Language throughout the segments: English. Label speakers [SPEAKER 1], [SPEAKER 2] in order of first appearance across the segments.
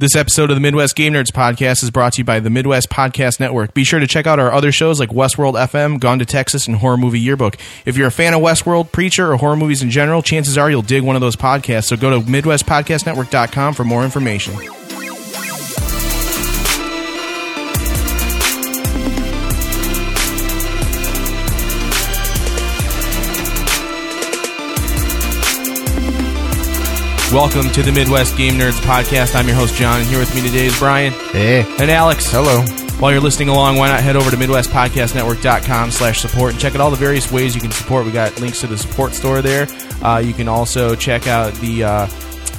[SPEAKER 1] This episode of the Midwest Game Nerds podcast is brought to you by the Midwest Podcast Network. Be sure to check out our other shows like Westworld FM, Gone to Texas, and Horror Movie Yearbook. If you're a fan of Westworld, Preacher, or horror movies in general, chances are you'll dig one of those podcasts. So go to MidwestPodcastNetwork.com for more information. Welcome to the Midwest Game Nerds podcast. I'm your host, John, and here with me today is Brian
[SPEAKER 2] Hey.
[SPEAKER 1] and Alex.
[SPEAKER 2] Hello.
[SPEAKER 1] While you're listening along, why not head over to MidwestPodcastNetwork.com slash support and check out all the various ways you can support. We got links to the support store there. Uh, you can also check out the, uh,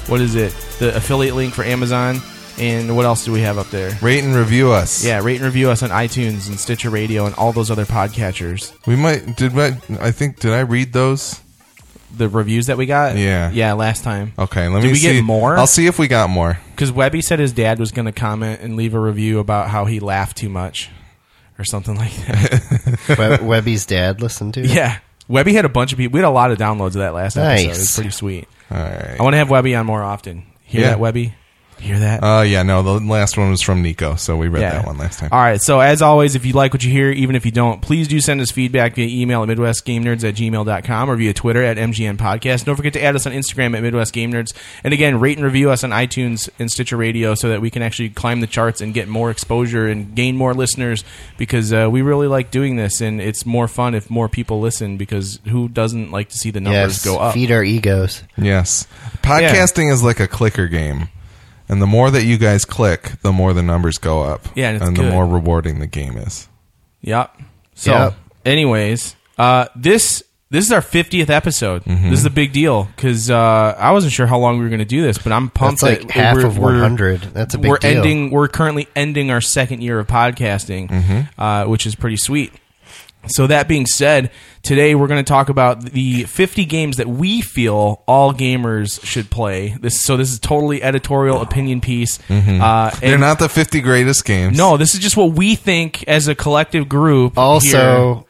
[SPEAKER 1] what is it, the affiliate link for Amazon. And what else do we have up there?
[SPEAKER 2] Rate and review us.
[SPEAKER 1] Yeah, rate and review us on iTunes and Stitcher Radio and all those other podcatchers.
[SPEAKER 2] We might did I, I think did I read those?
[SPEAKER 1] The reviews that we got?
[SPEAKER 2] Yeah.
[SPEAKER 1] Yeah, last time.
[SPEAKER 2] Okay, let
[SPEAKER 1] Did
[SPEAKER 2] me
[SPEAKER 1] we get
[SPEAKER 2] see.
[SPEAKER 1] more?
[SPEAKER 2] I'll see if we got more.
[SPEAKER 1] Because Webby said his dad was going to comment and leave a review about how he laughed too much or something like that.
[SPEAKER 3] We- Webby's dad listened to. it?
[SPEAKER 1] yeah. Webby had a bunch of people. We had a lot of downloads of that last episode. It was
[SPEAKER 3] Nice.
[SPEAKER 1] pretty sweet.
[SPEAKER 2] All right.
[SPEAKER 1] I want to have Webby on more often. Hear
[SPEAKER 2] Yeah.
[SPEAKER 1] that, Webby? Hear that?
[SPEAKER 2] Uh yeah, no, the last one was from Nico, so we read
[SPEAKER 1] Yeah.
[SPEAKER 2] that one last time.
[SPEAKER 1] All right. So, as always, if you like what you hear, even if you don't, please do send us feedback via email at MidwestGameNerds at gmail.com or via Twitter at MGN Podcast. Don't forget to add us on Instagram at Midwest Game Nerds. And again, rate and review us on iTunes and Stitcher Radio so that we can actually climb the charts and get more exposure and gain more listeners because uh, we really like doing this and it's more fun if more people listen because who doesn't like to see the numbers
[SPEAKER 3] Yes.
[SPEAKER 1] go up?
[SPEAKER 3] Feed our egos.
[SPEAKER 2] Yes. Podcasting is like a clicker game. And the more that you guys click, the more the numbers go up.
[SPEAKER 1] Yeah, and it's
[SPEAKER 2] the
[SPEAKER 1] good.
[SPEAKER 2] more rewarding the game is.
[SPEAKER 1] Yep. So,
[SPEAKER 3] Yep.
[SPEAKER 1] anyways, uh, this this is our fiftieth episode. This
[SPEAKER 3] Mm-hmm.
[SPEAKER 1] is a big deal because uh, I wasn't sure how long we were going to do this, but I'm pumped.
[SPEAKER 3] That's like
[SPEAKER 1] that
[SPEAKER 3] half
[SPEAKER 1] we're-
[SPEAKER 3] of
[SPEAKER 1] we're-
[SPEAKER 3] 100. That's a big
[SPEAKER 1] we're
[SPEAKER 3] deal.
[SPEAKER 1] ending. We're currently ending our second year of podcasting,
[SPEAKER 3] Mm-hmm.
[SPEAKER 1] uh, which is pretty sweet. So that being said, today we're going to talk about the 50 games that we feel all gamers should play. This so this is totally editorial opinion piece.
[SPEAKER 3] Mm-hmm.
[SPEAKER 1] Uh, and-
[SPEAKER 2] They're not the 50 greatest games.
[SPEAKER 1] no, this is just what we think as a collective group. here.
[SPEAKER 3] Also,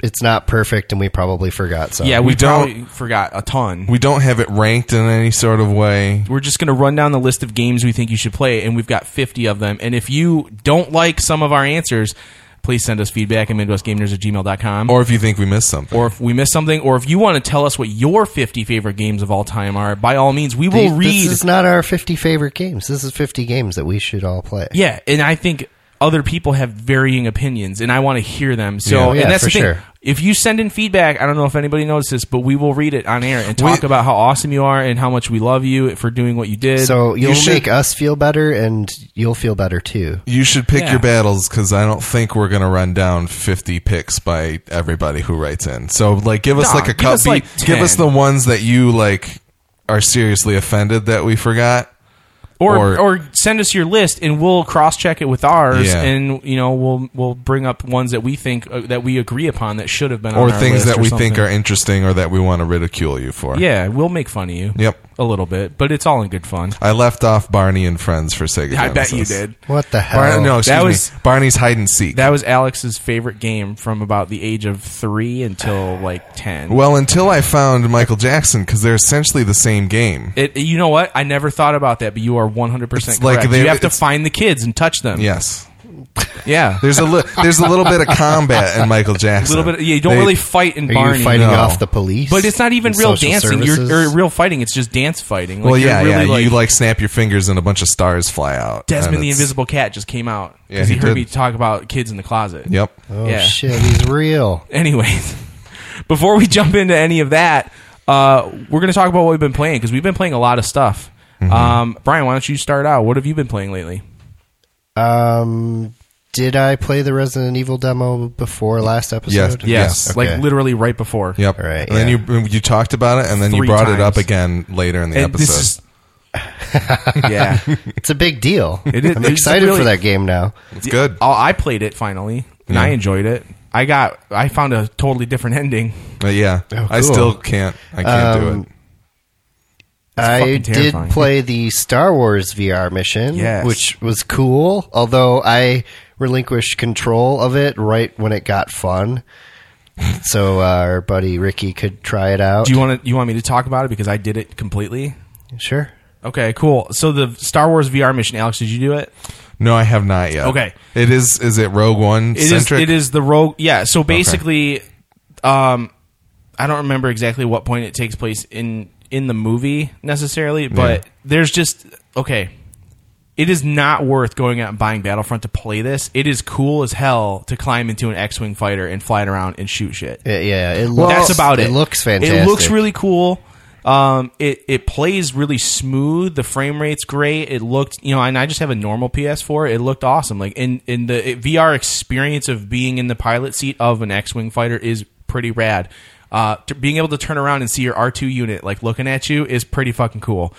[SPEAKER 3] it's not perfect, and we probably forgot some.
[SPEAKER 1] Yeah, we,
[SPEAKER 2] We don't-
[SPEAKER 1] probably forgot a ton.
[SPEAKER 2] We don't have it ranked in any sort of way.
[SPEAKER 1] We're just going to run down the list of games we think you should play, and we've got 50 of them. And if you don't like some of our answers, please send us feedback at midwestgamers at gmail.com. Or,
[SPEAKER 2] Or if you think we missed something.
[SPEAKER 1] or if we missed something, or if you want to tell us what your 50 favorite games of all time are, by all means, we will
[SPEAKER 3] Th-
[SPEAKER 1] read.
[SPEAKER 3] This is not our 50 favorite games. This is 50 games that we should all play.
[SPEAKER 1] Yeah, and I think other people have varying opinions, and I want to hear them. So,
[SPEAKER 2] Yeah.
[SPEAKER 1] and
[SPEAKER 3] Yeah,
[SPEAKER 1] that's
[SPEAKER 3] for
[SPEAKER 1] the thing.
[SPEAKER 3] sure.
[SPEAKER 1] If you send in feedback, I don't know if anybody noticed this, but we will read it on air and talk
[SPEAKER 2] We-
[SPEAKER 1] about how awesome you are and how much we love you for doing what you did.
[SPEAKER 3] So you'll
[SPEAKER 2] should-
[SPEAKER 3] make us feel better, and you'll feel better too.
[SPEAKER 2] You should pick
[SPEAKER 1] Yeah.
[SPEAKER 2] your battles because I don't think we're going to run down 50 picks by everybody who writes in. So, like, give us
[SPEAKER 1] Nah,
[SPEAKER 2] like a
[SPEAKER 1] give
[SPEAKER 2] cut
[SPEAKER 1] us,
[SPEAKER 2] beat.
[SPEAKER 1] like,
[SPEAKER 2] give us
[SPEAKER 1] 10.
[SPEAKER 2] the ones that you like are seriously offended that we forgot.
[SPEAKER 1] or, or
[SPEAKER 2] Or-
[SPEAKER 1] send us your list and we'll cross check it with ours
[SPEAKER 2] Yeah.
[SPEAKER 1] and you know we'll we'll bring up ones that we think uh, that we agree upon that should have been
[SPEAKER 2] Or
[SPEAKER 1] on our
[SPEAKER 2] things
[SPEAKER 1] list
[SPEAKER 2] that
[SPEAKER 1] or
[SPEAKER 2] we
[SPEAKER 1] something.
[SPEAKER 2] think are interesting or that we want to ridicule you for.
[SPEAKER 1] yeah we'll make fun of you
[SPEAKER 2] Yep.
[SPEAKER 1] a little bit but it's all in good fun
[SPEAKER 2] I left off Barney and Friends for Sega
[SPEAKER 1] I bet you
[SPEAKER 2] Genesis.
[SPEAKER 1] did
[SPEAKER 3] What the hell?
[SPEAKER 2] Bar- no, excuse
[SPEAKER 1] That was-
[SPEAKER 2] me. Barney's Hide and Seek.
[SPEAKER 1] that was Alex's favorite game from about the age of three until like ten
[SPEAKER 2] well, until I found Michael Jackson because they're essentially the same game.
[SPEAKER 1] it, you know what I never thought about that but you are one hundred percent
[SPEAKER 2] It's like
[SPEAKER 1] correct
[SPEAKER 2] they-
[SPEAKER 1] you have to
[SPEAKER 2] it's-
[SPEAKER 1] find the kids and touch them
[SPEAKER 2] Yes.
[SPEAKER 1] yeah
[SPEAKER 2] There's a li- there's a little bit of combat in Michael
[SPEAKER 1] a
[SPEAKER 2] Jackson.
[SPEAKER 1] little bit yeah, you don't
[SPEAKER 2] They-
[SPEAKER 1] really fight in
[SPEAKER 3] Are
[SPEAKER 1] Barney
[SPEAKER 3] you fighting
[SPEAKER 2] No.
[SPEAKER 3] off the police?
[SPEAKER 1] But it's not even
[SPEAKER 3] and
[SPEAKER 1] real
[SPEAKER 3] social
[SPEAKER 1] dancing.
[SPEAKER 3] services?
[SPEAKER 1] You're, or real fighting. It's just dance fighting. Like,
[SPEAKER 2] well,
[SPEAKER 1] you're
[SPEAKER 2] yeah,
[SPEAKER 1] really,
[SPEAKER 2] yeah. you like snap your fingers and a bunch of stars fly out.
[SPEAKER 1] Desmond
[SPEAKER 2] and
[SPEAKER 1] the
[SPEAKER 2] it's-
[SPEAKER 1] Invisible Cat just came out
[SPEAKER 2] Yeah,
[SPEAKER 1] because he,
[SPEAKER 2] he
[SPEAKER 1] heard
[SPEAKER 2] did.
[SPEAKER 1] me talk about kids in the closet.
[SPEAKER 2] Yep.
[SPEAKER 3] Oh
[SPEAKER 1] yeah.
[SPEAKER 3] shit, he's real.
[SPEAKER 1] Anyways, before we jump into any of that, uh, we're going to talk about what we've been playing because we've been playing a lot of stuff.
[SPEAKER 2] Mm-hmm.
[SPEAKER 1] Um, Brian, why don't you start out? What have you been playing lately?
[SPEAKER 3] Um, did I play the Resident Evil demo before last episode?
[SPEAKER 2] Yeah. Yes.
[SPEAKER 1] like
[SPEAKER 3] Okay.
[SPEAKER 1] literally right before.
[SPEAKER 2] Yep.
[SPEAKER 3] Right,
[SPEAKER 2] And then you you talked about it, and then
[SPEAKER 1] Three
[SPEAKER 2] you brought it
[SPEAKER 1] times.
[SPEAKER 2] up again later in the
[SPEAKER 1] And
[SPEAKER 2] episode.
[SPEAKER 1] this is yeah.
[SPEAKER 3] It's a big deal.
[SPEAKER 1] It is-
[SPEAKER 3] I'm
[SPEAKER 1] it's
[SPEAKER 3] excited
[SPEAKER 1] really-
[SPEAKER 3] for that game now.
[SPEAKER 2] it's good.
[SPEAKER 1] Oh, I played it finally, and I
[SPEAKER 2] Yeah.
[SPEAKER 1] enjoyed it. I got I found a totally different ending.
[SPEAKER 2] But yeah,
[SPEAKER 3] Oh,
[SPEAKER 2] I
[SPEAKER 3] cool. Um,
[SPEAKER 2] still can't. I can't do it.
[SPEAKER 3] I
[SPEAKER 1] fucking
[SPEAKER 3] did
[SPEAKER 1] terrifying.
[SPEAKER 3] play the Star Wars VR mission,
[SPEAKER 1] Yes.
[SPEAKER 3] which was cool, although I relinquished control of it right when it got fun. so uh, our buddy Ricky could try it out.
[SPEAKER 1] Do you want to you want me to talk about it because I did it completely?
[SPEAKER 3] sure.
[SPEAKER 1] Okay, cool. So the Star Wars VR mission, Alex, did you do it?
[SPEAKER 2] No, I have not yet.
[SPEAKER 1] Okay.
[SPEAKER 2] It is is it Rogue One
[SPEAKER 1] It is.
[SPEAKER 2] centric?
[SPEAKER 1] It is the rogue. Yeah. So basically, um, I don't remember exactly what point it takes place in in the movie necessarily, but
[SPEAKER 2] Yeah.
[SPEAKER 1] there's just okay. It is not worth going out and buying Battlefront to play this. It is cool as hell to climb into an X-wing fighter and fly it around and shoot shit.
[SPEAKER 3] Yeah, yeah, it looks,
[SPEAKER 1] That's about it.
[SPEAKER 3] It looks fantastic.
[SPEAKER 1] It looks really cool. Um, it it plays really smooth. The frame rate's great. It looked, you know, and I just have a normal PS4. It looked awesome. Like in in the it- VR experience of being in the pilot seat of an X-wing fighter is pretty rad. Uh, t- being able to turn around and see your R2 unit like looking at you is pretty fucking cool.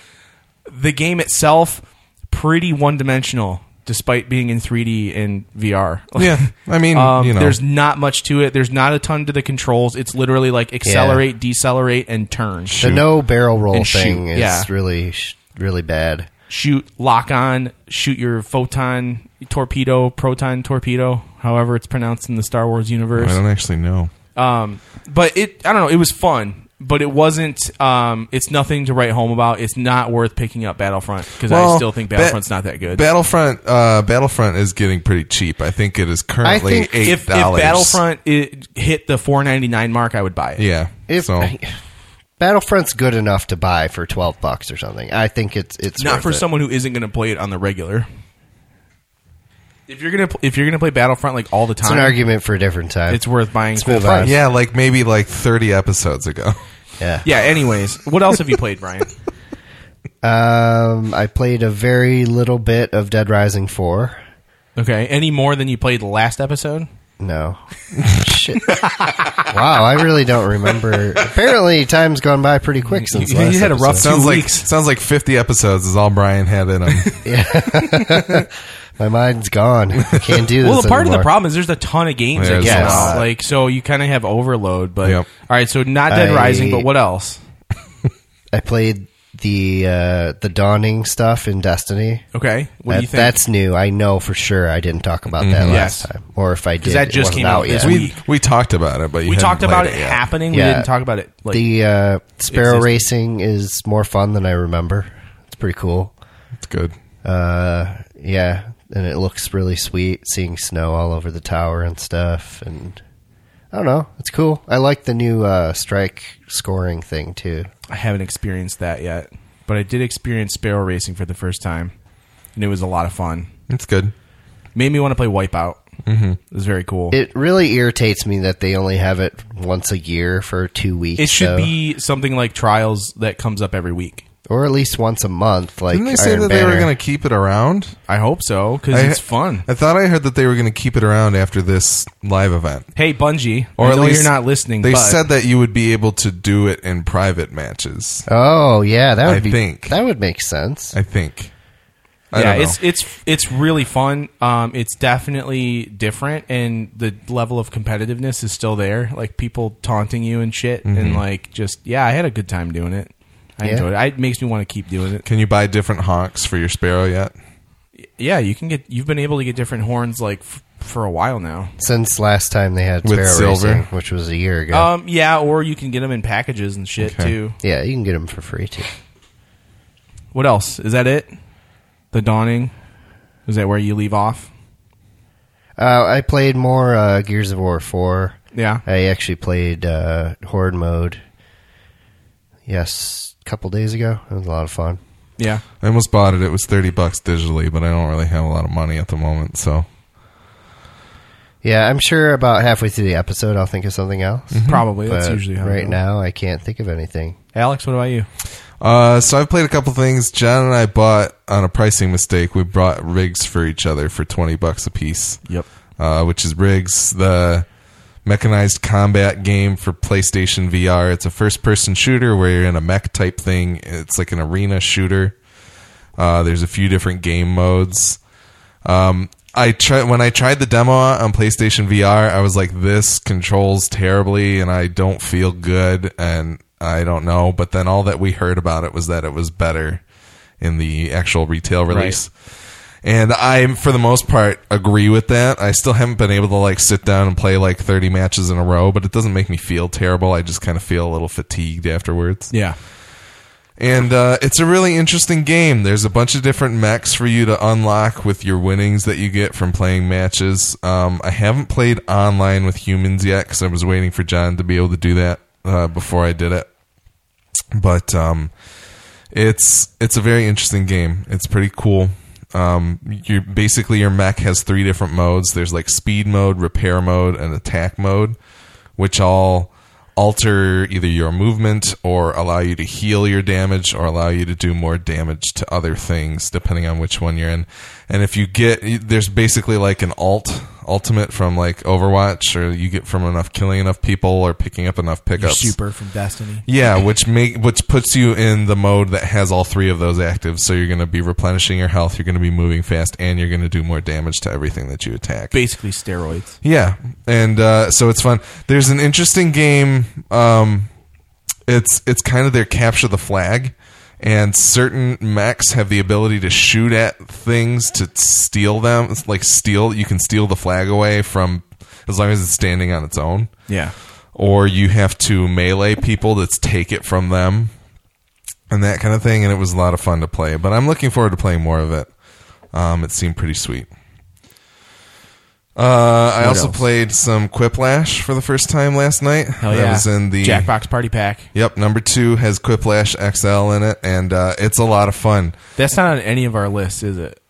[SPEAKER 1] The game itself pretty one dimensional, despite being in 3D and VR.
[SPEAKER 2] yeah. I mean,
[SPEAKER 1] Um,
[SPEAKER 2] you know,
[SPEAKER 1] There's not much to it. There's not a ton to the controls. It's literally like accelerate, decelerate, and turn.
[SPEAKER 3] The no barrel roll
[SPEAKER 1] And shoot,
[SPEAKER 3] thing is
[SPEAKER 1] yeah.
[SPEAKER 3] really, sh- really bad.
[SPEAKER 1] Shoot, lock on, shoot your photon torpedo, proton torpedo, however it's pronounced in the Star Wars
[SPEAKER 2] I
[SPEAKER 1] universe.
[SPEAKER 2] don't actually know.
[SPEAKER 1] Um, but it, I don't know, it was fun. But it wasn't. Um, it's nothing to write home about. It's not worth picking up Battlefront because I
[SPEAKER 2] Well,
[SPEAKER 1] still think
[SPEAKER 2] Ba-
[SPEAKER 1] Battlefront's not that good.
[SPEAKER 2] Battlefront uh, Battlefront is getting pretty cheap. I think it is currently
[SPEAKER 3] think
[SPEAKER 2] eight
[SPEAKER 1] if, if
[SPEAKER 2] dollars.
[SPEAKER 1] Battlefront it hit the four ninety nine mark, I would buy it.
[SPEAKER 2] yeah,
[SPEAKER 3] If,
[SPEAKER 2] so
[SPEAKER 3] Battlefront's good enough to buy for twelve bucks or something. I think it's it's
[SPEAKER 1] not
[SPEAKER 3] worth
[SPEAKER 1] for
[SPEAKER 3] it.
[SPEAKER 1] someone who isn't going to play it on the regular. If you're gonna pl- if you're gonna play Battlefront like all the
[SPEAKER 3] It's an
[SPEAKER 1] time, it's,
[SPEAKER 3] argument for a different time.
[SPEAKER 1] worth buying full
[SPEAKER 3] move on.
[SPEAKER 1] price.
[SPEAKER 2] yeah, like maybe like thirty episodes ago.
[SPEAKER 3] yeah.
[SPEAKER 1] Yeah. Anyways, what else have you played, Brian?
[SPEAKER 3] Um, I played a very little bit of Dead Rising four.
[SPEAKER 1] Okay. Any more than you played last episode?
[SPEAKER 3] No. Shit. wow, I really don't remember. Apparently, time's gone by pretty quick since
[SPEAKER 1] you
[SPEAKER 3] last
[SPEAKER 1] had a rough
[SPEAKER 3] episode.
[SPEAKER 1] Two
[SPEAKER 2] Sounds like
[SPEAKER 1] weeks.
[SPEAKER 2] sounds like fifty episodes is all Brian had in him.
[SPEAKER 3] My mind's gone. I can't do this.
[SPEAKER 1] Well, the part of the
[SPEAKER 3] anymore.
[SPEAKER 1] problem is there's a ton of games. I
[SPEAKER 2] There's
[SPEAKER 1] guess.
[SPEAKER 3] a lot.
[SPEAKER 1] Like so, you kind of have overload. But
[SPEAKER 2] Yep.
[SPEAKER 1] all right, so not Dead
[SPEAKER 3] I-
[SPEAKER 1] Rising, but what else?
[SPEAKER 3] I played the uh, the dawning stuff in Destiny.
[SPEAKER 1] Okay. What do
[SPEAKER 3] That-
[SPEAKER 1] you think? Mm-hmm.
[SPEAKER 3] That's new. I know for sure. I didn't talk about that
[SPEAKER 1] Yes.
[SPEAKER 3] last time, or if I did,
[SPEAKER 1] that
[SPEAKER 3] it
[SPEAKER 1] just
[SPEAKER 3] wasn't
[SPEAKER 1] came out this
[SPEAKER 3] yet.
[SPEAKER 1] week.
[SPEAKER 2] We we talked about it, but you
[SPEAKER 1] we
[SPEAKER 2] hadn't
[SPEAKER 1] talked
[SPEAKER 2] played
[SPEAKER 1] about it
[SPEAKER 2] yet.
[SPEAKER 1] happening. We
[SPEAKER 3] Yeah.
[SPEAKER 1] didn't talk about it. Like
[SPEAKER 3] The uh, Sparrow
[SPEAKER 1] Existing.
[SPEAKER 3] Racing is more fun than I remember. It's pretty cool.
[SPEAKER 2] It's good.
[SPEAKER 3] Uh, yeah, and it looks really sweet. Seeing snow all over the tower and stuff, and I don't know. It's cool. I like the new uh, strike scoring thing too.
[SPEAKER 1] I haven't experienced that yet, but I did experience Sparrow Racing for the first time, and it was a lot of fun.
[SPEAKER 2] It's good.
[SPEAKER 1] made me want to play Wipeout. Mm-hmm. It was very cool. It,
[SPEAKER 3] It really irritates me that they only have it once a year for two weeks.
[SPEAKER 1] should
[SPEAKER 3] though.
[SPEAKER 1] be something like Trials that comes up every week.
[SPEAKER 3] or at least once a month. Like
[SPEAKER 2] Didn't they say
[SPEAKER 3] Iron
[SPEAKER 2] that they were
[SPEAKER 3] Banner.
[SPEAKER 2] going to keep it around?
[SPEAKER 1] I hope so because
[SPEAKER 2] I-
[SPEAKER 1] it's fun.
[SPEAKER 2] I thought I heard that they were going to keep it around after this live event.
[SPEAKER 1] Hey Bungie,
[SPEAKER 2] Or
[SPEAKER 1] I
[SPEAKER 2] at
[SPEAKER 1] know
[SPEAKER 2] least
[SPEAKER 1] you're not listening.
[SPEAKER 2] They
[SPEAKER 1] but
[SPEAKER 2] said that you would be able to do it in private matches.
[SPEAKER 3] Oh yeah, that would
[SPEAKER 2] I
[SPEAKER 3] be.
[SPEAKER 2] think.
[SPEAKER 3] That would make sense.
[SPEAKER 2] I think. I
[SPEAKER 1] yeah,
[SPEAKER 2] don't know.
[SPEAKER 1] it's it's it's really fun. Um, it's definitely different, and the level of competitiveness is still there. Like people taunting you and shit,
[SPEAKER 2] Mm-hmm.
[SPEAKER 1] and like just yeah, I had a good time doing it. I
[SPEAKER 3] Yeah.
[SPEAKER 1] enjoyed it. I, it makes me want to keep doing it.
[SPEAKER 2] Can you buy different honks for your sparrow yet?
[SPEAKER 1] Yeah, you can get. You've been able to get different horns like f- for a while now.
[SPEAKER 3] Since last time they had
[SPEAKER 2] With
[SPEAKER 3] Sparrow
[SPEAKER 2] silver. Oh.
[SPEAKER 3] Racing, which was a year ago.
[SPEAKER 1] Um, yeah, or you can get them in packages and shit
[SPEAKER 2] Okay.
[SPEAKER 1] too.
[SPEAKER 3] yeah, you can get them for free too.
[SPEAKER 1] What else? Is that it? The dawning? Is that where you leave off?
[SPEAKER 3] Uh, I played more uh, Gears of War four.
[SPEAKER 1] Yeah.
[SPEAKER 3] I actually played uh, Horde mode. Yes, a couple days ago. It was a lot of fun.
[SPEAKER 1] Yeah.
[SPEAKER 2] I almost bought it. It was thirty bucks digitally, but I don't really have a lot of money at the moment, so
[SPEAKER 3] Yeah, I'm sure about halfway through the episode I'll think of something else.
[SPEAKER 2] Mm-hmm.
[SPEAKER 1] Probably. That's
[SPEAKER 3] But
[SPEAKER 1] usually how it
[SPEAKER 3] right
[SPEAKER 1] goes.
[SPEAKER 3] now I can't think of anything.
[SPEAKER 1] Alex, what about you?
[SPEAKER 2] Uh, so I've played a couple things. John and I bought on a pricing mistake. We bought rigs for each other for twenty bucks a piece.
[SPEAKER 1] Yep.
[SPEAKER 2] Uh, which is rigs, the mechanized combat game for PlayStation VR. It's a first-person shooter where you're in a mech type thing. It's like an arena shooter. Uh, there's a few different game modes. Um, I try when I tried the demo on PlayStation VR, I was like, "This controls terribly, and I don't feel good, and I don't know." But then all that we heard about it was that it was better in the actual retail release. And I, for the most part, agree with that. I still haven't been able to like sit down and play like 30 matches in a row, but it doesn't make me feel terrible. I just kind of feel a little fatigued afterwards.
[SPEAKER 1] Yeah.
[SPEAKER 2] And uh, it's a really interesting game. There's a bunch of different mechs for you to unlock with your winnings that you get from playing matches. Um, I haven't played online with humans yet because I was waiting for John to be able to do that uh, before I did it. But um, it's it's a very interesting game. It's pretty cool. Um, you basically your mech has three different modes. There's like speed mode, repair mode, and attack mode, which all alter either your movement or allow you to heal your damage or allow you to do more damage to other things depending on which one you're in. And if you get there's basically like an alt ultimate from like Overwatch or you get from enough killing enough people or picking up enough
[SPEAKER 4] Your
[SPEAKER 2] pickups.
[SPEAKER 4] super from Destiny.
[SPEAKER 2] Yeah, which make which puts you in the mode that has all three of those active. So you're going to be replenishing your health, you're going to be moving fast, and you're going to do more damage to everything that you attack.
[SPEAKER 1] Basically steroids.
[SPEAKER 2] Yeah, and uh, so it's fun. There's an interesting game. Um, it's it's kind of their capture the flag, and certain mechs have the ability to shoot at things to steal them. It's like steal, you can steal the flag away from as long as it's standing on its own
[SPEAKER 1] Yeah.
[SPEAKER 2] or you have to melee people that's take it from them and that kind of thing and it was a lot of fun to play but i'm looking forward to playing more of it um, it seemed pretty sweet uh, i
[SPEAKER 1] What
[SPEAKER 2] also
[SPEAKER 1] else?
[SPEAKER 2] played some quiplash for the first time last night
[SPEAKER 1] Hell
[SPEAKER 2] that
[SPEAKER 1] yeah.
[SPEAKER 2] was in the
[SPEAKER 1] Jackbox Party Pack.
[SPEAKER 2] yep number two has quiplash xl in it and uh, it's a lot of fun
[SPEAKER 1] That's not on any of our lists, is it?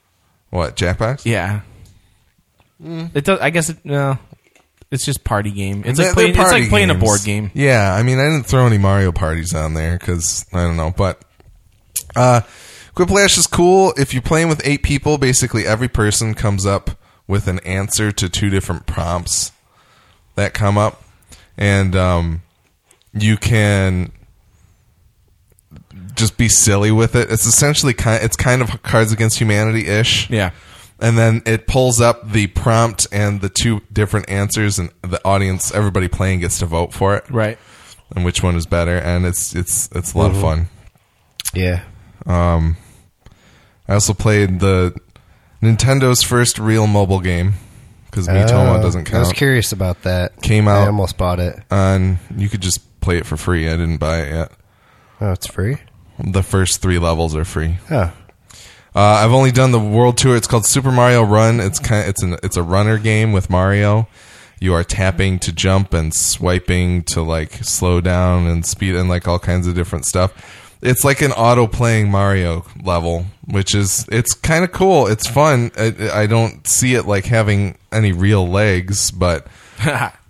[SPEAKER 2] what jackbox
[SPEAKER 1] Yeah. It does. I guess it, no. It's just party game. It's
[SPEAKER 2] Mm. They're-
[SPEAKER 1] like playing,
[SPEAKER 2] they're
[SPEAKER 1] it's
[SPEAKER 2] party
[SPEAKER 1] like playing a
[SPEAKER 2] games.
[SPEAKER 1] board game.
[SPEAKER 2] Yeah, I mean, I didn't throw any Mario parties on there because I don't know, but uh, Quiplash is cool. If you're playing with eight people, basically every person comes up with an answer to two different prompts that come up, and um, you can just be silly with it. It's essentially kind. It's kind of Cards Against Humanity ish
[SPEAKER 1] Yeah.
[SPEAKER 2] and then it pulls up the prompt and the two different answers and the audience everybody playing gets to vote for it
[SPEAKER 1] Right.
[SPEAKER 2] and which one is better and it's it's it's a lot of fun
[SPEAKER 3] Yeah.
[SPEAKER 2] i also played the nintendo's first real mobile game because Miitomo
[SPEAKER 3] Oh,
[SPEAKER 2] doesn't
[SPEAKER 3] I was
[SPEAKER 2] count
[SPEAKER 3] curious about that.
[SPEAKER 2] Came out-
[SPEAKER 3] I almost bought it.
[SPEAKER 2] on you could just play it for free i didn't buy it yet
[SPEAKER 3] Oh, it's free.
[SPEAKER 2] the first three levels are free
[SPEAKER 3] Oh,
[SPEAKER 2] Uh, I've only done the world tour. It's called Super Mario Run. It's kind it's an it's a runner game with Mario. You are tapping to jump and swiping to like slow down and speed and like all kinds of different stuff. It's like an auto playing Mario level, which is it's kind of cool. It's fun. I, I don't see it like having any real legs, but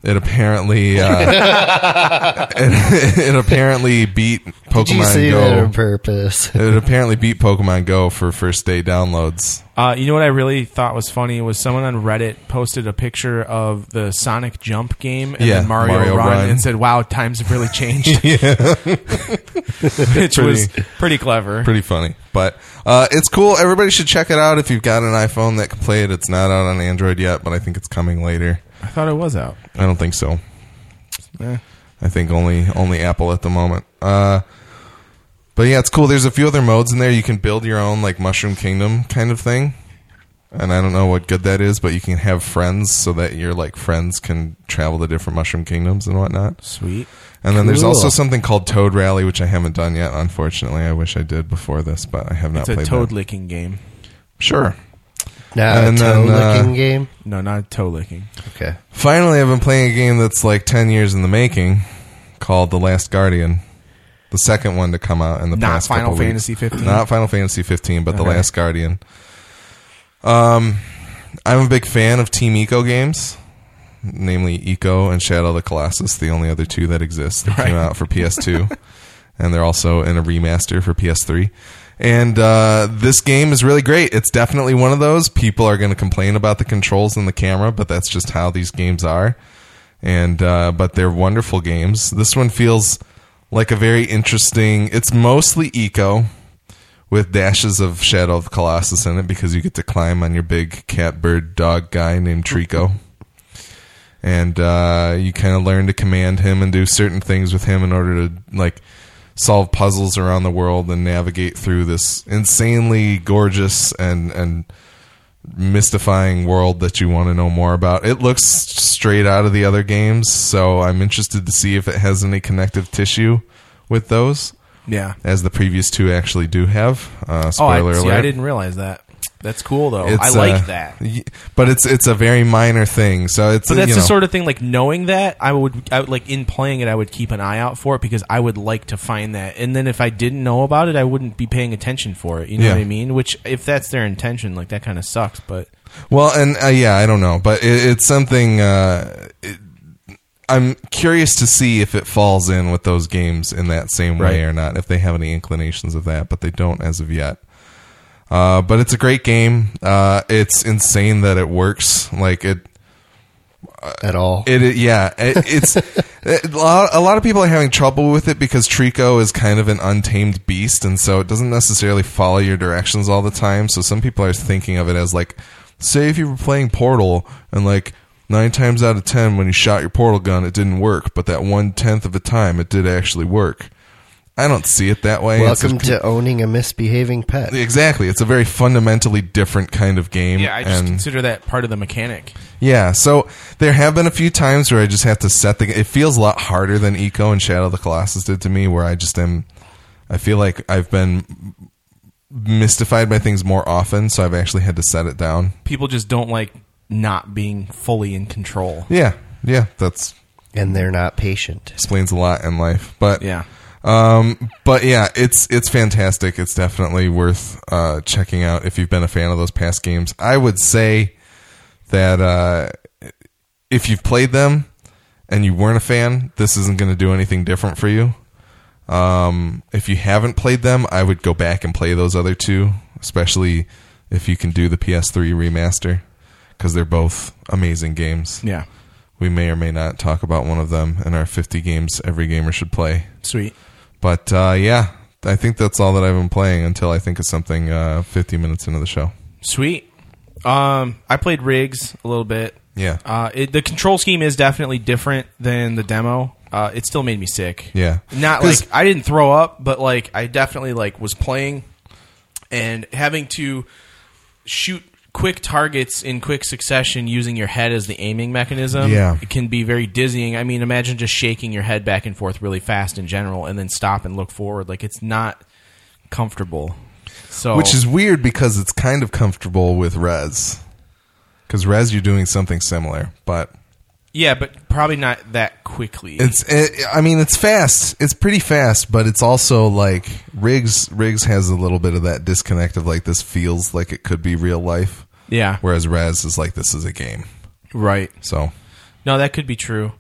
[SPEAKER 2] it apparently uh, it, it apparently beat Pokemon
[SPEAKER 3] did you see
[SPEAKER 2] Go
[SPEAKER 3] that on purpose?
[SPEAKER 2] it apparently beat Pokemon Go for first day downloads.
[SPEAKER 1] Uh, you know what I really thought was funny was someone on Reddit posted a picture of the Sonic Jump game and
[SPEAKER 2] Yeah,
[SPEAKER 1] then Mario,
[SPEAKER 2] Mario
[SPEAKER 1] Run,
[SPEAKER 2] Run.
[SPEAKER 1] and said, "Wow, times have really changed," which was pretty clever.
[SPEAKER 2] Pretty funny, but uh, it's cool. Everybody should check it out if you've got an iPhone that can play it. It's not out on Android yet, but I think it's coming later.
[SPEAKER 1] I thought it was out.
[SPEAKER 2] I don't think so.
[SPEAKER 1] Eh.
[SPEAKER 2] I think only only Apple at the moment. Uh, but yeah, it's cool. There's a few other modes in there. You can build your own like Mushroom Kingdom kind of thing, and I don't know what good that is, but you can have friends so that your like friends can travel to different Mushroom Kingdoms and whatnot.
[SPEAKER 1] Sweet.
[SPEAKER 2] And then there's
[SPEAKER 3] Cool.
[SPEAKER 2] also something called Toad Rally, which I haven't done yet. Unfortunately, I wish I did before this, but I have not
[SPEAKER 1] It's a
[SPEAKER 2] played.
[SPEAKER 1] toad
[SPEAKER 2] that.
[SPEAKER 1] licking game.
[SPEAKER 2] Sure.
[SPEAKER 3] Now a
[SPEAKER 2] And then,
[SPEAKER 3] toe licking
[SPEAKER 2] uh,
[SPEAKER 3] game.
[SPEAKER 1] No, not a toe licking.
[SPEAKER 3] Okay.
[SPEAKER 2] Finally, I've been playing a game that's like ten years in the making, called The Last Guardian, the second one to come out in the
[SPEAKER 1] Not
[SPEAKER 2] past
[SPEAKER 1] Final
[SPEAKER 2] couple weeks.
[SPEAKER 1] Fantasy 15?
[SPEAKER 2] Not Final Fantasy 15, but The
[SPEAKER 1] Okay.
[SPEAKER 2] Last Guardian. Um, I'm a big fan of Team Eco games, namely Eco and Shadow of the Colossus, the only other two that exist. They came out for PS2, and they're also in a remaster for PS3. And uh, this game is really great. It's definitely one of those. People are going to complain about the controls and the camera, but that's just how these games are and uh, but they're wonderful games. This one feels like a very interesting. It's mostly eco with dashes of Shadow of the Colossus in it because you get to climb on your big cat bird dog guy named Trico. And uh, you kind of learn to command him and do certain things with him in order to like solve puzzles around the world and navigate through this insanely gorgeous and and mystifying world that you want to know more about. It looks straight out of the other games, so I'm interested to see if it has any connective tissue with those.
[SPEAKER 1] Yeah.
[SPEAKER 2] as the previous two actually do have. Uh,
[SPEAKER 1] Oh, I,
[SPEAKER 2] spoiler
[SPEAKER 1] see,
[SPEAKER 2] alert!
[SPEAKER 1] I didn't realize that. That's cool though. I
[SPEAKER 2] It's,
[SPEAKER 1] like
[SPEAKER 2] uh,
[SPEAKER 1] that.
[SPEAKER 2] y- but it's it's a very minor thing. So it's
[SPEAKER 1] But that's
[SPEAKER 2] you
[SPEAKER 1] the
[SPEAKER 2] know,
[SPEAKER 1] sort of thing like knowing that I would, I would like in playing it I would keep an eye out for it because I would like to find that and then if I didn't know about it I wouldn't be paying attention for it you know
[SPEAKER 2] Yeah.
[SPEAKER 1] what I mean which if that's their intention like that kind of sucks but
[SPEAKER 2] Well, and uh, yeah, I don't know, but it, it's something. Uh, it, I'm curious to see if it falls in with those games in that same way
[SPEAKER 1] Right.
[SPEAKER 2] or not. If they have any inclinations of that, but they don't as of yet. Uh, but it's a great game. Uh, it's insane that it works. Like it,
[SPEAKER 3] at all.
[SPEAKER 2] Uh, it, it- yeah, it, it's it, a, lot, a lot of people are having trouble with it because Trico is kind of an untamed beast, and so it doesn't necessarily follow your directions all the time. So some people are thinking of it as like, say, if you were playing Portal, and like nine times out of ten, when you shot your portal gun, it didn't work, but that one tenth of a time, it did actually work. I don't see it that way. It's a-
[SPEAKER 3] Welcome to owning a misbehaving pet.
[SPEAKER 2] exactly. It's a very fundamentally different kind of game.
[SPEAKER 1] yeah I just
[SPEAKER 2] and-
[SPEAKER 1] consider that part of the mechanic
[SPEAKER 2] yeah, so there have been a few times where I just have to set the. It feels a lot harder than Eco and Shadow of the Colossus did to me, where I just am. I feel like I've been mystified by things more often, so I've actually had to set it down.
[SPEAKER 1] people just don't like not being fully in control
[SPEAKER 2] Yeah, yeah, that
[SPEAKER 3] And they're not patient.
[SPEAKER 2] explains a lot in life. But
[SPEAKER 1] yeah
[SPEAKER 2] um, but yeah, it's it's fantastic. It's definitely worth uh, checking out if you've been a fan of those past games. I would say that uh, if you've played them and you weren't a fan, this isn't going to do anything different for you. Um, if you haven't played them, I would go back and play those other two, especially if you can do the PS3 remaster, because they're both amazing games.
[SPEAKER 1] yeah
[SPEAKER 2] We may or may not talk about one of them in our 50 games every gamer should play.
[SPEAKER 1] sweet
[SPEAKER 2] But uh, yeah, I think that's all that I've been playing until I think of something uh, 50 minutes into the show.
[SPEAKER 1] sweet um I played Rigs a little bit
[SPEAKER 2] Yeah.
[SPEAKER 1] Uh, it, the control scheme is definitely different than the demo. Uh, it still made me sick.
[SPEAKER 2] Yeah.
[SPEAKER 1] Not
[SPEAKER 2] 'Cause-
[SPEAKER 1] like I didn't throw up, but like I definitely like was playing and having to shoot quick targets in quick succession using your head as the aiming mechanism
[SPEAKER 2] Yeah.
[SPEAKER 1] it can be very dizzying i mean imagine just shaking your head back and forth really fast in general and then stop and look forward like it's not comfortable so
[SPEAKER 2] Which is weird because it's kind of comfortable with Res. Because Res, you're doing something similar, but
[SPEAKER 1] yeah but probably not that quickly
[SPEAKER 2] it's. It, I mean, it's fast. It's pretty fast, but it's also like Riggs. Riggs has a little bit of that disconnect of like this feels like it could be real life,
[SPEAKER 1] yeah
[SPEAKER 2] whereas Res is like this is a game.
[SPEAKER 1] right
[SPEAKER 2] So
[SPEAKER 1] No, that could be true.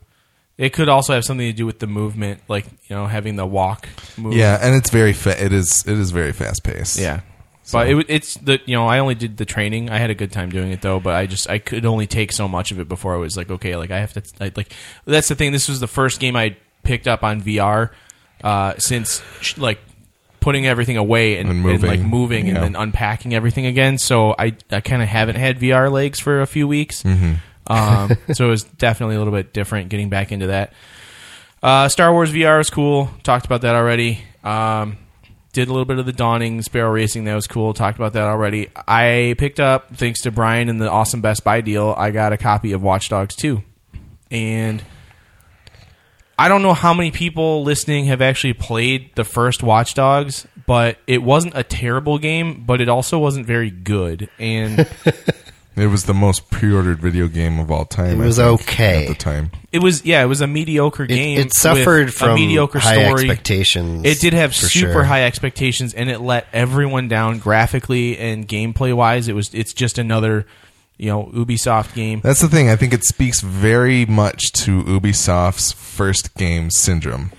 [SPEAKER 1] It could also have something to do with the movement, like you know, having the walk. Move.
[SPEAKER 2] yeah, and it's very. Fa- it is. It is very fast paced.
[SPEAKER 1] yeah. But it, w- it's the you know I only did the training. I had a good time doing it though, but I just I could only take so much of it before I was like, okay, like I have to I, like that's the thing. This was the first game I picked up on VR uh, since sh- like putting everything away and,
[SPEAKER 2] And
[SPEAKER 1] and,
[SPEAKER 2] moving.
[SPEAKER 1] like moving
[SPEAKER 2] Yeah.
[SPEAKER 1] and then unpacking everything again. So I I kind of haven't had VR legs for a few weeks.
[SPEAKER 2] Mm-hmm.
[SPEAKER 1] Um, so it was definitely a little bit different getting back into that. Uh, Star Wars VR is cool. Talked about that already. Um, did a little bit of the Dawning Sparrow Racing. That was cool. Talked about that already. I picked up, thanks to Brian and the awesome Best Buy deal, I got a copy of Watch Dogs 2. And I don't know how many people listening have actually played the first Watch Dogs, but it wasn't a terrible game, but it also wasn't very good. And
[SPEAKER 2] It was the most pre-ordered video game of all time.
[SPEAKER 3] It was
[SPEAKER 2] I think,
[SPEAKER 3] okay.
[SPEAKER 2] at the time.
[SPEAKER 1] it was, yeah, it was a mediocre
[SPEAKER 3] It,
[SPEAKER 1] game.
[SPEAKER 3] it suffered
[SPEAKER 1] with
[SPEAKER 3] from
[SPEAKER 1] a mediocre
[SPEAKER 3] high
[SPEAKER 1] story.
[SPEAKER 3] expectations.
[SPEAKER 1] It did have
[SPEAKER 3] for
[SPEAKER 1] super
[SPEAKER 3] sure.
[SPEAKER 1] high expectations, and it let everyone down graphically and gameplay wise. It was it's just another you know Ubisoft game.
[SPEAKER 3] Uh,
[SPEAKER 2] That's the thing. I think it speaks very much to Ubisoft's first game syndrome.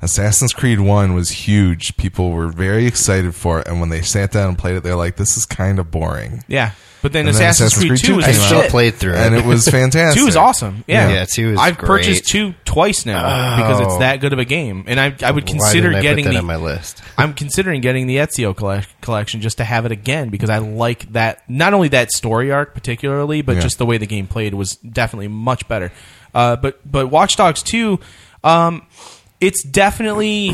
[SPEAKER 2] Assassin's Creed One was huge. People were very excited for it, and when they sat down and played it, they're like, "This is kind of boring."
[SPEAKER 1] Yeah, but then
[SPEAKER 2] And then
[SPEAKER 1] Assassin's,
[SPEAKER 2] Assassin's Creed
[SPEAKER 1] Creed Two
[SPEAKER 2] 2
[SPEAKER 1] was
[SPEAKER 3] I
[SPEAKER 1] the
[SPEAKER 2] came out.
[SPEAKER 1] shit.
[SPEAKER 3] still played through it.
[SPEAKER 2] And it was fantastic.
[SPEAKER 1] Two is awesome. Yeah,
[SPEAKER 3] Yeah, two is
[SPEAKER 1] I've purchased
[SPEAKER 3] great. Oh.
[SPEAKER 1] two twice now because it's that good of a game, and I I would consider
[SPEAKER 3] Why didn't
[SPEAKER 1] getting
[SPEAKER 3] I put that
[SPEAKER 1] the
[SPEAKER 3] on my list.
[SPEAKER 1] I'm considering getting the Ezio colle- collection just to have it again because I like that not only that story arc particularly, but
[SPEAKER 2] Yeah.
[SPEAKER 1] just the way the game played was definitely much better. Uh, but but Watch Dogs two, um, it's definitely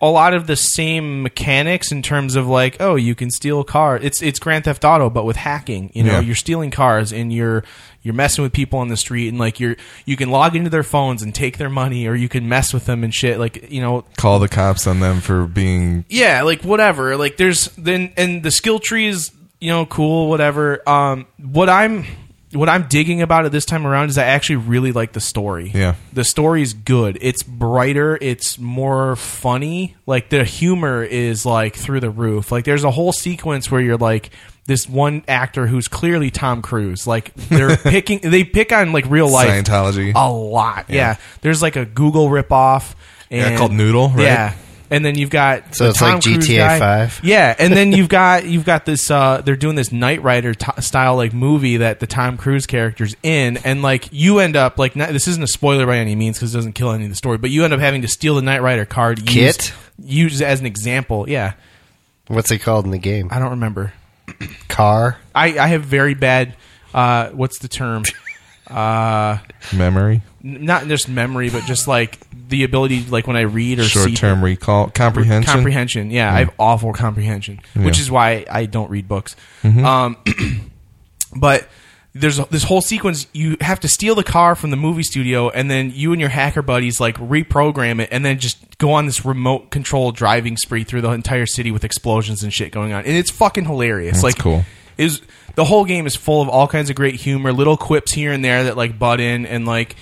[SPEAKER 1] a lot of the same mechanics in terms of like, oh, you can steal cars. It's it's Grand Theft Auto, but with hacking. You know,
[SPEAKER 2] Yeah.
[SPEAKER 1] you're stealing cars and you're you're messing with people on the street and like you're you can log into their phones and take their money or you can mess with them and shit. Like you know,
[SPEAKER 2] Call the cops on them for being
[SPEAKER 1] yeah, like whatever. Like there's then and the skill tree is you know cool, whatever. Um, what I'm what I'm digging about it this time around is I actually really like the story.
[SPEAKER 2] Yeah.
[SPEAKER 1] the story's good. It's brighter. It's more funny. Like the humor is like through the roof. Like there's a whole sequence where you're like this one actor who's clearly Tom Cruise. Like they're picking they pick on like uh, real life
[SPEAKER 2] Scientology.
[SPEAKER 1] a lot. Yeah. There's like a Google ripoff. And,
[SPEAKER 2] called Noodle, right?
[SPEAKER 1] Yeah. And then you've got
[SPEAKER 3] So
[SPEAKER 1] the
[SPEAKER 3] it's like
[SPEAKER 1] Tom Cruise
[SPEAKER 3] GTA
[SPEAKER 1] guy.
[SPEAKER 3] 5.
[SPEAKER 1] Yeah, and then you've got you've got this. Uh, they're doing this Knight Rider t- style like movie that the Tom Cruise character's in, and like you end up like not, this isn't a spoiler by any means because it doesn't kill any of the story, but you end up having to steal the Knight Rider card.
[SPEAKER 3] Kit?
[SPEAKER 1] Use, use as an example. Yeah,
[SPEAKER 3] What's it called in the game?
[SPEAKER 1] I don't remember.
[SPEAKER 3] Car.
[SPEAKER 1] I I have very bad. Uh, what's the term?
[SPEAKER 2] memory,
[SPEAKER 1] N- Not just memory, but just like the ability, like when I read or see
[SPEAKER 2] short-term recall, comprehension.
[SPEAKER 1] comprehension. Yeah, I have awful comprehension, which
[SPEAKER 2] Yeah. Mm-hmm.
[SPEAKER 1] is why I don't read books. Um, but there's this whole sequence. You have to steal the car from the movie studio, and then you and your hacker buddies like reprogram it, and then just go on this remote control driving spree through the entire city with explosions and shit going on. And it's fucking hilarious. like
[SPEAKER 2] cool.
[SPEAKER 1] Is the whole game is full of all kinds of great humor, little quips here and there that like butt in, and like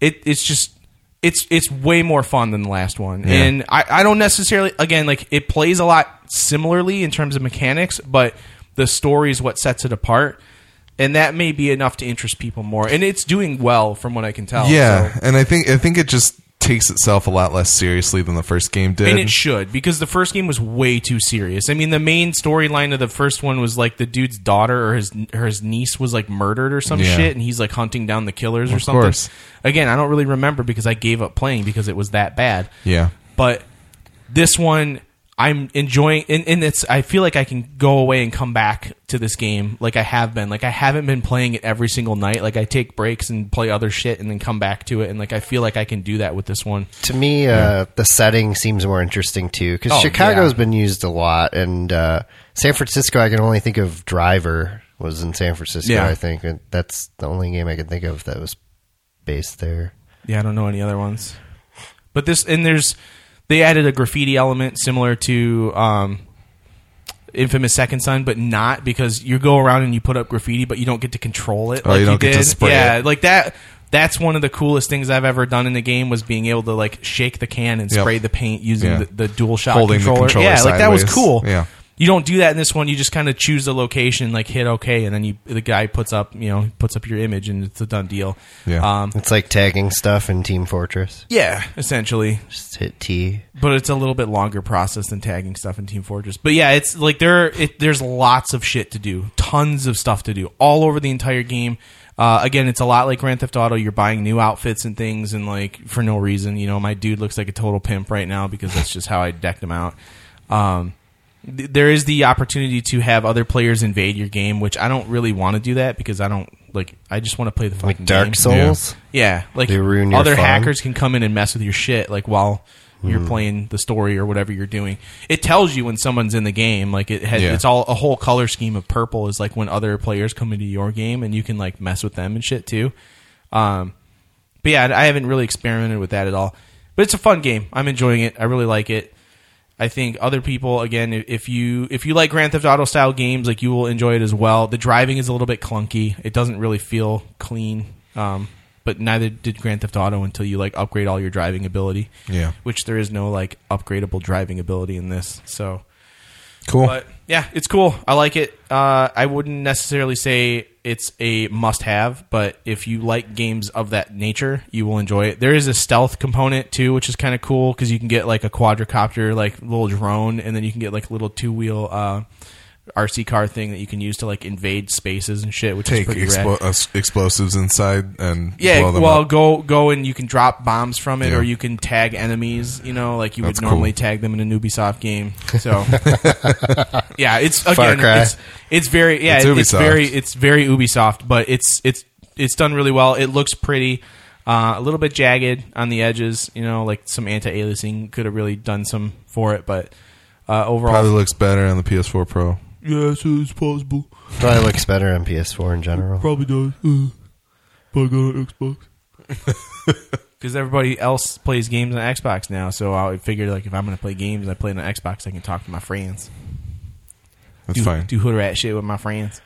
[SPEAKER 1] it. It's just. It's it's way more fun than the last one, and I, I don't necessarily again like it plays a lot similarly in terms of mechanics, but the story is what sets it apart and that may be enough to interest people more. And it's doing well, from what I can tell.
[SPEAKER 2] yeah,
[SPEAKER 1] so-
[SPEAKER 2] and I think I think it just takes itself a lot less seriously than the first game did.
[SPEAKER 1] And it should because the first game was way too serious. I mean, the main storyline of the first one was like the dude's daughter or his or his niece was like murdered or some
[SPEAKER 2] Yeah.
[SPEAKER 1] shit, and he's like hunting down the killers or
[SPEAKER 2] Of
[SPEAKER 1] something.
[SPEAKER 2] course.
[SPEAKER 1] Again, I don't really remember because I gave up playing because it was that bad.
[SPEAKER 2] yeah,
[SPEAKER 1] but this one I'm enjoying and, and it's I feel like I can go away and come back to this game like I have been. Like I haven't been playing it every single night. Like I take breaks and play other shit and then come back to it and like I feel like I can do that with this one.
[SPEAKER 3] To me, uh, the setting seems more interesting too, because
[SPEAKER 1] Oh,
[SPEAKER 3] Chicago's
[SPEAKER 1] yeah.
[SPEAKER 3] been used a lot, and uh, San Francisco. I can only think of Driver was in San Francisco.
[SPEAKER 1] Yeah.
[SPEAKER 3] I think and that's the only game I can think of that was based there.
[SPEAKER 1] Yeah, I don't know any other ones. But this and there's they added a graffiti element similar to um Infamous Second Son, but not because you go around and you put up graffiti, but you don't get to control it.
[SPEAKER 2] Oh, you don't get to spray
[SPEAKER 1] yeah,
[SPEAKER 2] it.
[SPEAKER 1] like that. That's one of the coolest things I've ever done in a game was being able to like shake the can and
[SPEAKER 2] Yep.
[SPEAKER 1] spray the paint using
[SPEAKER 2] Yeah.
[SPEAKER 1] the, the dual shot
[SPEAKER 2] Holding the
[SPEAKER 1] controller.
[SPEAKER 2] controller
[SPEAKER 1] yeah, like that was
[SPEAKER 2] sideways.
[SPEAKER 1] cool.
[SPEAKER 2] Yeah.
[SPEAKER 1] You don't do that in this one. You just kind of choose the location, like hit OK, and then you the guy puts up you know puts up your image, and it's a done deal.
[SPEAKER 2] Yeah.
[SPEAKER 1] Um,
[SPEAKER 3] It's like tagging stuff in Team Fortress.
[SPEAKER 1] yeah, essentially.
[SPEAKER 3] Just hit T.
[SPEAKER 1] But it's a little bit longer process than tagging stuff in Team Fortress. But yeah, it's like there it, there's lots of shit to do, tons of stuff to do all over the entire game. Uh, again, it's a lot like Grand Theft Auto. You're buying new outfits and things, and like for no reason. You know, my dude looks like a total pimp right now because that's just how I decked him out. Um, th- there is the opportunity to have other players invade your game, which I don't really want to do that because I don't like. I just want to play the fucking
[SPEAKER 3] Like Dark
[SPEAKER 1] game.
[SPEAKER 3] Souls.
[SPEAKER 1] Yeah, like
[SPEAKER 3] They ruin your
[SPEAKER 1] other
[SPEAKER 3] fun. Hmm.
[SPEAKER 1] hackers can come in and mess with your shit, like while you're playing the story or whatever you're doing. It tells you when someone's in the game. Like it, has,
[SPEAKER 2] Yeah.
[SPEAKER 1] it's all a whole color scheme of purple is like when other players come into your game and you can like mess with them and shit too. Um, but yeah, I I haven't really experimented with that at all. But it's a fun game. I'm enjoying it. I really like it. I think other people again, i- if you if you like Grand Theft Auto style games, like you will enjoy it as well. The driving is a little bit clunky; it doesn't really feel clean. Um, but neither did Grand Theft Auto until you like upgrade all your driving ability.
[SPEAKER 2] Yeah.
[SPEAKER 1] which there is no like upgradable driving ability in this. So,
[SPEAKER 2] cool.
[SPEAKER 1] but yeah, it's cool. I like it. Uh, I wouldn't necessarily say it's a must have, but if you like games of that nature, you will enjoy it. There is a stealth component too, which is kind of cool because you can get like a quadricopter, like little drone, and then you can get like a little two wheel uh, RC car thing that you can use to like invade spaces and shit, which is
[SPEAKER 2] Take
[SPEAKER 1] pretty rad.
[SPEAKER 2] explo- uh, s- explosives inside and blow
[SPEAKER 1] Yeah,
[SPEAKER 2] them
[SPEAKER 1] well,
[SPEAKER 2] up.
[SPEAKER 1] go go and you can drop bombs from it,
[SPEAKER 2] Yeah.
[SPEAKER 1] or you can tag enemies. You know, like you
[SPEAKER 2] That's
[SPEAKER 1] would
[SPEAKER 2] cool.
[SPEAKER 1] normally tag them in an Ubisoft game. So, yeah, it's again,
[SPEAKER 3] Cry.
[SPEAKER 1] it's, it's very yeah,
[SPEAKER 2] It's
[SPEAKER 1] it's, it's
[SPEAKER 2] Ubisoft.
[SPEAKER 1] very it's very Ubisoft, but it's it's it's done really well. It looks pretty. Uh, a little bit jagged on the edges, you know, like some anti-aliasing could have really done some for it, but uh, overall,
[SPEAKER 2] Probably looks better on the PS4 Pro.
[SPEAKER 4] Yeah, so it's possible.
[SPEAKER 3] Probably looks better on PS4 in general.
[SPEAKER 4] Probably does. Uh, but I got an Xbox.
[SPEAKER 1] because everybody else plays games on Xbox now, so I figured like if I'm going to play games, I play on Xbox, I can talk to my friends,
[SPEAKER 2] That's
[SPEAKER 1] do
[SPEAKER 2] fine.
[SPEAKER 1] do hood rat shit with my friends.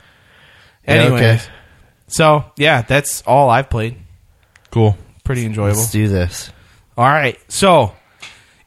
[SPEAKER 3] Yeah,
[SPEAKER 1] Anyway,
[SPEAKER 3] okay.
[SPEAKER 1] so yeah, that's all I've played.
[SPEAKER 2] Cool.
[SPEAKER 1] Pretty enjoyable.
[SPEAKER 3] Let's do this.
[SPEAKER 1] All right. So,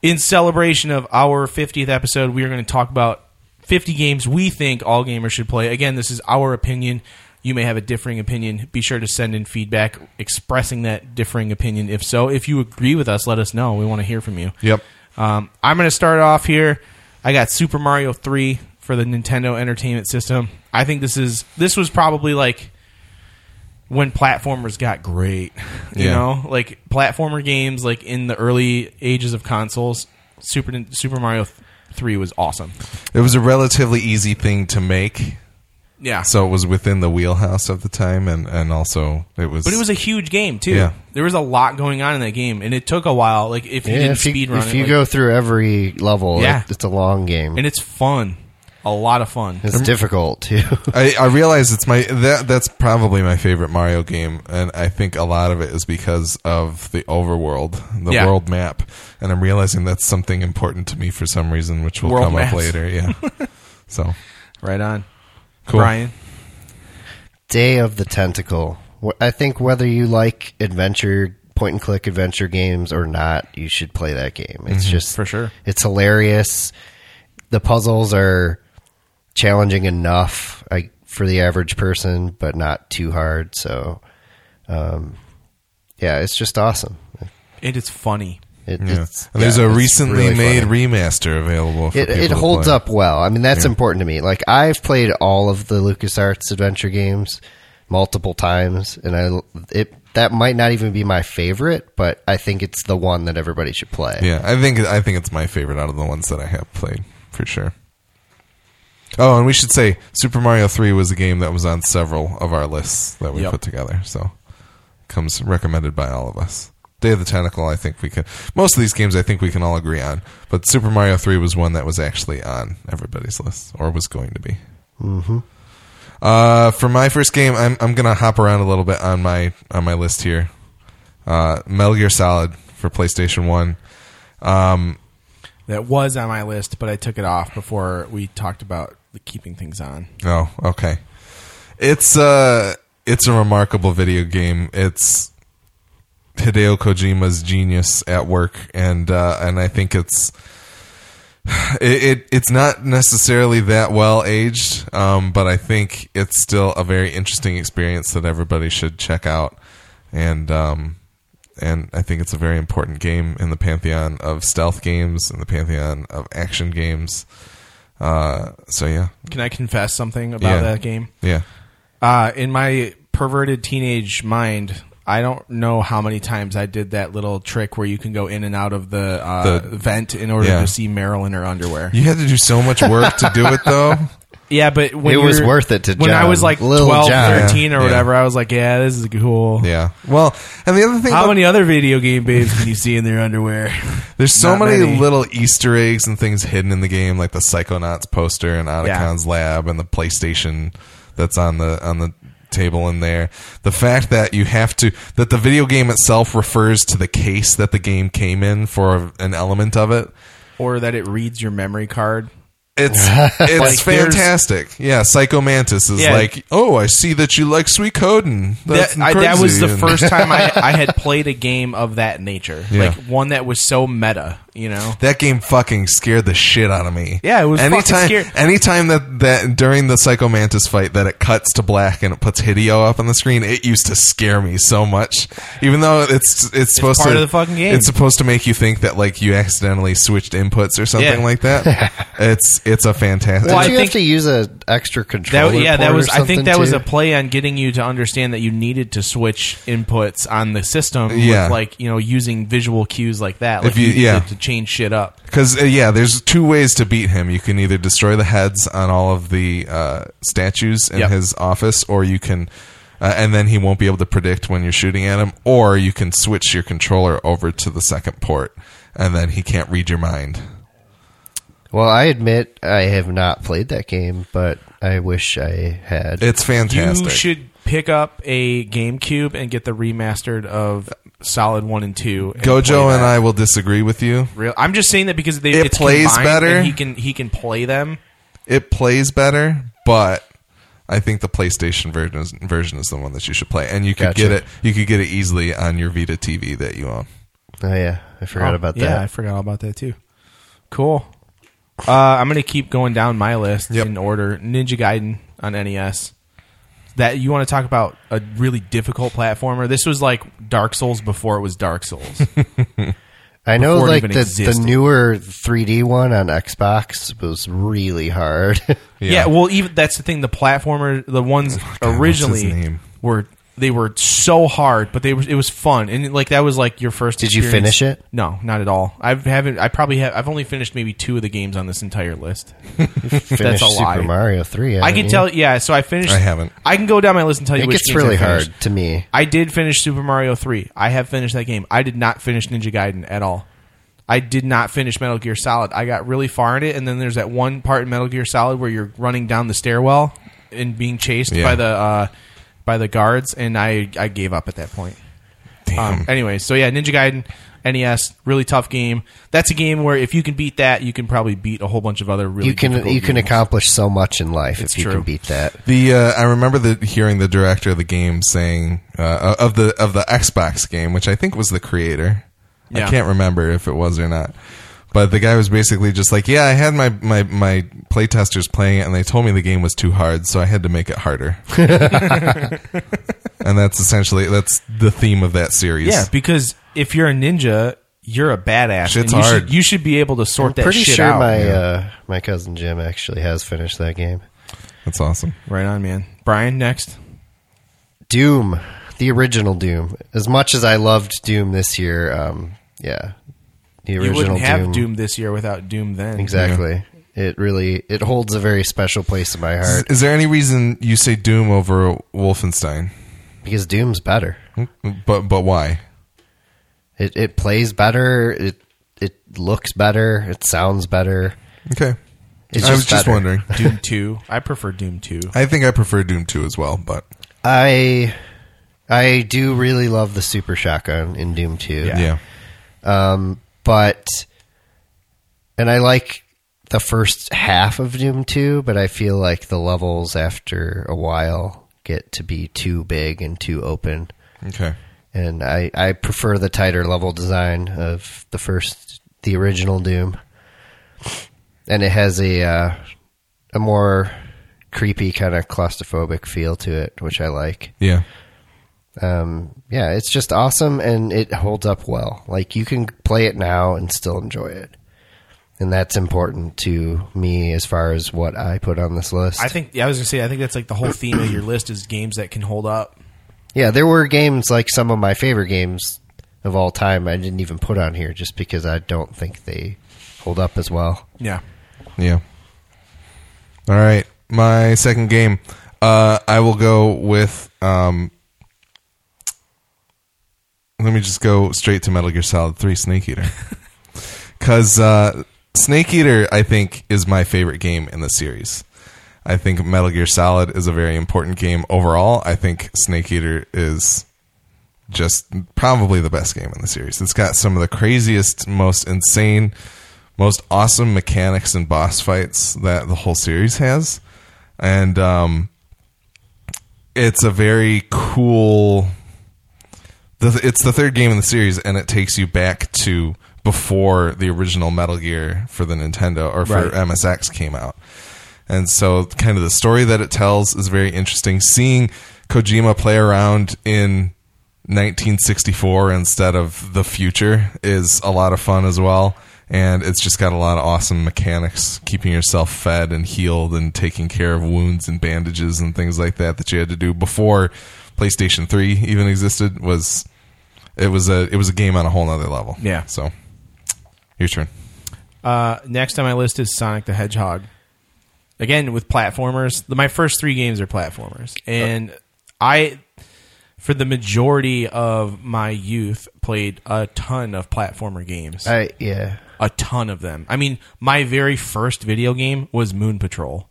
[SPEAKER 1] in celebration of our 50th episode, we are going to talk about 50 games we think all gamers should play. Again, this is our opinion. You may have a differing opinion. Be sure to send in feedback expressing that differing opinion. If so, if you agree with us, let us know. We want to hear from you.
[SPEAKER 2] Yep.
[SPEAKER 1] Um, I'm going to start off here. I got Super Mario 3 for the Nintendo Entertainment System. I think this is this was probably like when platformers got great, you
[SPEAKER 2] Yeah.
[SPEAKER 1] know, like platformer games like in the early ages of consoles. Super Nin- Super Mario th- 3 was awesome.
[SPEAKER 2] It was a relatively easy thing to make,
[SPEAKER 1] Yeah.
[SPEAKER 2] so it was within the wheelhouse of the time, and, and also it was.
[SPEAKER 1] but it was a huge game too.
[SPEAKER 2] Yeah.
[SPEAKER 1] There was a lot going on in that game and it took a while like if you
[SPEAKER 3] Yeah,
[SPEAKER 1] didn't
[SPEAKER 3] if you,
[SPEAKER 1] speed run
[SPEAKER 3] if
[SPEAKER 1] it
[SPEAKER 3] you
[SPEAKER 1] like-
[SPEAKER 3] go through every level,
[SPEAKER 1] Yeah.
[SPEAKER 3] it- it's a long game.
[SPEAKER 1] and it's fun. A lot of fun.
[SPEAKER 3] it's difficult too.
[SPEAKER 2] I, I realize it's my that that's probably my favorite Mario game, and I think a lot of it is because of the overworld, the
[SPEAKER 1] Yeah.
[SPEAKER 2] world map, and I'm realizing that's something important to me for some reason, which will
[SPEAKER 1] World
[SPEAKER 2] come
[SPEAKER 1] maps.
[SPEAKER 2] up later. Yeah. so
[SPEAKER 1] Right on.
[SPEAKER 2] cool.
[SPEAKER 1] Brian.
[SPEAKER 3] Day of the Tentacle. Wh- I think whether you like adventure point and click adventure games or not, you should play that game. It's
[SPEAKER 2] Mm-hmm.
[SPEAKER 3] just
[SPEAKER 1] for sure.
[SPEAKER 3] It's hilarious. The puzzles are challenging enough I, for the average person, but not too hard. So, um, yeah, it's just awesome.
[SPEAKER 1] And it's funny.
[SPEAKER 3] It,
[SPEAKER 2] Yeah.
[SPEAKER 3] it's,
[SPEAKER 2] And there's
[SPEAKER 3] yeah,
[SPEAKER 2] a
[SPEAKER 3] it's
[SPEAKER 2] recently
[SPEAKER 3] really
[SPEAKER 2] made
[SPEAKER 3] fun.
[SPEAKER 2] remaster available. For
[SPEAKER 3] it,
[SPEAKER 2] people
[SPEAKER 3] it
[SPEAKER 2] to
[SPEAKER 3] holds
[SPEAKER 2] play.
[SPEAKER 3] up well. I mean, that's important to me. Like I've played all of the LucasArts adventure games multiple times and I it that might not even be my favorite, but I think it's the one that everybody should play.
[SPEAKER 2] Yeah, I think I think it's my favorite out of the ones that I have played for sure. Oh, and we should say Super Mario Three was a game that was on several of our lists that we
[SPEAKER 1] Yep.
[SPEAKER 2] put together. So comes recommended by all of us. Day of the Tentacle, I think we can. Most of these games, I think we can all agree on. But Super Mario Three was one that was actually on everybody's list, or was going to be. Uh, for my first game, I'm I'm gonna hop around a little bit on my on my list here. Uh, Metal Gear Solid for PlayStation One.
[SPEAKER 1] that was on my list, but I took it off before we talked about the keeping things on.
[SPEAKER 2] Oh, okay. It's uh it's a remarkable video game. It's Hideo Kojima's genius at work and uh and I think it's it, it it's not necessarily that well aged, um, but I think it's still a very interesting experience that everybody should check out, and um, and I think it's a very important game in the pantheon of stealth games and the pantheon of action games. Uh, so yeah,
[SPEAKER 1] Can I confess something about
[SPEAKER 2] Yeah.
[SPEAKER 1] that game?
[SPEAKER 2] yeah.
[SPEAKER 1] Uh, in my perverted teenage mind, I don't know how many times I did that little trick where you can go in and out of the, uh,
[SPEAKER 2] The-
[SPEAKER 1] vent in order
[SPEAKER 2] Yeah.
[SPEAKER 1] to see Marilyn in her underwear.
[SPEAKER 2] You had to do so much work to do it, though.
[SPEAKER 1] Yeah, but when
[SPEAKER 3] It was
[SPEAKER 1] you're-
[SPEAKER 3] worth it to
[SPEAKER 1] when I
[SPEAKER 3] John.
[SPEAKER 1] was like
[SPEAKER 3] Little
[SPEAKER 1] 12,
[SPEAKER 3] John.
[SPEAKER 1] 13 or
[SPEAKER 2] Yeah.
[SPEAKER 1] whatever, I was like, yeah, this is cool.
[SPEAKER 2] Yeah. Well, and the other thing,
[SPEAKER 1] How
[SPEAKER 2] about,
[SPEAKER 1] many other video game babes can you see in their underwear?
[SPEAKER 2] there's so
[SPEAKER 1] not
[SPEAKER 2] many,
[SPEAKER 1] many.
[SPEAKER 2] little Easter eggs and things hidden in the game, like the Psychonauts poster and Otacon's lab and the PlayStation that's on the on the table in there. The fact that you have to that the video game itself refers to the case that the game came in for an element of it.
[SPEAKER 1] or that it reads your memory card?
[SPEAKER 2] It's
[SPEAKER 1] Like,
[SPEAKER 2] it's
[SPEAKER 1] there's-
[SPEAKER 2] fantastic. Yeah, Psychomantis is
[SPEAKER 1] Yeah.
[SPEAKER 2] like, oh, I see that you like sweet coding.
[SPEAKER 1] that,
[SPEAKER 2] That's
[SPEAKER 1] I, that was the
[SPEAKER 2] crazy." And-
[SPEAKER 1] first time I, I had played a game of that nature,
[SPEAKER 2] Yeah.
[SPEAKER 1] like one that was so meta. You know,
[SPEAKER 2] That game fucking scared the shit out of me.
[SPEAKER 1] Yeah, it was fucking
[SPEAKER 2] anytime,
[SPEAKER 1] scary.
[SPEAKER 2] Anytime that, that during the Psycho Mantis fight that it cuts to black and it puts Hideo up on the screen, it used to scare me so much. Even though it's it's supposed
[SPEAKER 1] part
[SPEAKER 2] to
[SPEAKER 1] of the fucking game.
[SPEAKER 2] It's supposed to make you think that like you accidentally switched inputs or something
[SPEAKER 1] Yeah.
[SPEAKER 2] like that. it's it's a fantastic.
[SPEAKER 1] Well, I
[SPEAKER 3] Did you
[SPEAKER 1] think-
[SPEAKER 3] have to use a extra
[SPEAKER 1] that
[SPEAKER 3] controller?
[SPEAKER 1] yeah, that
[SPEAKER 3] port or
[SPEAKER 1] was. I think
[SPEAKER 3] something,
[SPEAKER 1] that was
[SPEAKER 3] too?
[SPEAKER 1] a play on getting you to understand that you needed to switch inputs on the system.
[SPEAKER 2] Yeah.
[SPEAKER 1] with like you know, using visual cues like that, like
[SPEAKER 2] If you-
[SPEAKER 1] needed
[SPEAKER 2] yeah.
[SPEAKER 1] to change shit up.
[SPEAKER 2] Because uh, yeah, there's two ways to beat him. You can either destroy the heads on all of the uh, statues in
[SPEAKER 1] Yep.
[SPEAKER 2] his office, or you can uh, and then he won't be able to predict when you're shooting at him. Or you can switch your controller over to the second port, and then he can't read your mind.
[SPEAKER 3] Well, I admit I have not played that game, but I wish I had.
[SPEAKER 2] It's fantastic.
[SPEAKER 1] You should pick up a GameCube and get the remastered of Solid One and Two. and
[SPEAKER 2] Gojo
[SPEAKER 1] play
[SPEAKER 2] and
[SPEAKER 1] that.
[SPEAKER 2] I will disagree with you.
[SPEAKER 1] Real, I'm just saying that because they,
[SPEAKER 2] It
[SPEAKER 1] it's
[SPEAKER 2] plays
[SPEAKER 1] combined
[SPEAKER 2] better.
[SPEAKER 1] and he can he can play them.
[SPEAKER 2] It plays better, but I think the PlayStation version is, version is the one that you should play, and you could
[SPEAKER 3] Gotcha.
[SPEAKER 2] get it. You could get it easily on your Vita TV that you own.
[SPEAKER 3] oh yeah, I forgot
[SPEAKER 1] Oh,
[SPEAKER 3] about
[SPEAKER 1] Yeah, I
[SPEAKER 3] that.
[SPEAKER 1] forgot all about that too. Cool. Uh, I'm gonna keep going down my list
[SPEAKER 2] Yep.
[SPEAKER 1] in order. Ninja Gaiden on NES. That you want to talk about a really difficult platformer? This was like Dark Souls before it was Dark Souls.
[SPEAKER 3] I know,
[SPEAKER 1] before it
[SPEAKER 3] like
[SPEAKER 1] even
[SPEAKER 3] the, the
[SPEAKER 1] existed.
[SPEAKER 3] newer 3D one on Xbox was really hard.
[SPEAKER 1] Yeah. well, even that's the thing. The platformer, the ones
[SPEAKER 2] Oh, his
[SPEAKER 1] originally
[SPEAKER 2] name?
[SPEAKER 1] were they were so hard, but they were it was fun and like that was like your first.
[SPEAKER 3] Did you
[SPEAKER 1] experience.
[SPEAKER 3] finish it?
[SPEAKER 1] No, not at all. I haven't. I probably have. I've only finished maybe two of the games on this entire list.
[SPEAKER 3] Finished
[SPEAKER 1] a
[SPEAKER 3] Super
[SPEAKER 1] lie.
[SPEAKER 3] Mario 3.
[SPEAKER 1] I
[SPEAKER 3] haven't
[SPEAKER 1] can
[SPEAKER 3] you?
[SPEAKER 1] tell. Yeah, so I finished.
[SPEAKER 2] I haven't.
[SPEAKER 1] I can go down my list and tell you.
[SPEAKER 3] It
[SPEAKER 1] which
[SPEAKER 3] gets
[SPEAKER 1] games I
[SPEAKER 3] really
[SPEAKER 1] finished.
[SPEAKER 3] hard to me.
[SPEAKER 1] I did finish Super Mario Three. I have finished that game. I did not finish Ninja Gaiden at all. I did not finish Metal Gear Solid. I got really far in it, and then there's that one part in Metal Gear Solid where you're running down the stairwell and being chased
[SPEAKER 2] Yeah.
[SPEAKER 1] by the uh, by the guards, and I I gave up at that point.
[SPEAKER 2] Damn.
[SPEAKER 1] Um, anyway, so yeah, Ninja Gaiden NES, really tough game. That's a game where if you can beat that, you can probably beat a whole bunch of other really
[SPEAKER 3] You can
[SPEAKER 1] difficult
[SPEAKER 3] you can
[SPEAKER 1] games.
[SPEAKER 3] accomplish so much in life
[SPEAKER 1] It's
[SPEAKER 3] if you
[SPEAKER 1] true.
[SPEAKER 3] can beat that.
[SPEAKER 2] The uh, I remember the hearing the director of the game saying uh, of the of the Xbox game, which I think was the creator.
[SPEAKER 1] Yeah.
[SPEAKER 2] I can't remember if it was or not. But the guy was basically just like, "Yeah, I had my my my playtesters playing it, and they told me the game was too hard, so I had to make it harder." and that's essentially that's the theme of that series.
[SPEAKER 1] Yeah, because if you're a ninja, you're a badass. and
[SPEAKER 2] Shit's
[SPEAKER 1] you
[SPEAKER 2] hard.
[SPEAKER 1] Should, you should be able to sort that
[SPEAKER 3] Pretty
[SPEAKER 1] shit
[SPEAKER 3] sure
[SPEAKER 1] out.
[SPEAKER 3] my uh, my cousin Jim actually has finished that game.
[SPEAKER 2] that's awesome.
[SPEAKER 1] right on, man. Brian, next.
[SPEAKER 3] Doom, the original Doom. As much as I loved Doom this year, um, yeah, the
[SPEAKER 1] You
[SPEAKER 3] original
[SPEAKER 1] wouldn't have Doom.
[SPEAKER 3] Doom,
[SPEAKER 1] this year without Doom then.
[SPEAKER 3] exactly. It really it holds a very special place in my
[SPEAKER 2] Is,
[SPEAKER 3] heart
[SPEAKER 2] is there any reason you say Doom over Wolfenstein?
[SPEAKER 3] because Doom's better.
[SPEAKER 2] But but why?
[SPEAKER 3] It it plays better. It it looks better. It sounds better.
[SPEAKER 2] Okay,
[SPEAKER 3] It's
[SPEAKER 2] I was just
[SPEAKER 3] better.
[SPEAKER 2] wondering.
[SPEAKER 1] Doom 2. I prefer Doom 2.
[SPEAKER 2] I think I prefer Doom 2 as well, but
[SPEAKER 3] I I do really love the super shotgun in Doom 2.
[SPEAKER 1] Yeah.
[SPEAKER 2] yeah.
[SPEAKER 3] Um, but and I like the first half of Doom 2, but I feel like the levels after a while get to be too big and too open.
[SPEAKER 2] Okay.
[SPEAKER 3] And I, I prefer the tighter level design of the first the original Doom. And it has a uh, a more creepy kind of claustrophobic feel to it, which I like
[SPEAKER 2] Yeah.
[SPEAKER 3] um, yeah, it's just awesome and it holds up well. Like you can play it now and still enjoy it. And that's important to me as far as what I put on this list.
[SPEAKER 1] I think, yeah, I was going to say, I think that's like the whole theme of your list is games that can hold up.
[SPEAKER 3] yeah, there were games like some of my favorite games of all time I didn't even put on here just because I don't think they hold up as well.
[SPEAKER 1] Yeah.
[SPEAKER 2] Yeah. All right. My second game. Uh, I will go with. Um, let me just go straight to Metal Gear Solid 3 Snake Eater. Because uh, Snake Eater, I think, is my favorite game in the series. I think Metal Gear Solid is a very important game overall. I think Snake Eater is just probably the best game in the series. It's got some of the craziest, most insane, most awesome mechanics and boss fights that the whole series has, and um, it's a very cool. the- It's the third game in the series, and it takes you back to before the original Metal Gear for the Nintendo or for
[SPEAKER 1] Right.
[SPEAKER 2] MSX came out. And so, kind of the story that it tells is very interesting. Seeing Kojima play around in 1964 instead of the future is a lot of fun as well. And it's just got a lot of awesome mechanics, keeping yourself fed and healed and taking care of wounds and bandages and things like that that you had to do before PlayStation 3 even existed was it was a it was a game on a whole nother level.
[SPEAKER 1] Yeah.
[SPEAKER 2] So your turn.
[SPEAKER 1] Uh, next on my list is Sonic the Hedgehog. Again with platformers, the, my first three games are platformers, and I for the majority of my youth, played a ton of platformer games.
[SPEAKER 3] I yeah.
[SPEAKER 1] a ton of them. I mean, my very first video game was Moon Patrol.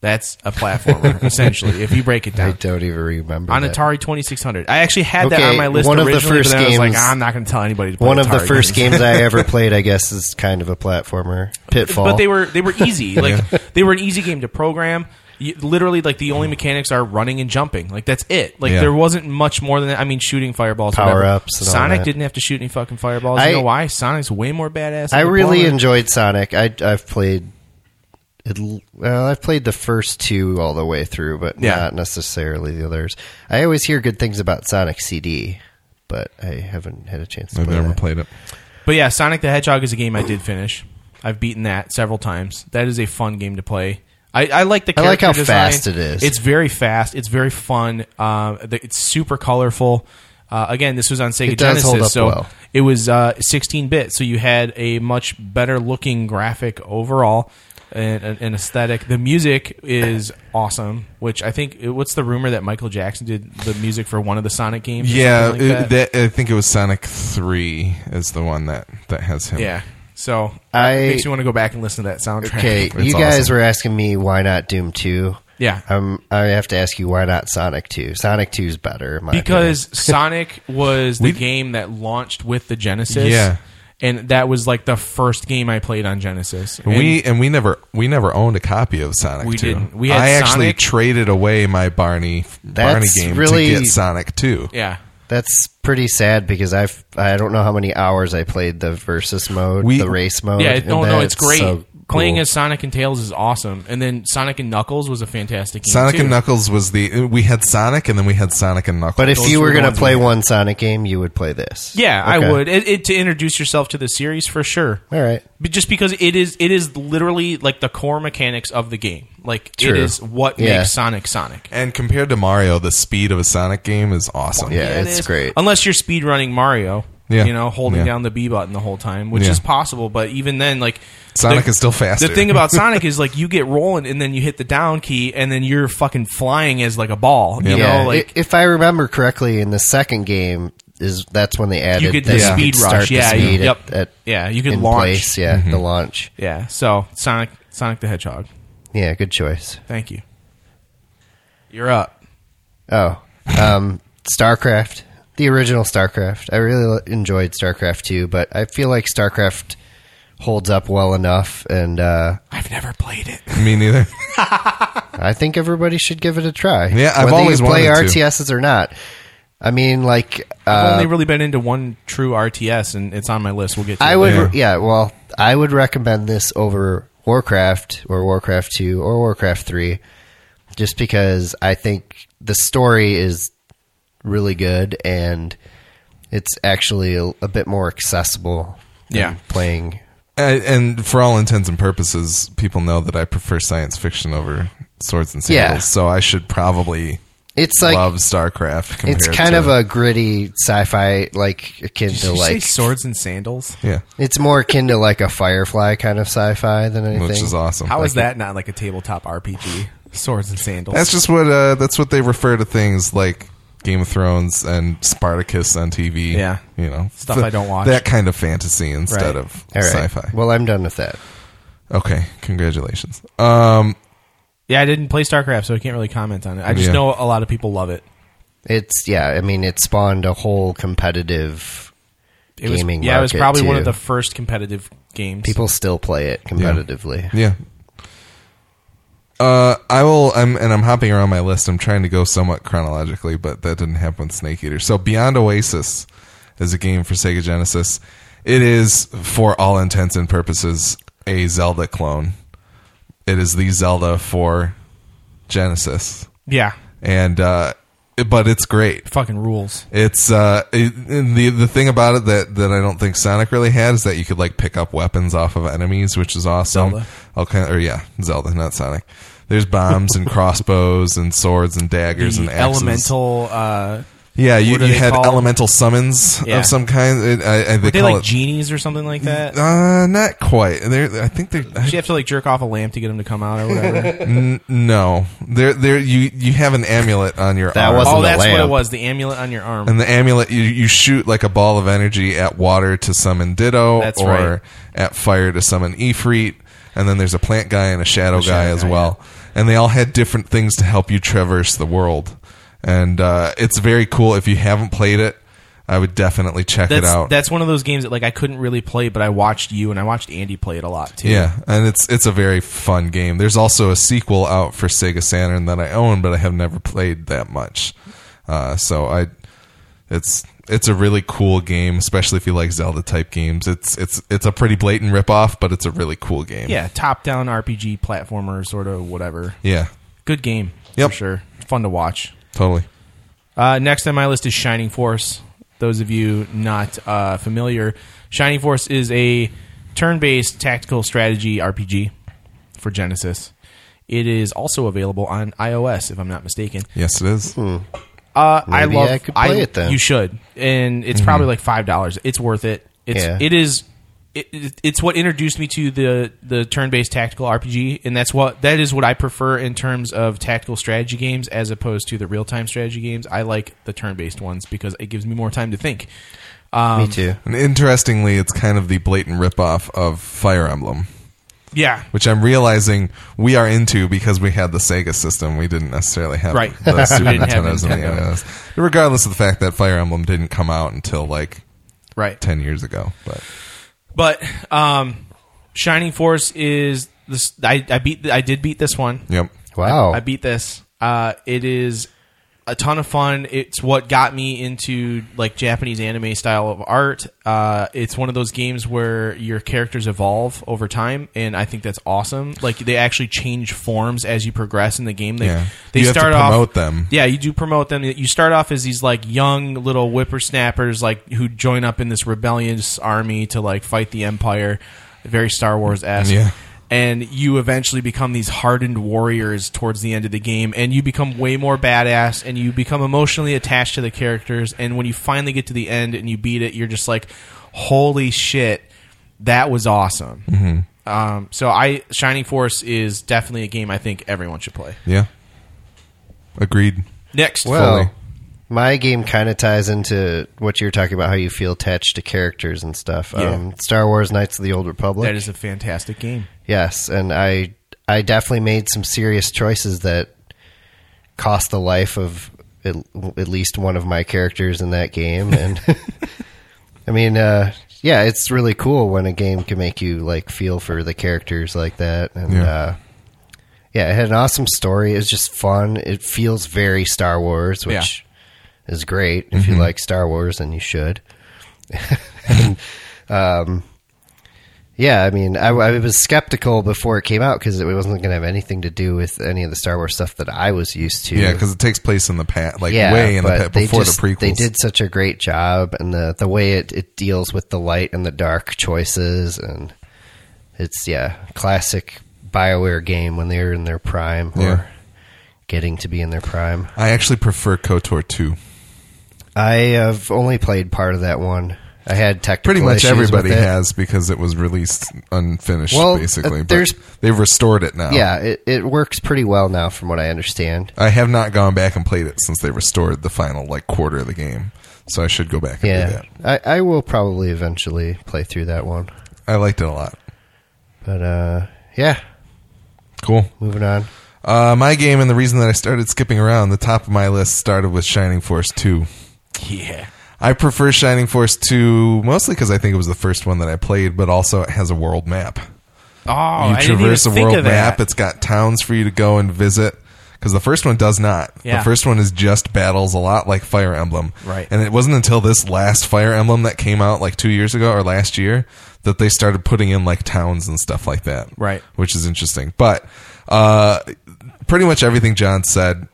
[SPEAKER 1] That's a platformer, essentially, if you break it
[SPEAKER 3] I
[SPEAKER 1] down.
[SPEAKER 3] don't even remember.
[SPEAKER 1] On
[SPEAKER 3] that.
[SPEAKER 1] Atari 2600. I actually had
[SPEAKER 3] Okay,
[SPEAKER 1] that on my list
[SPEAKER 3] one of the
[SPEAKER 1] originally,
[SPEAKER 3] first
[SPEAKER 1] but then I was
[SPEAKER 3] games-
[SPEAKER 1] like, I'm not going to tell anybody to play
[SPEAKER 3] One of the
[SPEAKER 1] Atari
[SPEAKER 3] first
[SPEAKER 1] games.
[SPEAKER 3] games I ever played, I guess, is kind of a platformer. Pitfall.
[SPEAKER 1] But they were they were easy. Like they were an easy game to program. You, literally, like the only mechanics are running and jumping. Like that's it. Like
[SPEAKER 2] Yeah.
[SPEAKER 1] there wasn't much more than that. I mean, shooting fireballs,
[SPEAKER 3] Power
[SPEAKER 1] whatever.
[SPEAKER 3] ups and all
[SPEAKER 1] Sonic
[SPEAKER 3] that.
[SPEAKER 1] didn't have to shoot any fucking fireballs.
[SPEAKER 3] I-
[SPEAKER 1] you know why? Sonic's way more badass.
[SPEAKER 3] I
[SPEAKER 1] than the
[SPEAKER 3] really
[SPEAKER 1] plumber.
[SPEAKER 3] enjoyed Sonic. I, I've played. It, well, I've played the first two all the way through, but
[SPEAKER 1] Yeah.
[SPEAKER 3] not necessarily the others. I always hear good things about Sonic CD, but I haven't had a chance to
[SPEAKER 2] I've
[SPEAKER 3] play
[SPEAKER 2] never
[SPEAKER 3] that.
[SPEAKER 2] played it.
[SPEAKER 1] But yeah, Sonic the Hedgehog is a game I did finish. I've beaten that several times. That is a fun game to play. I, I like the.
[SPEAKER 3] I like
[SPEAKER 1] character
[SPEAKER 3] how
[SPEAKER 1] design.
[SPEAKER 3] fast it is.
[SPEAKER 1] It's very fast. It's very fun. Uh, the- it's super colorful. Uh, again, this was on Sega
[SPEAKER 3] It does
[SPEAKER 1] Genesis,
[SPEAKER 3] hold up
[SPEAKER 1] so
[SPEAKER 3] well.
[SPEAKER 1] it was uh, 16-bit. So you had a much better looking graphic overall and, and, and aesthetic. The music is awesome. Which I think, what's the rumor that Michael Jackson did the music for one of the Sonic games? or
[SPEAKER 2] Yeah, uh,
[SPEAKER 1] something like
[SPEAKER 2] it- that- I think it was Sonic Three is the one that that has him.
[SPEAKER 1] Yeah. So
[SPEAKER 3] I-
[SPEAKER 1] it makes me want to go back and listen to that soundtrack.
[SPEAKER 3] Okay,
[SPEAKER 2] It's
[SPEAKER 3] you guys
[SPEAKER 2] awesome.
[SPEAKER 3] were asking me why not Doom Two.
[SPEAKER 1] Yeah.
[SPEAKER 3] Um, I have to ask you why not Sonic Two. Sonic Two is better in my
[SPEAKER 1] Because Sonic was the game that launched with the Genesis.
[SPEAKER 2] Yeah.
[SPEAKER 1] And that was like the first game I played on Genesis. And
[SPEAKER 2] we and we never we never owned a copy of Sonic
[SPEAKER 1] We
[SPEAKER 2] 2.
[SPEAKER 1] didn't. We had
[SPEAKER 2] I actually
[SPEAKER 1] Sonic-
[SPEAKER 2] traded away my Barney Barney
[SPEAKER 3] That's
[SPEAKER 2] game
[SPEAKER 3] really-
[SPEAKER 2] to get Sonic 2.
[SPEAKER 1] yeah.
[SPEAKER 3] opinion. that's pretty sad because I've I don't know how many hours I played the versus mode,
[SPEAKER 2] We-
[SPEAKER 3] the race mode.
[SPEAKER 1] Yeah,
[SPEAKER 3] and
[SPEAKER 1] no, no,
[SPEAKER 3] that
[SPEAKER 1] it's
[SPEAKER 3] is
[SPEAKER 1] great.
[SPEAKER 3] Oh, so
[SPEAKER 1] Playing
[SPEAKER 3] cool.
[SPEAKER 1] as Sonic and Tails is awesome. And then Sonic and Knuckles was a fantastic game.
[SPEAKER 2] Sonic
[SPEAKER 1] too.
[SPEAKER 2] and Knuckles was the we had Sonic and then we had Sonic and Knuckles.
[SPEAKER 3] But if
[SPEAKER 1] Those
[SPEAKER 3] you
[SPEAKER 1] were the
[SPEAKER 3] were going to
[SPEAKER 1] ones
[SPEAKER 3] play
[SPEAKER 1] we had.
[SPEAKER 3] one Sonic game, you would play this.
[SPEAKER 1] Yeah,
[SPEAKER 3] Okay.
[SPEAKER 1] I would. It, it, to introduce yourself to the series for sure.
[SPEAKER 3] All right.
[SPEAKER 1] But just because it is it is literally like the core mechanics of the game. Like
[SPEAKER 3] True.
[SPEAKER 1] it is what
[SPEAKER 3] Yeah.
[SPEAKER 1] makes Sonic Sonic.
[SPEAKER 2] and compared to Mario, the speed of a Sonic game is awesome.
[SPEAKER 3] Yeah,
[SPEAKER 1] it
[SPEAKER 3] it's
[SPEAKER 1] is.
[SPEAKER 3] great.
[SPEAKER 1] Unless you're speed running Mario,
[SPEAKER 2] Yeah.
[SPEAKER 1] you know, holding
[SPEAKER 2] Yeah.
[SPEAKER 1] down the B button the whole time, which
[SPEAKER 2] Yeah.
[SPEAKER 1] is possible. But even then, like
[SPEAKER 2] Sonic
[SPEAKER 1] the-
[SPEAKER 2] is still faster.
[SPEAKER 1] The thing about Sonic is like you get rolling and then you hit the down key and then you're fucking flying as like a ball. You
[SPEAKER 3] yeah,
[SPEAKER 1] know, like
[SPEAKER 3] i- if I remember correctly, in the second game is that's when they added
[SPEAKER 1] you could
[SPEAKER 3] that
[SPEAKER 1] the
[SPEAKER 3] you
[SPEAKER 1] speed
[SPEAKER 3] could
[SPEAKER 1] rush.
[SPEAKER 3] start the
[SPEAKER 1] Yeah,
[SPEAKER 3] speed
[SPEAKER 1] you,
[SPEAKER 3] at-
[SPEAKER 1] yep.
[SPEAKER 3] at-
[SPEAKER 1] yeah, you could
[SPEAKER 3] in
[SPEAKER 1] launch.
[SPEAKER 3] place. Yeah,
[SPEAKER 2] Mm-hmm.
[SPEAKER 3] the launch.
[SPEAKER 1] Yeah, so Sonic, Sonic the Hedgehog.
[SPEAKER 3] Yeah, good choice.
[SPEAKER 1] Thank you. You're up.
[SPEAKER 3] Oh, um, StarCraft, the original StarCraft. I really l- enjoyed StarCraft 2, but I feel like StarCraft holds up well enough, and uh,
[SPEAKER 1] I've never played it.
[SPEAKER 2] me neither.
[SPEAKER 3] I think everybody should give it a try.
[SPEAKER 2] Yeah, I've
[SPEAKER 3] Whether
[SPEAKER 2] always
[SPEAKER 3] you play
[SPEAKER 2] wanted to.
[SPEAKER 3] RTSs or not. I mean, like
[SPEAKER 1] I've
[SPEAKER 3] uh,
[SPEAKER 1] only really been into one true RTS, and it's on my list. We'll get. to
[SPEAKER 3] I
[SPEAKER 1] it
[SPEAKER 3] would,
[SPEAKER 1] later.
[SPEAKER 3] yeah. Well, I would recommend this over Warcraft or Warcraft Two or Warcraft Three, just because I think the story is really good and it's actually a, a bit more accessible. than
[SPEAKER 1] Yeah.
[SPEAKER 3] playing.
[SPEAKER 2] and, and for all intents and purposes, people know that I prefer science fiction over swords and
[SPEAKER 3] Yeah.
[SPEAKER 2] sandals. So I should probably
[SPEAKER 3] It's like
[SPEAKER 2] love StarCraft. Compared
[SPEAKER 3] it's kind
[SPEAKER 2] to,
[SPEAKER 3] of a gritty sci-fi, like akin
[SPEAKER 1] Did
[SPEAKER 3] to
[SPEAKER 1] you say
[SPEAKER 3] like
[SPEAKER 1] swords and sandals?
[SPEAKER 2] yeah,
[SPEAKER 3] it's more akin to like a Firefly kind of sci-fi than anything.
[SPEAKER 2] which is awesome.
[SPEAKER 1] How is that not like a tabletop RPG? Swords and sandals.
[SPEAKER 2] That's just what uh, that's what they refer to things like Game of Thrones and Spartacus on TV.
[SPEAKER 1] Yeah.
[SPEAKER 2] you know
[SPEAKER 1] Stuff I don't watch.
[SPEAKER 2] That kind of fantasy
[SPEAKER 1] Right.
[SPEAKER 2] instead of
[SPEAKER 3] All right.
[SPEAKER 2] sci-fi.
[SPEAKER 3] Well, I'm done with that.
[SPEAKER 2] okay, congratulations. Um,
[SPEAKER 1] yeah, I didn't play StarCraft, so I can't really comment on it. I just
[SPEAKER 2] Yeah.
[SPEAKER 1] know a lot of people love it.
[SPEAKER 3] It's yeah. I mean, it spawned a whole competitive.
[SPEAKER 1] It was
[SPEAKER 3] Gaming
[SPEAKER 1] yeah, it was
[SPEAKER 3] market,
[SPEAKER 1] probably one of the
[SPEAKER 3] too.
[SPEAKER 1] first competitive games.
[SPEAKER 3] People still play it competitively.
[SPEAKER 2] yeah. Uh, I will. I'm and I'm hopping around my list. I'm trying to go somewhat chronologically, but that didn't happen with Snake Eater. So Beyond Oasis is a game for Sega Genesis. It is, for all intents and purposes, a Zelda clone. It is the Zelda for Genesis.
[SPEAKER 1] yeah,
[SPEAKER 2] and uh, but it's great.
[SPEAKER 1] fucking rules.
[SPEAKER 2] It's uh, it, and the the thing about it that that I don't think Sonic really had is that you could like pick up weapons off of enemies, which is awesome.
[SPEAKER 1] Zelda.
[SPEAKER 2] All kind or yeah, Zelda, not Sonic. There's bombs and crossbows and swords and daggers
[SPEAKER 1] The
[SPEAKER 2] and axes.
[SPEAKER 1] elemental uh,
[SPEAKER 2] Yeah, you,
[SPEAKER 1] What are
[SPEAKER 2] you
[SPEAKER 1] they
[SPEAKER 2] had
[SPEAKER 1] called?
[SPEAKER 2] elemental summons
[SPEAKER 1] Yeah.
[SPEAKER 2] of some kind. It, I, I, they
[SPEAKER 1] Were they
[SPEAKER 2] call
[SPEAKER 1] like
[SPEAKER 2] it,
[SPEAKER 1] genies or something like that?
[SPEAKER 2] uh, not quite. They're, I think they're
[SPEAKER 1] Did you have to like jerk off a lamp to get them to come out or whatever?
[SPEAKER 2] n- no. They're, they're you you have an amulet on your
[SPEAKER 3] That
[SPEAKER 2] arm.
[SPEAKER 3] wasn't-
[SPEAKER 1] oh,
[SPEAKER 3] the
[SPEAKER 1] that's what it
[SPEAKER 3] lamp.
[SPEAKER 1] was. The amulet on your arm.
[SPEAKER 2] and the amulet you, you shoot like a ball of energy at water to summon Ditto,
[SPEAKER 1] That's
[SPEAKER 2] or
[SPEAKER 1] right.
[SPEAKER 2] at fire to summon Ifrit, and then there's a plant guy and a shadow
[SPEAKER 1] The
[SPEAKER 2] guy
[SPEAKER 1] shadow
[SPEAKER 2] as
[SPEAKER 1] guy,
[SPEAKER 2] well, and they all had different things to help you traverse the world, and uh, it's very cool. If you haven't played it, I would definitely check
[SPEAKER 1] that's
[SPEAKER 2] it out.
[SPEAKER 1] that's one of those games that like I couldn't really play, but I watched you and I watched Andy play it a lot too.
[SPEAKER 2] Yeah, and it's it's a very fun game. There's also a sequel out for Sega Saturn that I own, but I have never played that much. Uh, so I, it's it's a really cool game, especially if you like Zelda type games. It's it's it's a pretty blatant ripoff, but it's a really cool game.
[SPEAKER 1] yeah, top down RPG platformer, sort of whatever.
[SPEAKER 2] yeah,
[SPEAKER 1] Good game,
[SPEAKER 2] Yep.
[SPEAKER 1] for sure. Fun to watch.
[SPEAKER 2] totally.
[SPEAKER 1] Uh, next on my list is Shining Force. Those of you not uh, familiar, Shining Force is a turn-based tactical strategy RPG for Genesis. It is also available on iOS, if I'm not mistaken.
[SPEAKER 2] Yes, it is.
[SPEAKER 1] Uh, I
[SPEAKER 3] Maybe
[SPEAKER 1] love.
[SPEAKER 3] I could play it then. Mm-hmm.
[SPEAKER 1] You should, and it's probably like five dollars. It's worth it. It's
[SPEAKER 3] Yeah.
[SPEAKER 1] it is. It, it- it's what introduced me to the the turn based tactical RPG, and that's what that is what I prefer in terms of tactical strategy games as opposed to the real time strategy games. I like the turn based ones because it gives me more time to think. Um,
[SPEAKER 3] Me too.
[SPEAKER 2] And interestingly, it's kind of the blatant ripoff of Fire Emblem,
[SPEAKER 1] Yeah,
[SPEAKER 2] which I'm realizing we are into because we had the Sega system. We didn't necessarily have
[SPEAKER 1] Right.
[SPEAKER 2] the Super
[SPEAKER 1] We didn't have
[SPEAKER 2] Nintendo's and the
[SPEAKER 1] Nintendo.
[SPEAKER 2] NES. Regardless of the fact that Fire Emblem didn't come out until like
[SPEAKER 1] right.
[SPEAKER 2] 10 years ago. But
[SPEAKER 1] But um, Shining Force is this. I, I beat. I did beat this one.
[SPEAKER 2] yep.
[SPEAKER 3] Wow.
[SPEAKER 1] I beat this. Uh, it is a ton of fun. It's what got me into like Japanese anime style of art. Uh, it's one of those games where your characters evolve over time, and I think that's awesome. Like they actually change forms as you progress in the game. They
[SPEAKER 2] Yeah.
[SPEAKER 1] they
[SPEAKER 2] You have to
[SPEAKER 1] start off
[SPEAKER 2] promote them.
[SPEAKER 1] yeah, you do promote them. You start off as these like young little whippersnappers, like who join up in this rebellious army to like fight the empire, very Star Wars esque.
[SPEAKER 2] Yeah.
[SPEAKER 1] And you eventually become these hardened warriors towards the end of the game, and you become way more badass, and you become emotionally attached to the characters. And when you finally get to the end and you beat it, you're just like, "Holy shit, that was awesome!" Um, so, I Shining Force is definitely a game I think everyone should play.
[SPEAKER 2] Yeah. Agreed.
[SPEAKER 1] Next,
[SPEAKER 3] Well,
[SPEAKER 2] Fully.
[SPEAKER 3] my game kind of ties into what you were talking about, how you feel attached to characters and stuff.
[SPEAKER 1] Yeah.
[SPEAKER 3] Um, Star Wars: Knights of the Old Republic.
[SPEAKER 1] That is a fantastic game.
[SPEAKER 3] yes, and I, I definitely made some serious choices that cost the life of at, at least one of my characters in that game. And I mean, uh, yeah, it's really cool when a game can make you like feel for the characters like that. And
[SPEAKER 2] Yeah.
[SPEAKER 3] uh, yeah, it had an awesome story. It was just fun. It feels very Star Wars, which is great. If
[SPEAKER 2] Mm-hmm.
[SPEAKER 3] you like Star Wars, then you should. And, um, yeah, I mean, I, I was skeptical before it came out because it wasn't going to have anything to do with any of the Star Wars stuff that I was used to.
[SPEAKER 2] Yeah, because it takes place in the past, like
[SPEAKER 3] Yeah,
[SPEAKER 2] way in the
[SPEAKER 3] but
[SPEAKER 2] past,
[SPEAKER 3] they
[SPEAKER 2] before
[SPEAKER 3] just-
[SPEAKER 2] the prequels.
[SPEAKER 3] They did such a great job, and the the way it, it deals with the light and the dark choices, and it's yeah, classic Bioware game when they're in their prime or
[SPEAKER 2] Yeah.
[SPEAKER 3] getting to be in their prime.
[SPEAKER 2] I actually prefer KOTOR 2.
[SPEAKER 3] I have only played part of that one. I had technical
[SPEAKER 2] Pretty much
[SPEAKER 3] issues with
[SPEAKER 2] everybody
[SPEAKER 3] it.
[SPEAKER 2] has because it was released unfinished,
[SPEAKER 3] Well,
[SPEAKER 2] basically.
[SPEAKER 3] uh,
[SPEAKER 2] but
[SPEAKER 3] there's-
[SPEAKER 2] they've restored it now.
[SPEAKER 3] Yeah, it, it works pretty well now, from what I understand.
[SPEAKER 2] I have not gone back and played it since they restored the final like quarter of the game. So I should go back and do
[SPEAKER 3] Yeah,
[SPEAKER 2] that.
[SPEAKER 3] I, I will probably eventually play through that one,
[SPEAKER 2] I liked it a lot.
[SPEAKER 3] but uh, yeah,
[SPEAKER 2] Cool.
[SPEAKER 3] moving on.
[SPEAKER 2] Uh, my game and the reason that I started skipping around, the top of my list started with Shining Force 2.
[SPEAKER 1] Yeah.
[SPEAKER 2] I prefer Shining Force 2 mostly because I think it was the first one that I played, but also it has a world map.
[SPEAKER 1] Oh,
[SPEAKER 2] you
[SPEAKER 1] I
[SPEAKER 2] traverse
[SPEAKER 1] didn't
[SPEAKER 2] a
[SPEAKER 1] even
[SPEAKER 2] world
[SPEAKER 1] think of that.
[SPEAKER 2] map. It's got towns for you to go and visit. Because the first one does not.
[SPEAKER 1] Yeah.
[SPEAKER 2] The first one is just battles, a lot like Fire Emblem.
[SPEAKER 1] Right.
[SPEAKER 2] And it wasn't until this last Fire Emblem that came out like two years ago or last year that they started putting in like towns and stuff like that.
[SPEAKER 1] Right.
[SPEAKER 2] Which is interesting. But uh, pretty much everything John said,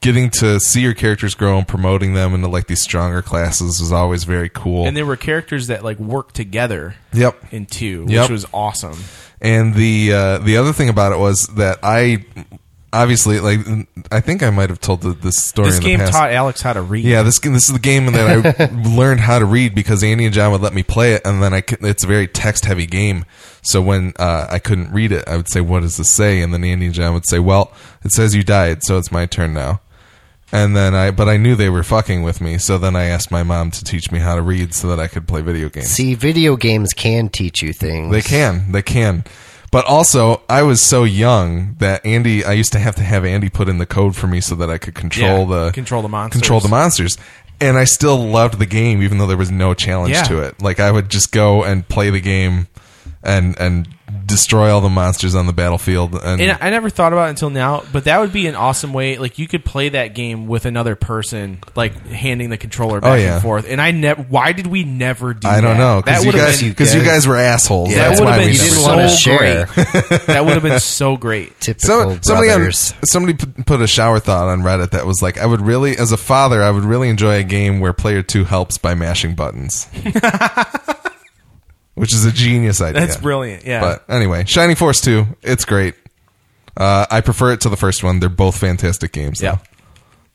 [SPEAKER 2] getting to see your characters grow and promoting them into like these stronger classes was always very cool.
[SPEAKER 1] and there were characters that like worked together
[SPEAKER 2] yep.
[SPEAKER 1] in two,
[SPEAKER 2] Yep.
[SPEAKER 1] which was awesome.
[SPEAKER 2] And the uh, the other thing about it was that I obviously, like I think I might have told the, this story.
[SPEAKER 1] This
[SPEAKER 2] in
[SPEAKER 1] game
[SPEAKER 2] the past.
[SPEAKER 1] taught Alex how to read.
[SPEAKER 2] Yeah, this this is the game that I learned how to read because Andy and John would let me play it, and then I could, it's a very text heavy game. So when uh, I couldn't read it, I would say, "What does this say?" And then Andy and John would say, "Well, it says you died, so it's my turn now." And then I, but I knew they were fucking with me, so then I asked my mom to teach me how to read so that I could play video games.
[SPEAKER 3] See, video games can teach you things.
[SPEAKER 2] They can. They can. But also, I was so young that Andy, I used to have to have Andy put in the code for me so that I could control
[SPEAKER 1] Yeah,
[SPEAKER 2] the
[SPEAKER 1] control the monsters.
[SPEAKER 2] Control the monsters. And I still loved the game, even though there was no challenge
[SPEAKER 1] Yeah.
[SPEAKER 2] to it. Like I would just go and play the game, and and destroy all the monsters on the battlefield. And,
[SPEAKER 1] And I never thought about it until now, but that would be an awesome way. Like you could play that game with another person, like handing the controller back
[SPEAKER 2] Oh, yeah.
[SPEAKER 1] and forth. And I never. Why did we never do?
[SPEAKER 2] I don't
[SPEAKER 1] that?
[SPEAKER 2] know
[SPEAKER 1] That
[SPEAKER 2] because you
[SPEAKER 1] would've
[SPEAKER 2] guys
[SPEAKER 1] been-
[SPEAKER 2] because you guys were assholes.
[SPEAKER 3] Yeah,
[SPEAKER 2] That's
[SPEAKER 1] that would
[SPEAKER 2] why
[SPEAKER 1] have
[SPEAKER 2] we
[SPEAKER 1] been
[SPEAKER 3] You
[SPEAKER 2] never
[SPEAKER 3] didn't
[SPEAKER 1] so
[SPEAKER 3] wanna share.
[SPEAKER 1] great. that would have been so great.
[SPEAKER 3] Typical
[SPEAKER 2] somebody on-
[SPEAKER 3] brothers.
[SPEAKER 2] somebody p- put a shower thought on Reddit that was like, I would really, as a father, I would really enjoy a game where player two helps by mashing buttons, which is a genius idea.
[SPEAKER 1] That's brilliant. Yeah.
[SPEAKER 2] But anyway, Shining Force two, it's great. Uh, I prefer it to the first one. They're both fantastic games. though.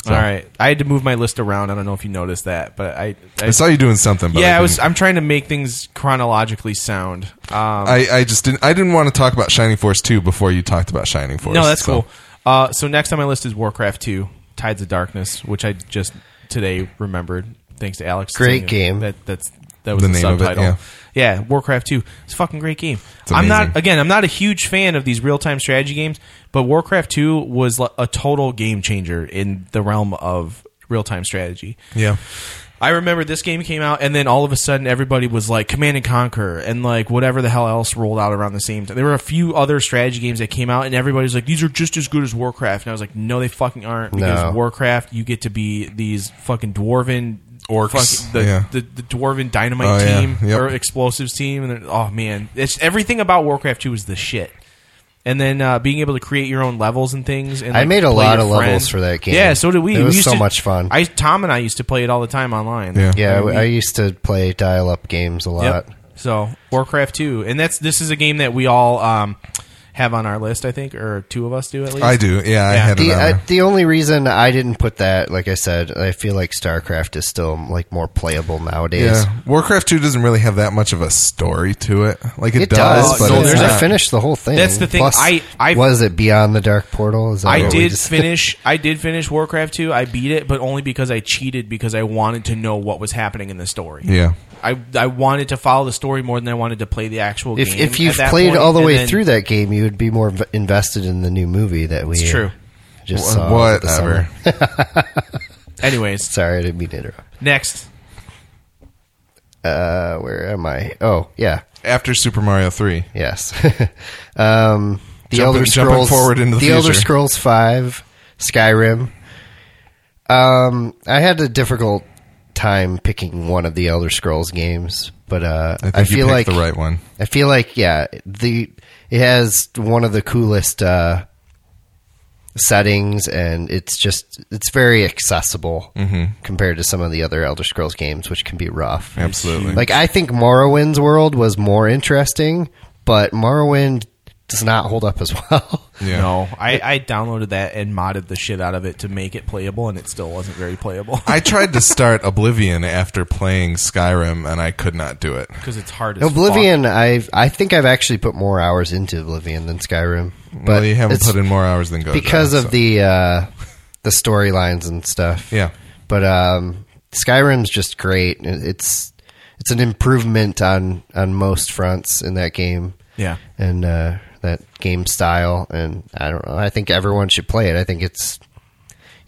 [SPEAKER 1] yeah. All right. I had to move my list around. I don't know if you noticed that, but I. I
[SPEAKER 2] I saw you doing something. But
[SPEAKER 1] yeah, I,
[SPEAKER 2] I
[SPEAKER 1] was.
[SPEAKER 2] didn't-
[SPEAKER 1] I'm trying to make things chronologically sound. Um,
[SPEAKER 2] I, I just didn't. I didn't want to talk about Shining Force two before you talked about Shining Force.
[SPEAKER 1] no, that's
[SPEAKER 2] so-
[SPEAKER 1] cool. Uh, so next on my list is Warcraft Two: Tides of Darkness, which I just today remembered thanks to Alex.
[SPEAKER 3] Great
[SPEAKER 1] saying
[SPEAKER 3] game.
[SPEAKER 1] That that's that was
[SPEAKER 2] The
[SPEAKER 1] the,
[SPEAKER 2] name of it,
[SPEAKER 1] subtitle. yeah. Warcraft Two. It's a fucking great game.
[SPEAKER 2] It's
[SPEAKER 1] I'm
[SPEAKER 2] amazing.
[SPEAKER 1] not again. I'm not a huge fan of these real time strategy games, but Warcraft Two was li- a total game changer in the realm of real time strategy.
[SPEAKER 2] Yeah.
[SPEAKER 1] I remember this game came out, and then all of a sudden, everybody was like Command and Conquer, and like whatever the hell else rolled out around the same time. There were a few other strategy games that came out, and everybody was like, "These are just as good as Warcraft." And I was like, "No, they fucking aren't." Because
[SPEAKER 3] No.
[SPEAKER 1] Warcraft, you get to be these fucking dwarven
[SPEAKER 2] Orcs.
[SPEAKER 1] fucking- the,
[SPEAKER 2] Yeah.
[SPEAKER 1] the, the dwarven dynamite
[SPEAKER 2] Oh, yeah.
[SPEAKER 1] team
[SPEAKER 2] Yep.
[SPEAKER 1] or explosives team, and they're- oh man, it's everything about Warcraft Two is the shit. And then uh, being able to create your own levels and things. And,
[SPEAKER 3] I
[SPEAKER 1] like,
[SPEAKER 3] made a
[SPEAKER 1] play
[SPEAKER 3] lot
[SPEAKER 1] your
[SPEAKER 3] of levels
[SPEAKER 1] friends.
[SPEAKER 3] for that game.
[SPEAKER 1] Yeah, so did we.
[SPEAKER 3] It
[SPEAKER 1] We
[SPEAKER 3] was
[SPEAKER 1] used
[SPEAKER 3] so
[SPEAKER 1] to-
[SPEAKER 3] much fun.
[SPEAKER 1] I Tom and I used to play it all the time online.
[SPEAKER 2] Yeah.
[SPEAKER 3] yeah, I, I used to play dial-up games a lot.
[SPEAKER 1] Yep. So Warcraft two, and that's this is a game that we all um, have on our list, I think, or two of us do at least.
[SPEAKER 2] I do. Yeah, I
[SPEAKER 1] Yeah.
[SPEAKER 2] had it
[SPEAKER 3] The,
[SPEAKER 2] on
[SPEAKER 3] I,
[SPEAKER 2] there.
[SPEAKER 3] the only reason I didn't put that, like I said, I feel like StarCraft is still like more playable nowadays.
[SPEAKER 2] Yeah, Warcraft Two doesn't really have that much of a story to it. Like it,
[SPEAKER 3] It
[SPEAKER 2] does,
[SPEAKER 3] does,
[SPEAKER 2] but
[SPEAKER 1] no,
[SPEAKER 3] but
[SPEAKER 2] it's
[SPEAKER 1] there's
[SPEAKER 3] it's
[SPEAKER 1] a-
[SPEAKER 3] not
[SPEAKER 2] not.
[SPEAKER 3] finished the whole thing.
[SPEAKER 1] That's the thing,
[SPEAKER 3] Plus,
[SPEAKER 1] I- I-
[SPEAKER 3] was it Beyond the Dark Portal? Is that
[SPEAKER 1] I
[SPEAKER 3] what we
[SPEAKER 1] did
[SPEAKER 3] just-
[SPEAKER 1] finish. I did finish Warcraft two. I beat it, but only because I cheated because I wanted to know what was happening in the story.
[SPEAKER 2] yeah,
[SPEAKER 1] I I wanted to follow the story more than I wanted to play the actual
[SPEAKER 3] If
[SPEAKER 1] game.
[SPEAKER 3] if you've
[SPEAKER 1] at that
[SPEAKER 3] played
[SPEAKER 1] point,
[SPEAKER 3] all the
[SPEAKER 1] and
[SPEAKER 3] way
[SPEAKER 1] then-
[SPEAKER 3] through that game, you would be more v- invested in the new movie that we
[SPEAKER 1] it's true.
[SPEAKER 3] just
[SPEAKER 2] Wha-
[SPEAKER 3] saw. over the
[SPEAKER 2] whatever.
[SPEAKER 3] summer.
[SPEAKER 1] Anyways,
[SPEAKER 3] Sorry, I didn't mean to interrupt.
[SPEAKER 1] next.
[SPEAKER 3] Uh, where am I? Oh, yeah,
[SPEAKER 2] After Super Mario Three,
[SPEAKER 3] yes. um, the
[SPEAKER 2] Jumping-
[SPEAKER 3] Elder
[SPEAKER 2] jumping
[SPEAKER 3] Scrolls
[SPEAKER 2] forward into the
[SPEAKER 3] Elder
[SPEAKER 2] future.
[SPEAKER 3] Scrolls Five, Skyrim. Um, I had a difficult time picking one of the Elder Scrolls games, but uh,
[SPEAKER 2] I think
[SPEAKER 3] I,
[SPEAKER 2] you
[SPEAKER 3] feel
[SPEAKER 2] picked
[SPEAKER 3] like
[SPEAKER 2] the right one.
[SPEAKER 3] I feel like yeah, the it has one of the coolest uh, settings, and it's just it's very accessible
[SPEAKER 2] Mm-hmm.
[SPEAKER 3] compared to some of the other Elder Scrolls games, which can be rough.
[SPEAKER 2] Absolutely.
[SPEAKER 3] Like I think Morrowind's world was more interesting, but Morrowind does not hold up as well.
[SPEAKER 2] yeah.
[SPEAKER 1] No, I, I downloaded that and modded the shit out of it to make it playable, and it still wasn't very playable
[SPEAKER 2] I tried to start Oblivion after playing Skyrim, and I could not do it.
[SPEAKER 1] because it's hard. As fuck.
[SPEAKER 3] Oblivion, I I think I've actually put more hours into Oblivion than Skyrim, but
[SPEAKER 2] well, you haven't
[SPEAKER 3] it's
[SPEAKER 2] put in more hours than Gojo
[SPEAKER 3] because of
[SPEAKER 2] so-
[SPEAKER 3] the uh, the storylines and stuff.
[SPEAKER 2] yeah.
[SPEAKER 3] but um, Skyrim's just great. It- It's it's an improvement on on most fronts in that game.
[SPEAKER 1] Yeah.
[SPEAKER 3] and uh, that game style. And I don't know. I think everyone should play it. I think it's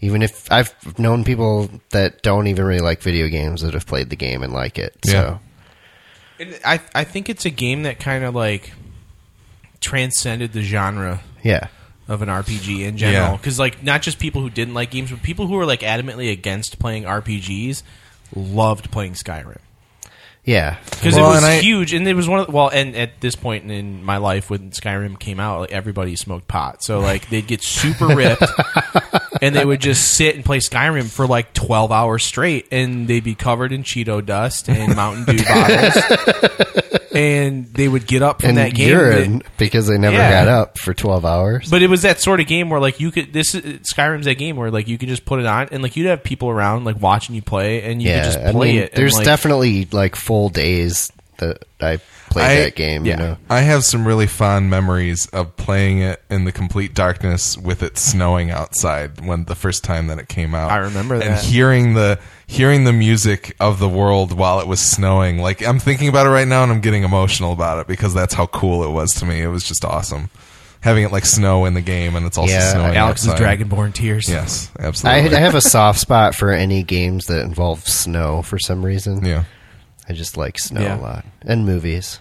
[SPEAKER 3] even if I've known people that don't even really like video games that have played the game and like it.
[SPEAKER 2] Yeah.
[SPEAKER 3] So
[SPEAKER 1] It, I I think it's a game that kind of like transcended the genre
[SPEAKER 3] yeah,
[SPEAKER 1] of an RPG in general
[SPEAKER 2] Yeah.
[SPEAKER 1] because like not just people who didn't like games, but people who were like adamantly against playing RPGs loved playing Skyrim
[SPEAKER 3] yeah,
[SPEAKER 1] because
[SPEAKER 2] Well,
[SPEAKER 1] it was
[SPEAKER 2] and I-
[SPEAKER 1] huge and it was one of the, well and at this point in my life when Skyrim came out, like everybody smoked pot, so like they'd get super ripped. and they would just sit and play Skyrim for like 12 hours straight and they'd be covered in Cheeto dust and Mountain Dew bottles. and they would get up from
[SPEAKER 3] and
[SPEAKER 1] that game
[SPEAKER 3] urine because they never
[SPEAKER 1] Yeah.
[SPEAKER 3] got up for 12 hours.
[SPEAKER 1] but it was that sort of game where like you could this is- Skyrim's that game where like you could just put it on and like you'd have people around like watching you play and you
[SPEAKER 3] yeah,
[SPEAKER 1] could
[SPEAKER 3] I
[SPEAKER 1] just play
[SPEAKER 3] mean,
[SPEAKER 1] it. and,
[SPEAKER 3] there's
[SPEAKER 1] like-
[SPEAKER 3] definitely like full days that I played
[SPEAKER 2] I-
[SPEAKER 3] that game. You know,
[SPEAKER 2] I have some really fond memories of playing it in the complete darkness with it snowing outside when the first time that it came out.
[SPEAKER 1] I remember
[SPEAKER 2] And
[SPEAKER 1] that.
[SPEAKER 2] hearing the hearing the music of the world while it was snowing. Like I'm thinking about it right now and I'm getting emotional about it because that's how cool it was to me. It was just awesome. Having it like snow in the game and it's also
[SPEAKER 3] Yeah,
[SPEAKER 2] snowing.
[SPEAKER 1] Alex's
[SPEAKER 2] outside.
[SPEAKER 1] Dragonborn tears.
[SPEAKER 2] Yes,
[SPEAKER 3] I,
[SPEAKER 2] absolutely.
[SPEAKER 3] I have a soft spot for any games that involve snow for some reason.
[SPEAKER 2] yeah.
[SPEAKER 3] I just like snow
[SPEAKER 1] Yeah.
[SPEAKER 3] a lot and movies.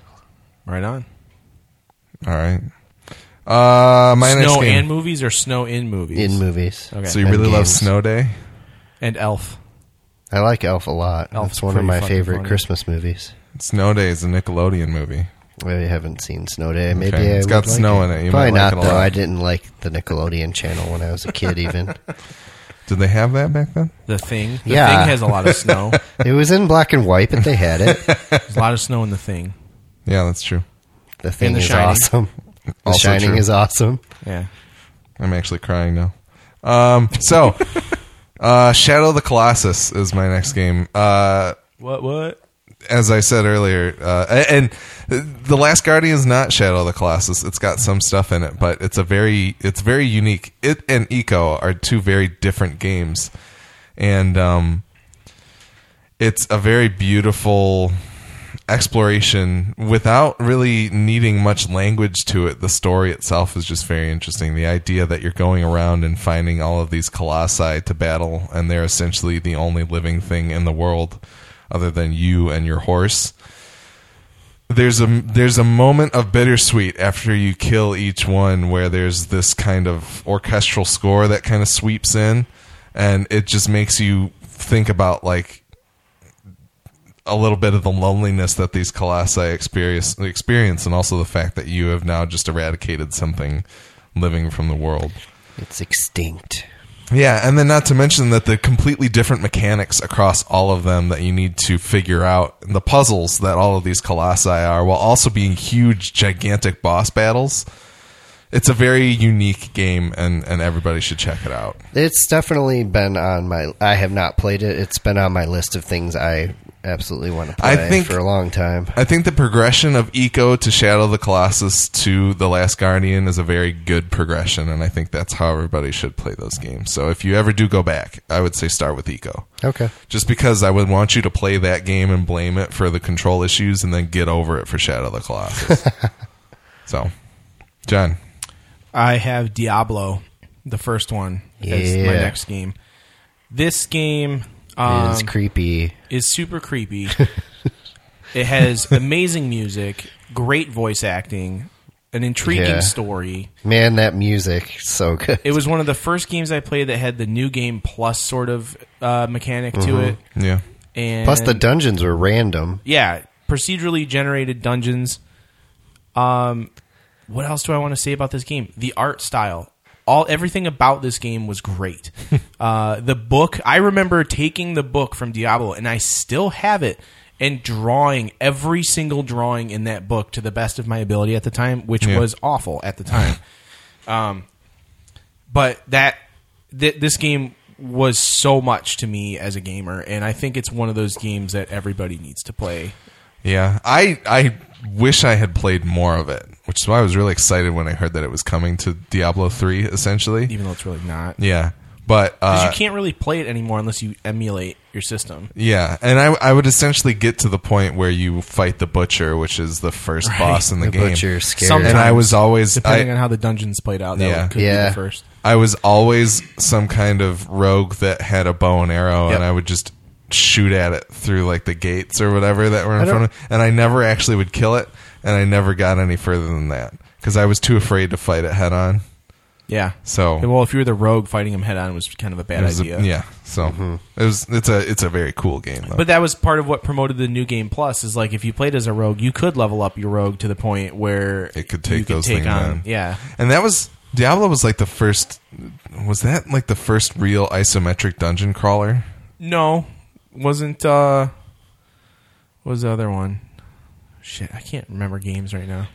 [SPEAKER 1] Right on.
[SPEAKER 2] All right. Uh my next
[SPEAKER 1] snow
[SPEAKER 2] game.
[SPEAKER 1] and movies or snow in movies
[SPEAKER 3] In movies,
[SPEAKER 1] Okay.
[SPEAKER 2] so you
[SPEAKER 3] and
[SPEAKER 2] really love
[SPEAKER 3] games.
[SPEAKER 2] Snow Day?
[SPEAKER 1] and Elf.
[SPEAKER 3] I like Elf a lot.
[SPEAKER 1] Elf's
[SPEAKER 3] It's one of
[SPEAKER 1] pretty
[SPEAKER 3] my
[SPEAKER 1] fucking
[SPEAKER 3] favorite
[SPEAKER 1] funny.
[SPEAKER 3] Christmas movies.
[SPEAKER 2] Snow Day is a Nickelodeon movie.
[SPEAKER 3] I haven't seen Snow Day. Maybe
[SPEAKER 2] Okay.
[SPEAKER 3] I
[SPEAKER 2] It's
[SPEAKER 3] would
[SPEAKER 2] got
[SPEAKER 3] like
[SPEAKER 2] snow in it. You
[SPEAKER 3] Probably
[SPEAKER 2] might
[SPEAKER 3] not
[SPEAKER 2] like it a
[SPEAKER 3] though.
[SPEAKER 2] lot.
[SPEAKER 3] I didn't like the Nickelodeon channel when I was a kid. Even
[SPEAKER 2] Did they have that back then?
[SPEAKER 1] The thing. The
[SPEAKER 3] Yeah.
[SPEAKER 1] thing has a lot of snow.
[SPEAKER 3] it was in black and white, but they had it.
[SPEAKER 1] There's a lot of snow in the thing.
[SPEAKER 2] Yeah, that's true.
[SPEAKER 3] The thing
[SPEAKER 1] The
[SPEAKER 3] is
[SPEAKER 1] Shining.
[SPEAKER 3] awesome. The
[SPEAKER 2] Also
[SPEAKER 3] Shining
[SPEAKER 2] true.
[SPEAKER 3] is awesome.
[SPEAKER 1] Yeah.
[SPEAKER 2] I'm actually crying now. Um, so, uh, Shadow of the Colossus is my next game. Uh,
[SPEAKER 1] What what?
[SPEAKER 2] as I said earlier, uh, a- and the Last Guardian is not Shadow of the Colossus. It's got some stuff in it, but it's a very it's very unique. It and Eco are two very different games, and um, it's a very beautiful exploration without really needing much language to it. The story itself is just very interesting. The idea that you're going around and finding all of these colossi to battle, and they're essentially the only living thing in the world other than you and your horse. There's a there's a moment of bittersweet after you kill each one, where there's this kind of orchestral score that kind of sweeps in, and it just makes you think about like a little bit of the loneliness that these colossi experience experience and also the fact that you have now just eradicated something living from the world.
[SPEAKER 3] It's extinct.
[SPEAKER 2] Yeah, and then not to mention that the completely different mechanics across all of them that you need to figure out and the puzzles that all of these colossi are while also being huge gigantic boss battles. It's a very unique game and and everybody should check it out.
[SPEAKER 3] It's definitely been on my. I have not played it. It's been on my list of things I absolutely want to play
[SPEAKER 2] I think-
[SPEAKER 3] for a long time.
[SPEAKER 2] I think the progression of Eco to Shadow of the Colossus to The Last Guardian is a very good progression, and I think that's how everybody should play those games. So if you ever do go back, I would say start with Eco.
[SPEAKER 3] Okay.
[SPEAKER 2] Just because I would want you to play that game and blame it for the control issues and then get over it for Shadow of the Colossus. so, John,
[SPEAKER 1] I have Diablo, the first one, as
[SPEAKER 3] Yeah.
[SPEAKER 1] my next game. This game um,
[SPEAKER 3] it's creepy.
[SPEAKER 1] is super creepy. it has amazing music, great voice acting, an intriguing
[SPEAKER 3] Yeah.
[SPEAKER 1] story.
[SPEAKER 3] Man, that music is so good.
[SPEAKER 1] It was one of the first games I played that had the new game plus sort of uh, mechanic to it,
[SPEAKER 2] yeah.
[SPEAKER 1] and
[SPEAKER 3] Mm-hmm. Plus, the dungeons were random.
[SPEAKER 1] yeah, procedurally generated dungeons. Um, what else do I want to say about this game? The art style, all everything about this game was great. uh, the book, I remember taking the book from Diablo, and I still have it. And drawing every single drawing in that book to the best of my ability at the time, which
[SPEAKER 2] Yeah.
[SPEAKER 1] was awful at the time. but that th- this game was so much to me as a gamer, and I think it's one of those games that everybody needs to play.
[SPEAKER 2] Yeah, I I wish I had played more of it, which is why I was really excited when I heard that it was coming to Diablo three. Essentially,
[SPEAKER 1] even though it's really not.
[SPEAKER 2] yeah, but
[SPEAKER 1] Because
[SPEAKER 2] uh,
[SPEAKER 1] you can't really play it anymore unless you emulate your system.
[SPEAKER 2] yeah, and I I would essentially get to the point where you fight the butcher, which is the first boss in the,
[SPEAKER 3] The
[SPEAKER 2] game.
[SPEAKER 3] butcher is scary.
[SPEAKER 1] Sometimes-
[SPEAKER 2] and I was always
[SPEAKER 1] Depending
[SPEAKER 2] I,
[SPEAKER 1] on how the dungeons played out, that
[SPEAKER 2] Yeah.
[SPEAKER 1] would- could be
[SPEAKER 3] Yeah.
[SPEAKER 1] the first.
[SPEAKER 2] I was always some kind of rogue that had a bow and arrow,
[SPEAKER 1] Yep.
[SPEAKER 2] and I would just shoot at it through like the gates or whatever that were in
[SPEAKER 3] I
[SPEAKER 2] front of me, and I never actually would kill it, and I never got any further than that because I was too afraid to fight it head on.
[SPEAKER 1] Yeah.
[SPEAKER 2] So
[SPEAKER 1] And well, if you were the rogue, fighting him head on was kind of a bad
[SPEAKER 2] it was a-
[SPEAKER 1] idea. Mm-hmm.
[SPEAKER 2] yeah, so it was it's a it's a very cool game though.
[SPEAKER 1] But that was part of what promoted the new game plus. Is like if you played as a rogue, you could level up your rogue to the point where
[SPEAKER 2] It could take
[SPEAKER 1] you
[SPEAKER 2] those things down.
[SPEAKER 1] Yeah,
[SPEAKER 2] and that was Diablo was like the first. Was that like the first real isometric dungeon crawler?
[SPEAKER 1] No, wasn't. uh what Was the other one? Shit, I can't remember games right now.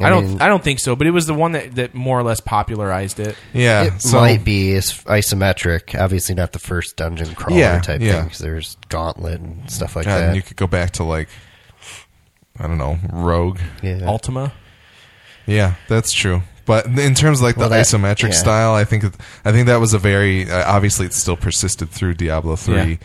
[SPEAKER 1] I,
[SPEAKER 3] mean,
[SPEAKER 1] don't. I don't think so. But it was the one that that more or less popularized it.
[SPEAKER 2] Yeah,
[SPEAKER 3] it might be is isometric. Obviously, not the first dungeon crawler
[SPEAKER 2] Yeah,
[SPEAKER 3] type
[SPEAKER 2] yeah.
[SPEAKER 3] thing. 'cause there's Gauntlet and stuff like
[SPEAKER 2] God, and
[SPEAKER 3] that.
[SPEAKER 2] you could go back to like I don't know, Rogue.
[SPEAKER 3] yeah.
[SPEAKER 1] Ultima.
[SPEAKER 2] Yeah, that's true. But in terms of like
[SPEAKER 3] Well,
[SPEAKER 2] the
[SPEAKER 3] that-
[SPEAKER 2] isometric
[SPEAKER 3] yeah.
[SPEAKER 2] style, I think I think that was a very uh, obviously it still persisted through Diablo three
[SPEAKER 1] Yeah.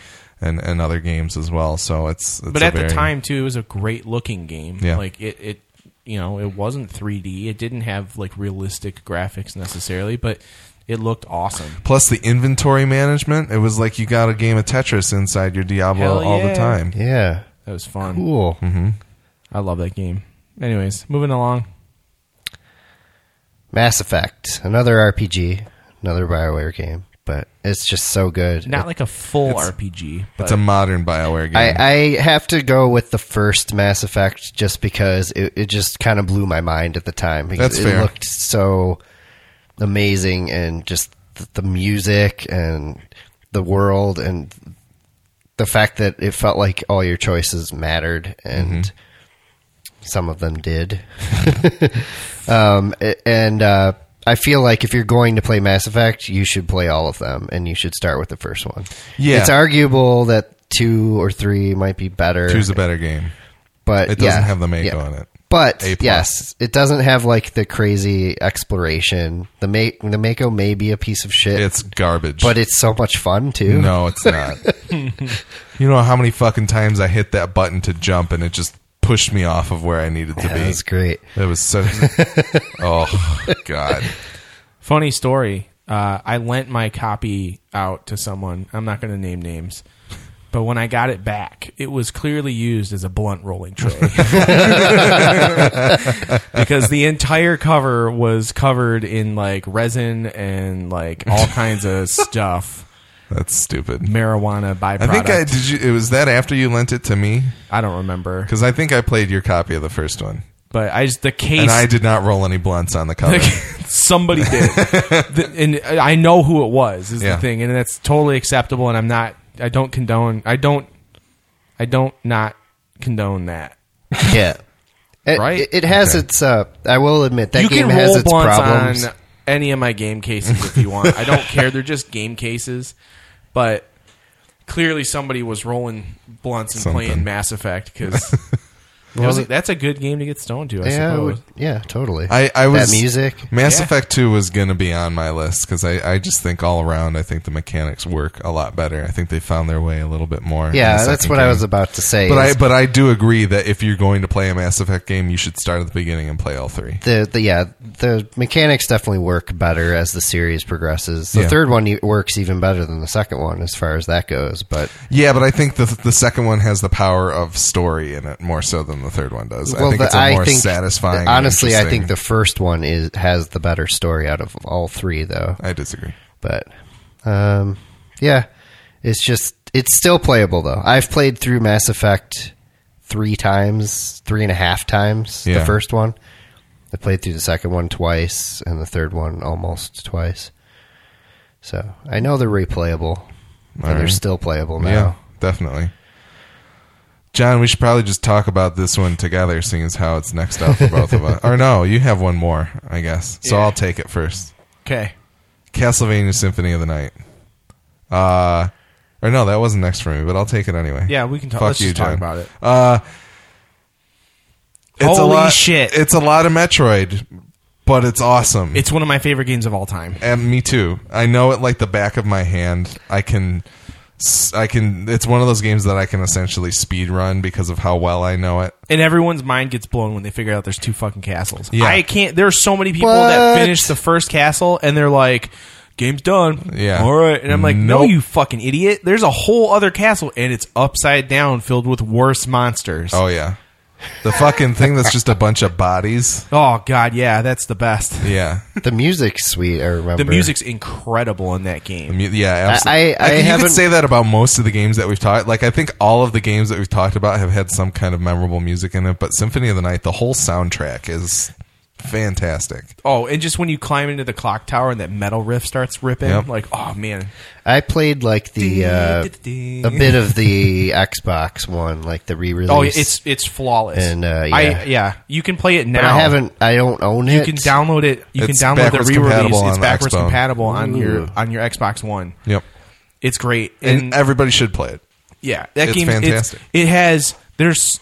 [SPEAKER 2] and, and other games as well. So it's, it's
[SPEAKER 1] but
[SPEAKER 2] a
[SPEAKER 1] at
[SPEAKER 2] very-
[SPEAKER 1] the time too, it was a great looking game.
[SPEAKER 2] Yeah.
[SPEAKER 1] Like it, it, you know, it wasn't 3D. It didn't have like realistic graphics necessarily, but it looked awesome.
[SPEAKER 2] Plus the inventory management, it was like you got a game of Tetris inside your Diablo
[SPEAKER 1] Hell
[SPEAKER 2] all
[SPEAKER 1] yeah.
[SPEAKER 2] the time.
[SPEAKER 3] Yeah.
[SPEAKER 1] That was fun.
[SPEAKER 3] Cool.
[SPEAKER 1] Mm-hmm. I love that game. Anyways, moving along.
[SPEAKER 3] Mass Effect, another RPG, another Bioware game, but it's just so good.
[SPEAKER 1] Not like a full
[SPEAKER 2] It's-
[SPEAKER 1] RPG. But
[SPEAKER 2] It's a modern Bioware game.
[SPEAKER 3] I, I have to go with the first Mass Effect just because it, it just kind of blew my mind at the time. Because
[SPEAKER 2] That's
[SPEAKER 3] it
[SPEAKER 2] fair.
[SPEAKER 3] looked so amazing and just th- the music and the world and the fact that it felt like all your choices mattered and
[SPEAKER 2] Mm-hmm.
[SPEAKER 3] some of them did. um, a- and uh, I feel like if you're going to play Mass Effect, you should play all of them and you should start with the first one.
[SPEAKER 2] Yeah.
[SPEAKER 3] It's arguable that two or three might be better.
[SPEAKER 2] Choose a better game.
[SPEAKER 3] but
[SPEAKER 2] It
[SPEAKER 3] yeah,
[SPEAKER 2] doesn't have the Mako
[SPEAKER 3] yeah.
[SPEAKER 2] in it.
[SPEAKER 3] But
[SPEAKER 2] A plus.
[SPEAKER 3] yes, it doesn't have like the crazy exploration. The make the Mako may be a piece of shit,
[SPEAKER 2] It's garbage.
[SPEAKER 3] but it's so much fun too.
[SPEAKER 2] No, it's not. you know how many fucking times I hit that button to jump and it just pushed me off of where I needed to
[SPEAKER 3] Yeah,
[SPEAKER 2] be.
[SPEAKER 3] that's great.
[SPEAKER 2] It was so. oh God!
[SPEAKER 1] Funny story. Uh, I lent my copy out to someone. I'm not going to name names. But when I got it back, it was clearly used as a blunt rolling tray. because the entire cover was covered in like resin and like all kinds of stuff,
[SPEAKER 2] That's stupid.
[SPEAKER 1] marijuana byproduct.
[SPEAKER 2] I think I did. You, it was that after you lent it to me
[SPEAKER 1] I don't remember.
[SPEAKER 2] because I think I played your copy of the first one,
[SPEAKER 1] But I just the case
[SPEAKER 2] and I did not roll any blunts on the cover.
[SPEAKER 1] Like, somebody did, The- and I know who it was. Is
[SPEAKER 2] Yeah.
[SPEAKER 1] the thing, and that's totally acceptable. And I'm not. I don't condone. I don't. I don't not condone that.
[SPEAKER 3] Yeah. It,
[SPEAKER 1] Right?
[SPEAKER 3] It, it has
[SPEAKER 2] Okay.
[SPEAKER 3] its. Uh, I will admit that
[SPEAKER 1] you
[SPEAKER 3] game
[SPEAKER 1] can
[SPEAKER 3] has
[SPEAKER 1] roll
[SPEAKER 3] its
[SPEAKER 1] blunts
[SPEAKER 3] problems.
[SPEAKER 1] on any of my game cases if you want. I don't care. They're just game cases, but clearly somebody was rolling blunts and
[SPEAKER 2] Something.
[SPEAKER 1] playing Mass Effect because. that's a good game to get stoned to, I
[SPEAKER 3] yeah, I
[SPEAKER 1] suppose.
[SPEAKER 3] would- yeah, totally.
[SPEAKER 2] I, I was
[SPEAKER 3] that music.
[SPEAKER 2] Mass
[SPEAKER 1] Yeah.
[SPEAKER 2] Effect Two was going to be on my list because I, I just think all around I think the mechanics work a lot better. I think they found their way a little bit more. in
[SPEAKER 3] Yeah,
[SPEAKER 2] the
[SPEAKER 3] that's
[SPEAKER 2] second
[SPEAKER 3] what I
[SPEAKER 2] game.
[SPEAKER 3] was about to say.
[SPEAKER 2] But I
[SPEAKER 3] is
[SPEAKER 2] but I do agree that if you're going to play a Mass Effect game, you should start at the beginning and play all three.
[SPEAKER 3] the, the yeah the mechanics definitely work better as the series progresses. The
[SPEAKER 2] Yeah.
[SPEAKER 3] third one e- works even better than the second one as far as that goes. But
[SPEAKER 2] Yeah, but I think the the second one has the power of story in it more so than the third one does. I think
[SPEAKER 3] the-
[SPEAKER 2] it's a more satisfying. and
[SPEAKER 3] Honestly, I
[SPEAKER 2] interesting-
[SPEAKER 3] think the first one is has the better story out of all three, though.
[SPEAKER 2] I disagree.
[SPEAKER 3] But um, yeah, it's just it's still playable though. I've played through Mass Effect three times, three and a half times.
[SPEAKER 2] Yeah.
[SPEAKER 3] The first one, I played through the second one twice, and the third one almost twice. So I know they're replayable, and
[SPEAKER 2] All
[SPEAKER 3] they're
[SPEAKER 2] right.
[SPEAKER 3] still playable now.
[SPEAKER 2] Yeah, definitely. John, we should probably just talk about this one together, seeing as how it's next up for both of us. Or no, you have one more, I guess. So
[SPEAKER 1] Yeah.
[SPEAKER 2] I'll take it first.
[SPEAKER 1] Okay.
[SPEAKER 2] Castlevania Symphony of the Night. Uh, or no, that wasn't next for me, but I'll take it anyway.
[SPEAKER 1] Yeah, we can talk.
[SPEAKER 2] Fuck
[SPEAKER 1] let's
[SPEAKER 2] you,
[SPEAKER 1] just talk
[SPEAKER 2] John.
[SPEAKER 1] about it.
[SPEAKER 2] It's
[SPEAKER 1] Holy
[SPEAKER 2] a lot,
[SPEAKER 1] shit.
[SPEAKER 2] It's a lot of Metroid, but it's awesome.
[SPEAKER 1] It's one of my favorite games of all time.
[SPEAKER 2] and me too. I know it like the back of my hand. I can, s- I can. It's one of those games that I can essentially speed run because of how well I know it.
[SPEAKER 1] and everyone's mind gets blown when they figure out there's two fucking castles.
[SPEAKER 2] Yeah.
[SPEAKER 1] I can't. There are so many people
[SPEAKER 3] What?
[SPEAKER 1] that finish the first castle and they're like, "Game's done."
[SPEAKER 2] Yeah.
[SPEAKER 1] All right. And I'm like, "No,
[SPEAKER 2] Nope.
[SPEAKER 1] you fucking idiot! There's a whole other castle and it's upside down, filled with worse monsters." Oh,
[SPEAKER 2] Oh yeah, the fucking thing that's just a bunch of bodies.
[SPEAKER 1] Oh, god, yeah, that's the best.
[SPEAKER 2] Yeah,
[SPEAKER 3] The music's sweet. I remember
[SPEAKER 1] The music's incredible in that game.
[SPEAKER 2] I mean, yeah. Absolutely.
[SPEAKER 3] I- I
[SPEAKER 2] you
[SPEAKER 3] haven't-
[SPEAKER 2] could say that about most of the games that we've talked. Like I think all of the games that we've talked about have had some kind of memorable music in it. But Symphony of the Night, the whole soundtrack is fantastic.
[SPEAKER 1] Oh, and just when you climb into the clock tower and that metal riff starts ripping,
[SPEAKER 2] Yep.
[SPEAKER 1] like oh man,
[SPEAKER 3] I played like the uh,
[SPEAKER 1] Ding,
[SPEAKER 3] a
[SPEAKER 1] ding.
[SPEAKER 3] bit of the Xbox one, like the re-release.
[SPEAKER 1] Oh, it's it's flawless.
[SPEAKER 3] And, uh, yeah.
[SPEAKER 1] I, yeah, you can play it now.
[SPEAKER 3] But I haven't. I don't own it.
[SPEAKER 1] You can download it. You
[SPEAKER 2] It's
[SPEAKER 1] can download the
[SPEAKER 2] backwards
[SPEAKER 1] re-release.
[SPEAKER 2] compatible
[SPEAKER 1] it's
[SPEAKER 2] on the
[SPEAKER 1] backwards
[SPEAKER 2] Xbox.
[SPEAKER 1] compatible on your
[SPEAKER 3] Ooh.
[SPEAKER 1] on your Xbox One.
[SPEAKER 2] Yep.
[SPEAKER 1] It's great.
[SPEAKER 2] And,
[SPEAKER 1] And,
[SPEAKER 2] everybody should play it.
[SPEAKER 1] yeah, that
[SPEAKER 2] it's
[SPEAKER 1] game it's-
[SPEAKER 2] fantastic.
[SPEAKER 1] it has there's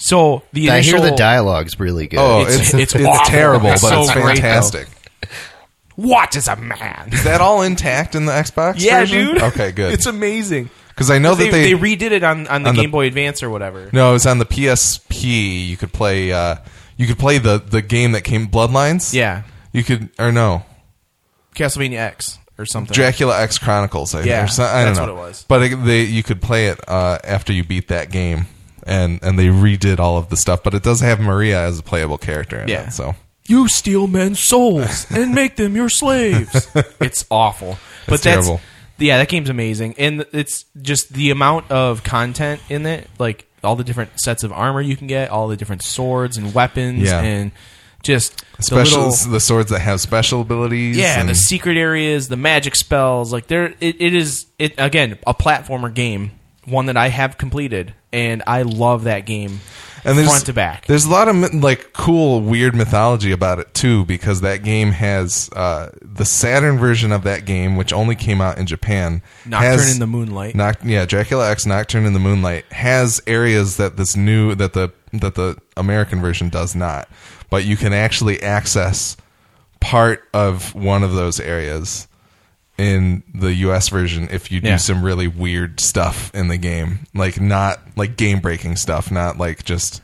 [SPEAKER 1] so the
[SPEAKER 3] I
[SPEAKER 1] initial
[SPEAKER 3] hear the dialogue's really good.
[SPEAKER 2] Oh,
[SPEAKER 1] It's-
[SPEAKER 2] it's it's,
[SPEAKER 1] it's
[SPEAKER 2] it's,
[SPEAKER 1] awful.
[SPEAKER 2] terrible,
[SPEAKER 1] It's
[SPEAKER 2] but
[SPEAKER 1] so
[SPEAKER 2] it's
[SPEAKER 1] great, though.
[SPEAKER 2] fantastic.
[SPEAKER 1] what is a man?
[SPEAKER 2] Is that all intact in the Xbox?
[SPEAKER 1] yeah,
[SPEAKER 2] version?
[SPEAKER 1] dude.
[SPEAKER 2] Okay, good.
[SPEAKER 1] It's amazing.
[SPEAKER 2] Because I know
[SPEAKER 1] They,
[SPEAKER 2] that they,
[SPEAKER 1] they redid it on, on the
[SPEAKER 2] on the-
[SPEAKER 1] Game Boy Advance or whatever.
[SPEAKER 2] no, it was on the PSP. You could play. Uh, you could play the the game that came Bloodlines.
[SPEAKER 1] Yeah,
[SPEAKER 2] You could or no
[SPEAKER 1] Castlevania X or something.
[SPEAKER 2] Dracula X Chronicles. I,
[SPEAKER 1] Yeah,
[SPEAKER 2] or so- I don't
[SPEAKER 1] that's
[SPEAKER 2] know.
[SPEAKER 1] what it was.
[SPEAKER 2] But it, they you could play it uh, after you beat that game, and and they redid all of the stuff. But it does have Maria as a playable character. In
[SPEAKER 1] Yeah.
[SPEAKER 2] It, so
[SPEAKER 1] you steal men's souls and make them your slaves. it's awful, but
[SPEAKER 2] It's
[SPEAKER 1] that's
[SPEAKER 2] terrible.
[SPEAKER 1] yeah, that game's amazing, and it's just the amount of content in it, like all the different sets of armor you can get, all the different swords and weapons,
[SPEAKER 2] Yeah.
[SPEAKER 1] and just
[SPEAKER 2] special
[SPEAKER 1] the
[SPEAKER 2] the,
[SPEAKER 1] little,
[SPEAKER 2] swords that have special abilities.
[SPEAKER 1] yeah,
[SPEAKER 2] and
[SPEAKER 1] the secret areas, the magic spells, like there, it, it is it again a platformer game, one that I have completed, and I love that game
[SPEAKER 2] and there's,
[SPEAKER 1] front to back.
[SPEAKER 2] There's a lot of myth- like cool, weird mythology about it too, because that game has uh, the Saturn version of that game, which only came out in Japan.
[SPEAKER 1] Nocturne
[SPEAKER 2] has-
[SPEAKER 1] in the Moonlight.
[SPEAKER 2] Noct- yeah, Dracula X Nocturne in the Moonlight has areas that this new that the that the American version does not, but you can actually access part of one of those areas in the US version if you do
[SPEAKER 1] Yeah.
[SPEAKER 2] some really weird stuff in the game. Like not like game breaking stuff, not like just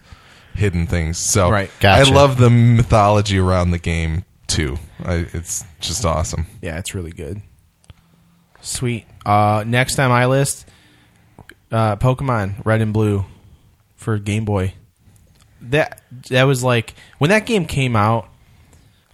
[SPEAKER 2] hidden things. So
[SPEAKER 1] Right.
[SPEAKER 3] Gotcha.
[SPEAKER 2] I love the mythology around the game too. I, it's just awesome.
[SPEAKER 1] Yeah, it's really good. Sweet. Uh, next on my list, uh, Pokemon Red and Blue for Game Boy. That that was like when that game came out.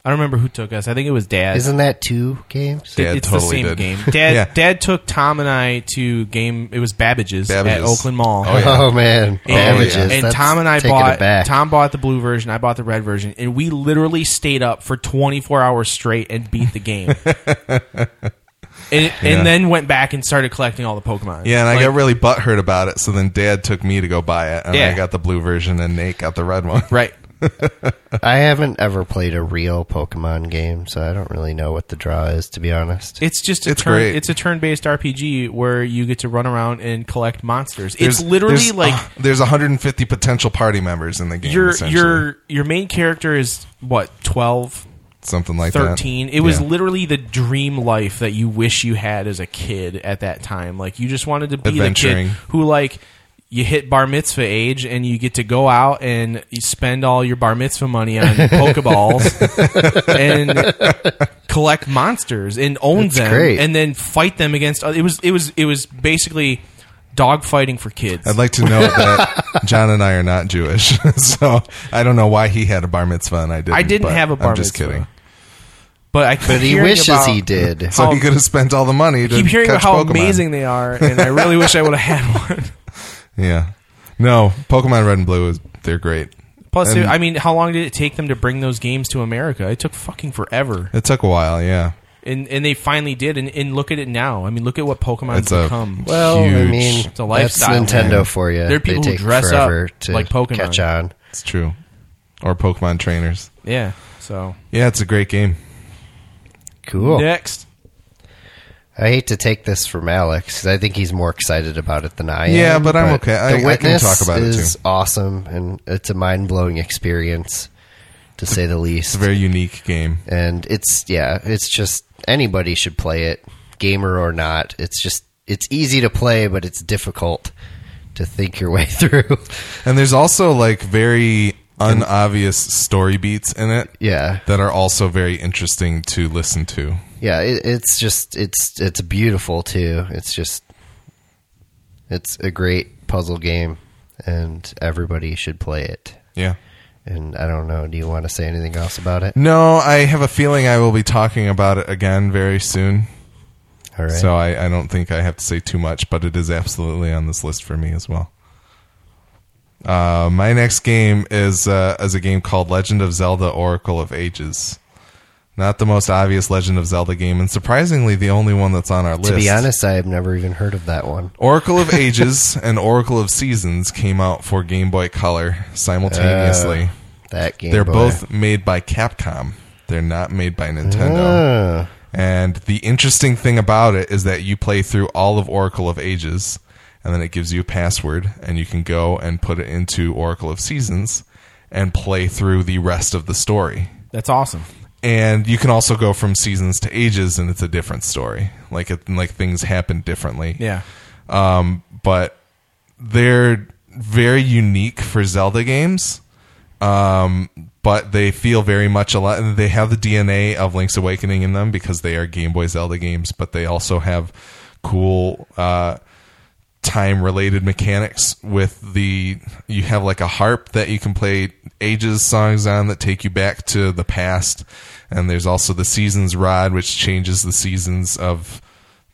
[SPEAKER 1] I don't remember who took us. I think it was Dad.
[SPEAKER 3] Isn't that two games?
[SPEAKER 2] Dad
[SPEAKER 1] it's the
[SPEAKER 2] totally
[SPEAKER 1] same
[SPEAKER 2] did.
[SPEAKER 1] game. Dad
[SPEAKER 2] Yeah.
[SPEAKER 1] Dad took Tom and I to game. It was Babbage's, at
[SPEAKER 2] Babbage's.
[SPEAKER 1] Oakland Mall.
[SPEAKER 2] Oh, yeah.
[SPEAKER 3] man,
[SPEAKER 1] And,
[SPEAKER 3] damages.
[SPEAKER 1] and
[SPEAKER 3] That's
[SPEAKER 1] Tom and I
[SPEAKER 3] taking it
[SPEAKER 1] bought
[SPEAKER 3] back.
[SPEAKER 1] Tom bought the blue version. I bought the red version, and we literally stayed up for 24 hours straight and beat the game. and, and then went back and started collecting all the Pokemon.
[SPEAKER 2] Yeah, and I
[SPEAKER 1] Like,
[SPEAKER 2] got really butthurt about it. So then Dad took me to go buy it, and
[SPEAKER 1] Yeah.
[SPEAKER 2] I got the blue version, and Nate got the red one.
[SPEAKER 1] right.
[SPEAKER 3] I haven't ever played a real Pokemon game, so I don't really know what the draw is, to be honest.
[SPEAKER 1] It's just a
[SPEAKER 2] It's
[SPEAKER 1] turn.
[SPEAKER 2] great.
[SPEAKER 1] It's a turn-based RPG where you get to run around and collect monsters.
[SPEAKER 2] There's-
[SPEAKER 1] it's literally
[SPEAKER 2] there's-
[SPEAKER 1] like
[SPEAKER 2] uh, there's 150 potential party members in the game.
[SPEAKER 1] your
[SPEAKER 2] essentially.
[SPEAKER 1] your your main character is what 12
[SPEAKER 2] something like that.
[SPEAKER 1] 13 it was
[SPEAKER 2] Yeah.
[SPEAKER 1] literally the dream life that you wish you had as a kid at that time like you just wanted to be the kid
[SPEAKER 2] Adventuring.
[SPEAKER 1] who like you hit bar mitzvah age and you get to go out and you spend all your bar mitzvah money on pokeballs and collect monsters and own
[SPEAKER 3] That's
[SPEAKER 1] them
[SPEAKER 3] great.
[SPEAKER 1] and then fight them against oth- it was it was it was basically dogfighting for kids
[SPEAKER 2] I'd like to note that John and I are not Jewish, so I don't know why he had a bar mitzvah and I didn't.
[SPEAKER 1] I didn't
[SPEAKER 2] but
[SPEAKER 1] have a bar
[SPEAKER 2] I'm just
[SPEAKER 1] mitzvah.
[SPEAKER 2] kidding.
[SPEAKER 1] but i keep
[SPEAKER 3] but he
[SPEAKER 1] hearing
[SPEAKER 3] wishes
[SPEAKER 1] about-
[SPEAKER 3] he did.
[SPEAKER 2] So
[SPEAKER 1] Oh.
[SPEAKER 2] he could have spent all the money to
[SPEAKER 1] keep hearing
[SPEAKER 2] catch
[SPEAKER 1] about how
[SPEAKER 2] Pokemon.
[SPEAKER 1] amazing they are and i really wish i would have had one
[SPEAKER 2] Yeah, no, Pokemon Red and Blue is they're great.
[SPEAKER 1] Plus,
[SPEAKER 2] And-
[SPEAKER 1] I mean, how long did it take them to bring those games to America? It took fucking forever,
[SPEAKER 2] It took a while, yeah.
[SPEAKER 1] and and they finally did. And, and look at it now. I mean, look at what Pokemon's
[SPEAKER 2] It's a
[SPEAKER 1] become.
[SPEAKER 3] Well, I
[SPEAKER 2] huge-
[SPEAKER 3] mean,
[SPEAKER 1] It's a
[SPEAKER 3] that's
[SPEAKER 1] lifestyle,
[SPEAKER 3] Nintendo
[SPEAKER 2] man.
[SPEAKER 3] for you.
[SPEAKER 1] There are people
[SPEAKER 3] they
[SPEAKER 1] who
[SPEAKER 3] take
[SPEAKER 1] dress up
[SPEAKER 3] forever to
[SPEAKER 1] like Pokemon.
[SPEAKER 3] catch on.
[SPEAKER 2] it's true. Or Pokemon trainers.
[SPEAKER 1] yeah. So
[SPEAKER 2] Yeah, it's a great game.
[SPEAKER 3] Cool.
[SPEAKER 1] next,
[SPEAKER 3] I hate to take this from Alex. 'cause I think he's more excited about it than I am.
[SPEAKER 2] Yeah, but I'm okay. I- I
[SPEAKER 3] the
[SPEAKER 2] can
[SPEAKER 3] Witness
[SPEAKER 2] talk about it,
[SPEAKER 3] is
[SPEAKER 2] too.
[SPEAKER 3] awesome, and it's a mind blowing experience, to say the least.
[SPEAKER 2] It's a very unique game.
[SPEAKER 3] and it's yeah, it's just anybody should play it, gamer or not. It's just it's easy to play, but it's difficult to think your way through.
[SPEAKER 2] And there's also like very unobvious story beats in it
[SPEAKER 3] yeah,
[SPEAKER 2] that are also very interesting to listen to.
[SPEAKER 3] yeah, it, it's just it's it's beautiful too. It's just it's a great puzzle game, and everybody should play it.
[SPEAKER 2] Yeah.
[SPEAKER 3] And I don't know. Do you want to say anything else about it?
[SPEAKER 2] No, I have a feeling I will be talking about it again very soon.
[SPEAKER 3] All right.
[SPEAKER 2] Mm-hmm. So I, I don't think I have to say too much, but it is absolutely on this list for me as well. Uh, my next game is uh, is a game called Legend of Zelda: Oracle of Ages. Not the most obvious Legend of Zelda game, and surprisingly, the only one that's on our list.
[SPEAKER 3] To be honest, I have never even heard of that one.
[SPEAKER 2] Oracle of Ages and Oracle of Seasons came out for Game Boy Color simultaneously.
[SPEAKER 3] That Ah, game.
[SPEAKER 2] They're
[SPEAKER 3] Boy.
[SPEAKER 2] both made by Capcom. They're not made by Nintendo.
[SPEAKER 3] Ah,
[SPEAKER 2] And the interesting thing about it is that you play through all of Oracle of Ages, and then it gives you a password, and you can go and put it into Oracle of Seasons and play through the rest of the story.
[SPEAKER 1] That's awesome.
[SPEAKER 2] And you can also go from seasons to ages, and it's a different story. Like it, like things happen differently
[SPEAKER 1] Yeah.
[SPEAKER 2] but they're very unique for Zelda games. Um, but they feel very much a lot, and they have the DNA of Link's Awakening in them because they are Game Boy Zelda games. But they also have cool uh, time-related mechanics with the you have like a harp that you can play ages songs on that take you back to the past, and there's also the seasons rod which changes the seasons of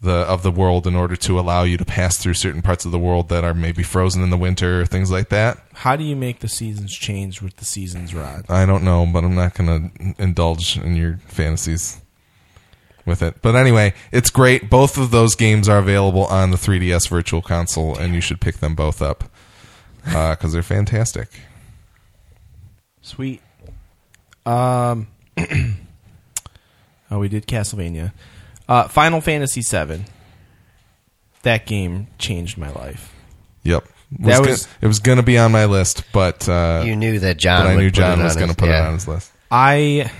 [SPEAKER 2] the of the world in order to allow you to pass through certain parts of the world that are maybe frozen in the winter or things like that.
[SPEAKER 1] How do you make the seasons change with the seasons rod?
[SPEAKER 2] I don't know, but I'm not going to indulge in your fantasies with it. But anyway, it's great. Both of those games are available on the 3DS Virtual Console, and you should pick them both up because they're fantastic.
[SPEAKER 1] Sweet. Um. oh, we did Castlevania. Uh, Final Fantasy VII. That game changed my life.
[SPEAKER 2] Yep. It
[SPEAKER 1] That
[SPEAKER 2] was
[SPEAKER 1] was-
[SPEAKER 2] gonna- it was going to be on my list, but uh,
[SPEAKER 3] you knew that John.
[SPEAKER 2] but I
[SPEAKER 3] would
[SPEAKER 2] knew
[SPEAKER 3] put
[SPEAKER 2] John
[SPEAKER 3] it
[SPEAKER 2] was
[SPEAKER 3] on
[SPEAKER 2] going to
[SPEAKER 3] his-
[SPEAKER 2] put it
[SPEAKER 3] yeah.
[SPEAKER 2] on his list.
[SPEAKER 1] I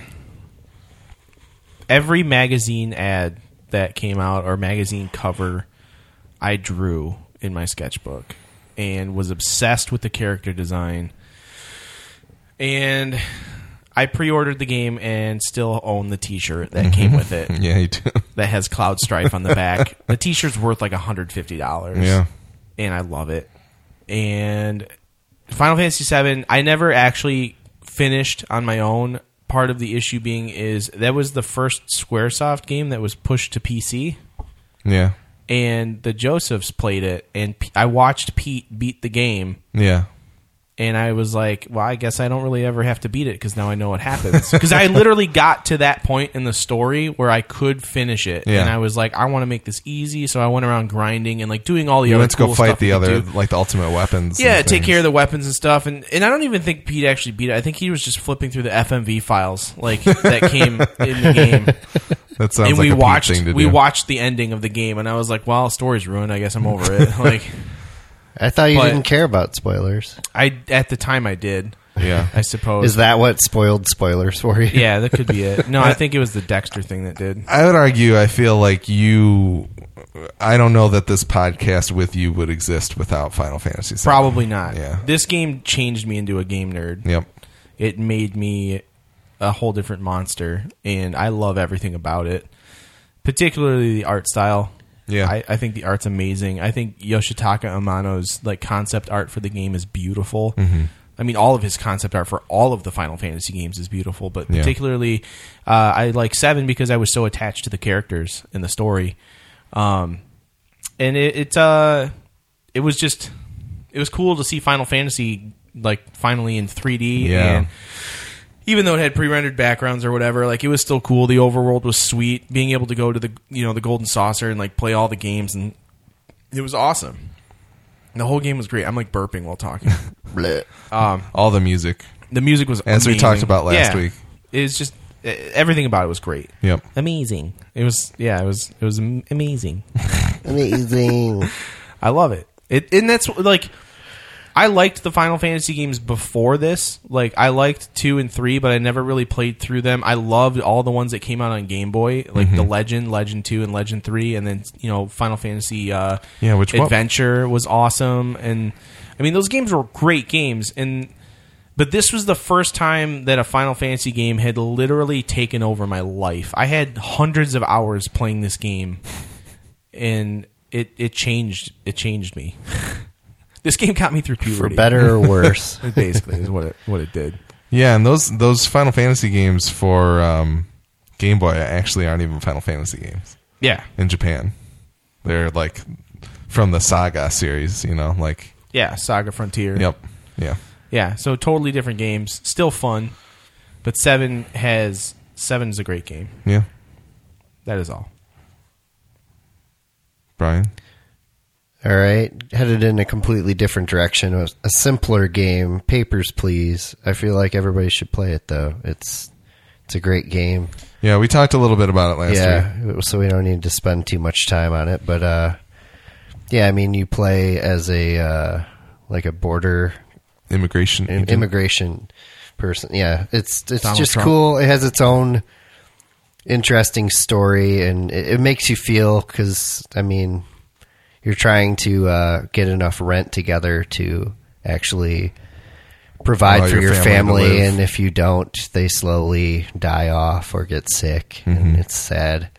[SPEAKER 1] every magazine ad that came out or magazine cover I drew in my sketchbook and was obsessed with the character design. And I pre-ordered the game and still own the t-shirt that came with it
[SPEAKER 2] Yeah, you do.
[SPEAKER 1] that has Cloud Strife on the back. the t-shirt's worth like $150.
[SPEAKER 2] Yeah.
[SPEAKER 1] And I love it. And Final Fantasy 7, I never actually finished on my own. Part of the issue being is that was the first SquareSoft game that was pushed to PC
[SPEAKER 2] Yeah.
[SPEAKER 1] and the Josephs played it and P- I watched Pete beat the game
[SPEAKER 2] Yeah.
[SPEAKER 1] and I was like, well, I guess I don't really ever have to beat it because now I know what happens. Because I literally got to that point in the story where I could finish it,
[SPEAKER 2] Yeah.
[SPEAKER 1] and I was like, I want to make this easy, so I went around grinding and like doing all the
[SPEAKER 2] You
[SPEAKER 1] other
[SPEAKER 2] went to go
[SPEAKER 1] cool
[SPEAKER 2] fight
[SPEAKER 1] stuff
[SPEAKER 2] the
[SPEAKER 1] you
[SPEAKER 2] other,
[SPEAKER 1] do.
[SPEAKER 2] like the ultimate weapons.
[SPEAKER 1] Yeah,
[SPEAKER 2] and
[SPEAKER 1] take
[SPEAKER 2] things.
[SPEAKER 1] care of the weapons and stuff, and and I don't even think Pete actually beat it. I think he was just flipping through the FMV files like that came in the game,
[SPEAKER 2] That sounds
[SPEAKER 1] and
[SPEAKER 2] like
[SPEAKER 1] we
[SPEAKER 2] a Pete
[SPEAKER 1] watched
[SPEAKER 2] thing to
[SPEAKER 1] we
[SPEAKER 2] do.
[SPEAKER 1] watched the ending of the game, and I was like, well, story's ruined. I guess I'm over it. like
[SPEAKER 3] I thought you
[SPEAKER 1] But-
[SPEAKER 3] didn't care about spoilers.
[SPEAKER 1] I at the time I did,
[SPEAKER 2] Yeah.
[SPEAKER 1] I suppose.
[SPEAKER 3] Is that what spoiled spoilers for you?
[SPEAKER 1] Yeah, that could be it. No, I think it was the Dexter thing that did.
[SPEAKER 2] I would argue I feel like you I don't know that this podcast with you would exist without Final Fantasy. VII.
[SPEAKER 1] Probably not.
[SPEAKER 2] Yeah.
[SPEAKER 1] This game changed me into a game nerd.
[SPEAKER 2] Yep.
[SPEAKER 1] It made me a whole different monster, and I love everything about it, particularly the art style.
[SPEAKER 2] Yeah.
[SPEAKER 1] I, I think the art's amazing. I think Yoshitaka Amano's like concept art for the game is beautiful.
[SPEAKER 2] Mm-hmm.
[SPEAKER 1] I mean, all of his concept art for all of the Final Fantasy games is beautiful, but
[SPEAKER 2] Yeah.
[SPEAKER 1] particularly uh, I like Seven because I was so attached to the characters and the story. Um, and it, it's uh, it was just it was cool to see Final Fantasy like finally in 3D.
[SPEAKER 2] Yeah.
[SPEAKER 1] And even though it had pre-rendered backgrounds or whatever, like it was still cool. The overworld was sweet. Being able to go to the you know the Golden Saucer and like play all the games and it was awesome. The whole game was great. I'm like burping while talking.
[SPEAKER 3] Bleh.
[SPEAKER 2] All the music.
[SPEAKER 1] the music was
[SPEAKER 2] As we
[SPEAKER 1] amazing.
[SPEAKER 2] talked about last
[SPEAKER 1] Yeah.
[SPEAKER 2] week.
[SPEAKER 1] It was just e- everything about it was great.
[SPEAKER 2] Yep.
[SPEAKER 1] Amazing. It was yeah. It was it was am- amazing.
[SPEAKER 3] Amazing.
[SPEAKER 1] I love it. It and that's like I liked the Final Fantasy games before this. Like I liked 2 and 3, but I never really played through them. I loved all the ones that came out on Game Boy, like
[SPEAKER 2] Mm-hmm.
[SPEAKER 1] the Legend, Legend 2 and Legend 3 and then, you know, Final Fantasy uh
[SPEAKER 2] Yeah, which one-
[SPEAKER 1] Adventure was awesome and I mean those games were great games and but this was the first time that a Final Fantasy game had literally taken over my life. I had hundreds of hours playing this game and it it changed it changed me. this game got me through
[SPEAKER 3] For
[SPEAKER 1] puberty.
[SPEAKER 3] better or worse.
[SPEAKER 1] basically is what it what it did.
[SPEAKER 2] Yeah, and those those Final Fantasy games for um, Game Boy actually aren't even Final Fantasy games
[SPEAKER 1] Yeah.
[SPEAKER 2] in Japan. They're like from the Saga series, you know, like
[SPEAKER 1] Yeah, Saga Frontier.
[SPEAKER 2] yep. Yeah.
[SPEAKER 1] Yeah, so totally different games, still fun, but seven has seven's a great game.
[SPEAKER 2] Yeah.
[SPEAKER 1] That is all.
[SPEAKER 2] Brian.
[SPEAKER 3] All right, headed in a completely different direction. A a simpler game, Papers, Please. I feel like everybody should play it though. It's it's a great game.
[SPEAKER 2] Yeah, we talked a little bit about it last
[SPEAKER 3] yeah,
[SPEAKER 2] week.
[SPEAKER 3] so we don't need to spend too much time on it. But uh, yeah, I mean, you play as a uh, like a border
[SPEAKER 2] Immigration.
[SPEAKER 3] im-
[SPEAKER 2] agent.
[SPEAKER 3] immigration person. Yeah, it's it's
[SPEAKER 1] Donald
[SPEAKER 3] just
[SPEAKER 1] Trump.
[SPEAKER 3] cool. It has its own interesting story, and it, it makes you feel because I mean, you're trying to uh, get enough rent together to actually provide
[SPEAKER 2] Allow
[SPEAKER 3] for your
[SPEAKER 2] your family
[SPEAKER 3] family,
[SPEAKER 2] to live.
[SPEAKER 3] and if you don't, they slowly die off or get sick, and it's sad.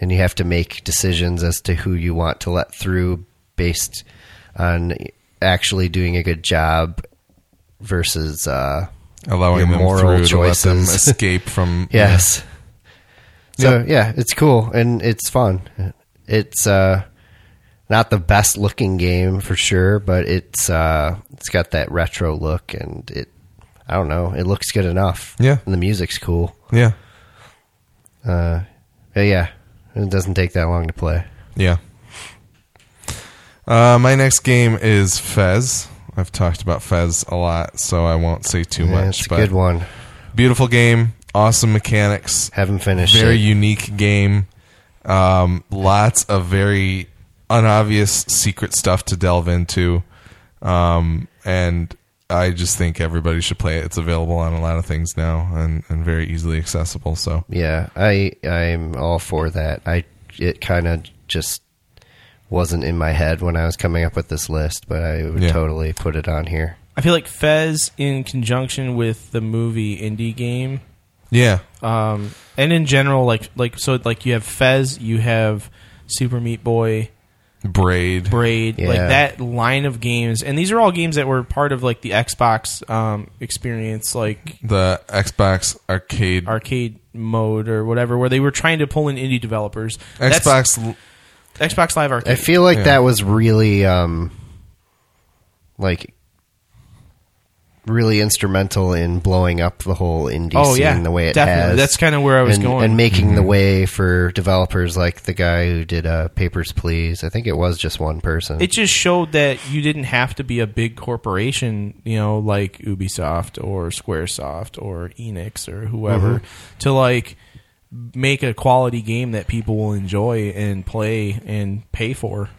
[SPEAKER 3] And you have to make decisions as to who you want to let through based on actually doing a good job versus uh
[SPEAKER 2] allowing
[SPEAKER 3] Your
[SPEAKER 2] them
[SPEAKER 3] moral
[SPEAKER 2] through to let them
[SPEAKER 3] choices.
[SPEAKER 2] escape from
[SPEAKER 3] yes so yeah it's cool and it's fun it's uh not the best looking game for sure but it's uh it's got that retro look and it i don't know it looks good enough
[SPEAKER 2] Yeah.
[SPEAKER 3] and the music's cool
[SPEAKER 2] yeah
[SPEAKER 3] uh but yeah it doesn't take that long to play
[SPEAKER 2] yeah uh, my next game is Fez. I've talked about Fez a lot, so I won't say too
[SPEAKER 3] Yeah,
[SPEAKER 2] much.
[SPEAKER 3] it's a
[SPEAKER 2] but
[SPEAKER 3] good one
[SPEAKER 2] beautiful game, awesome mechanics,
[SPEAKER 3] haven't finished
[SPEAKER 2] very
[SPEAKER 3] it.
[SPEAKER 2] unique game. Um, lots of very unobvious secret stuff to delve into. Um, and I just think everybody should play it. It's available on a lot of things now and, and very easily accessible. So
[SPEAKER 3] Yeah, I I'm all for that. I it kind of just wasn't in my head when I was coming up with this list, but I would
[SPEAKER 2] Yeah.
[SPEAKER 3] totally put it on here.
[SPEAKER 1] I feel like Fez in conjunction with the movie indie game,
[SPEAKER 2] yeah,
[SPEAKER 1] um, and in general, like like so like you have Fez, you have Super Meat Boy,
[SPEAKER 2] Braid.
[SPEAKER 1] Braid, like
[SPEAKER 3] Yeah.
[SPEAKER 1] that line of games, and these are all games that were part of like the Xbox um, experience, like
[SPEAKER 2] the Xbox arcade,
[SPEAKER 1] arcade mode or whatever, where they were trying to pull in indie developers. That's-
[SPEAKER 2] Xbox l-
[SPEAKER 1] Xbox Live
[SPEAKER 3] I
[SPEAKER 1] Arcade.
[SPEAKER 3] feel like
[SPEAKER 2] Yeah.
[SPEAKER 3] that was really um like really instrumental in blowing up the whole indie
[SPEAKER 1] Oh,
[SPEAKER 3] scene
[SPEAKER 1] yeah,
[SPEAKER 3] the way it
[SPEAKER 1] definitely.
[SPEAKER 3] has.
[SPEAKER 1] That's kinda where I was
[SPEAKER 3] and,
[SPEAKER 1] going.
[SPEAKER 3] and making
[SPEAKER 1] Mm-hmm.
[SPEAKER 3] the way for developers like the guy who did uh, Papers Please. I think it was just one person.
[SPEAKER 1] it just showed that you didn't have to be a big corporation, you know, like Ubisoft or Squaresoft or Enix or whoever
[SPEAKER 2] Mm-hmm.
[SPEAKER 1] to like make a quality game that people will enjoy and play and pay for.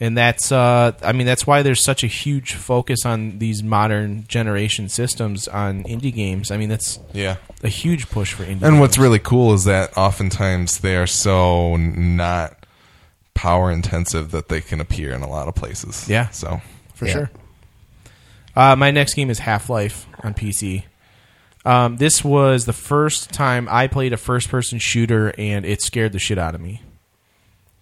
[SPEAKER 1] And that's uh I mean that's why there's such a huge focus on these modern generation systems on indie games. I mean that's
[SPEAKER 2] yeah.
[SPEAKER 1] a huge push for indie.
[SPEAKER 2] And what's
[SPEAKER 1] games.
[SPEAKER 2] really cool is that oftentimes they are so not power intensive that they can appear in a lot of places.
[SPEAKER 1] Yeah.
[SPEAKER 2] So
[SPEAKER 1] for
[SPEAKER 3] Yeah.
[SPEAKER 1] sure. Uh, my next game is Half Life on PC. Um, this was the first time I played a first person shooter, and it scared the shit out of me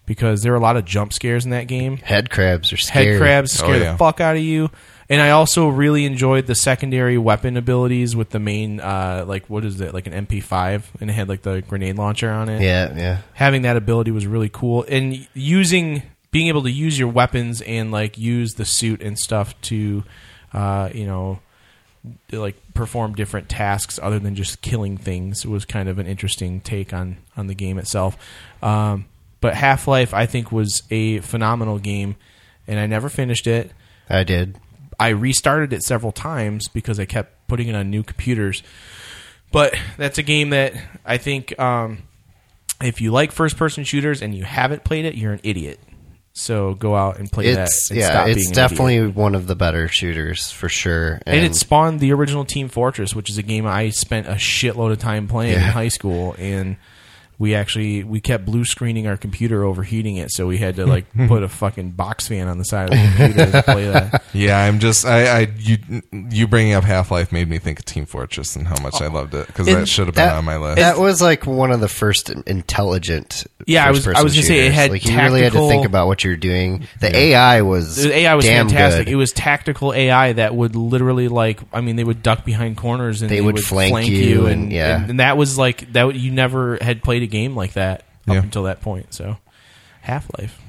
[SPEAKER 1] because there were a lot of jump scares in that game.
[SPEAKER 3] Head crabs are
[SPEAKER 1] Head
[SPEAKER 3] scary.
[SPEAKER 1] crabs
[SPEAKER 2] Oh,
[SPEAKER 1] scare
[SPEAKER 2] yeah.
[SPEAKER 1] the fuck out of you. And I also really enjoyed the secondary weapon abilities with the main, uh, like what is it, like an MP5, and it had like the grenade launcher on it
[SPEAKER 3] Yeah, yeah.
[SPEAKER 1] having that ability was really cool and using being able to use your weapons and like use the suit and stuff to uh, you know like perform different tasks other than just killing things was kind of an interesting take on on the game itself um, but half-life i think was a phenomenal game and i never finished it
[SPEAKER 3] I did.
[SPEAKER 1] I restarted it several times because I kept putting it on new computers. But that's a game that I think um, if you like first person shooters and you haven't played it, you're an idiot. So go out and play
[SPEAKER 3] it's
[SPEAKER 1] that. And
[SPEAKER 3] yeah,
[SPEAKER 1] stop
[SPEAKER 3] it's
[SPEAKER 1] being an
[SPEAKER 3] definitely
[SPEAKER 1] idiot.
[SPEAKER 3] one of the better shooters for sure.
[SPEAKER 1] And, it spawned the original Team Fortress, which is a game I spent a shitload of time playing in
[SPEAKER 3] Yeah.
[SPEAKER 1] high school, and we actually we kept blue screening our computer overheating it, so we had to like put a fucking box fan on the side of the computer to play that.
[SPEAKER 2] Yeah, I'm just I, I you you bringing up Half Life made me think of Team Fortress and how much I loved it because that
[SPEAKER 1] And
[SPEAKER 2] should have been
[SPEAKER 3] that,
[SPEAKER 2] on my list.
[SPEAKER 3] that was like one of the first intelligent.
[SPEAKER 1] Yeah, I was-
[SPEAKER 3] first-person
[SPEAKER 1] I was gonna say it
[SPEAKER 3] shooters.
[SPEAKER 1] had
[SPEAKER 3] like you really had to
[SPEAKER 1] tactical-
[SPEAKER 3] think about what you're doing. The AI was
[SPEAKER 1] The AI was
[SPEAKER 3] damn
[SPEAKER 1] fantastic.
[SPEAKER 3] good.
[SPEAKER 1] It was tactical AI that would literally like I mean they would duck behind corners and
[SPEAKER 3] They would flank you and- yeah.
[SPEAKER 1] and, and that was like that would- you never had played a game like that
[SPEAKER 2] Yeah.
[SPEAKER 1] up until that point. So Half Life,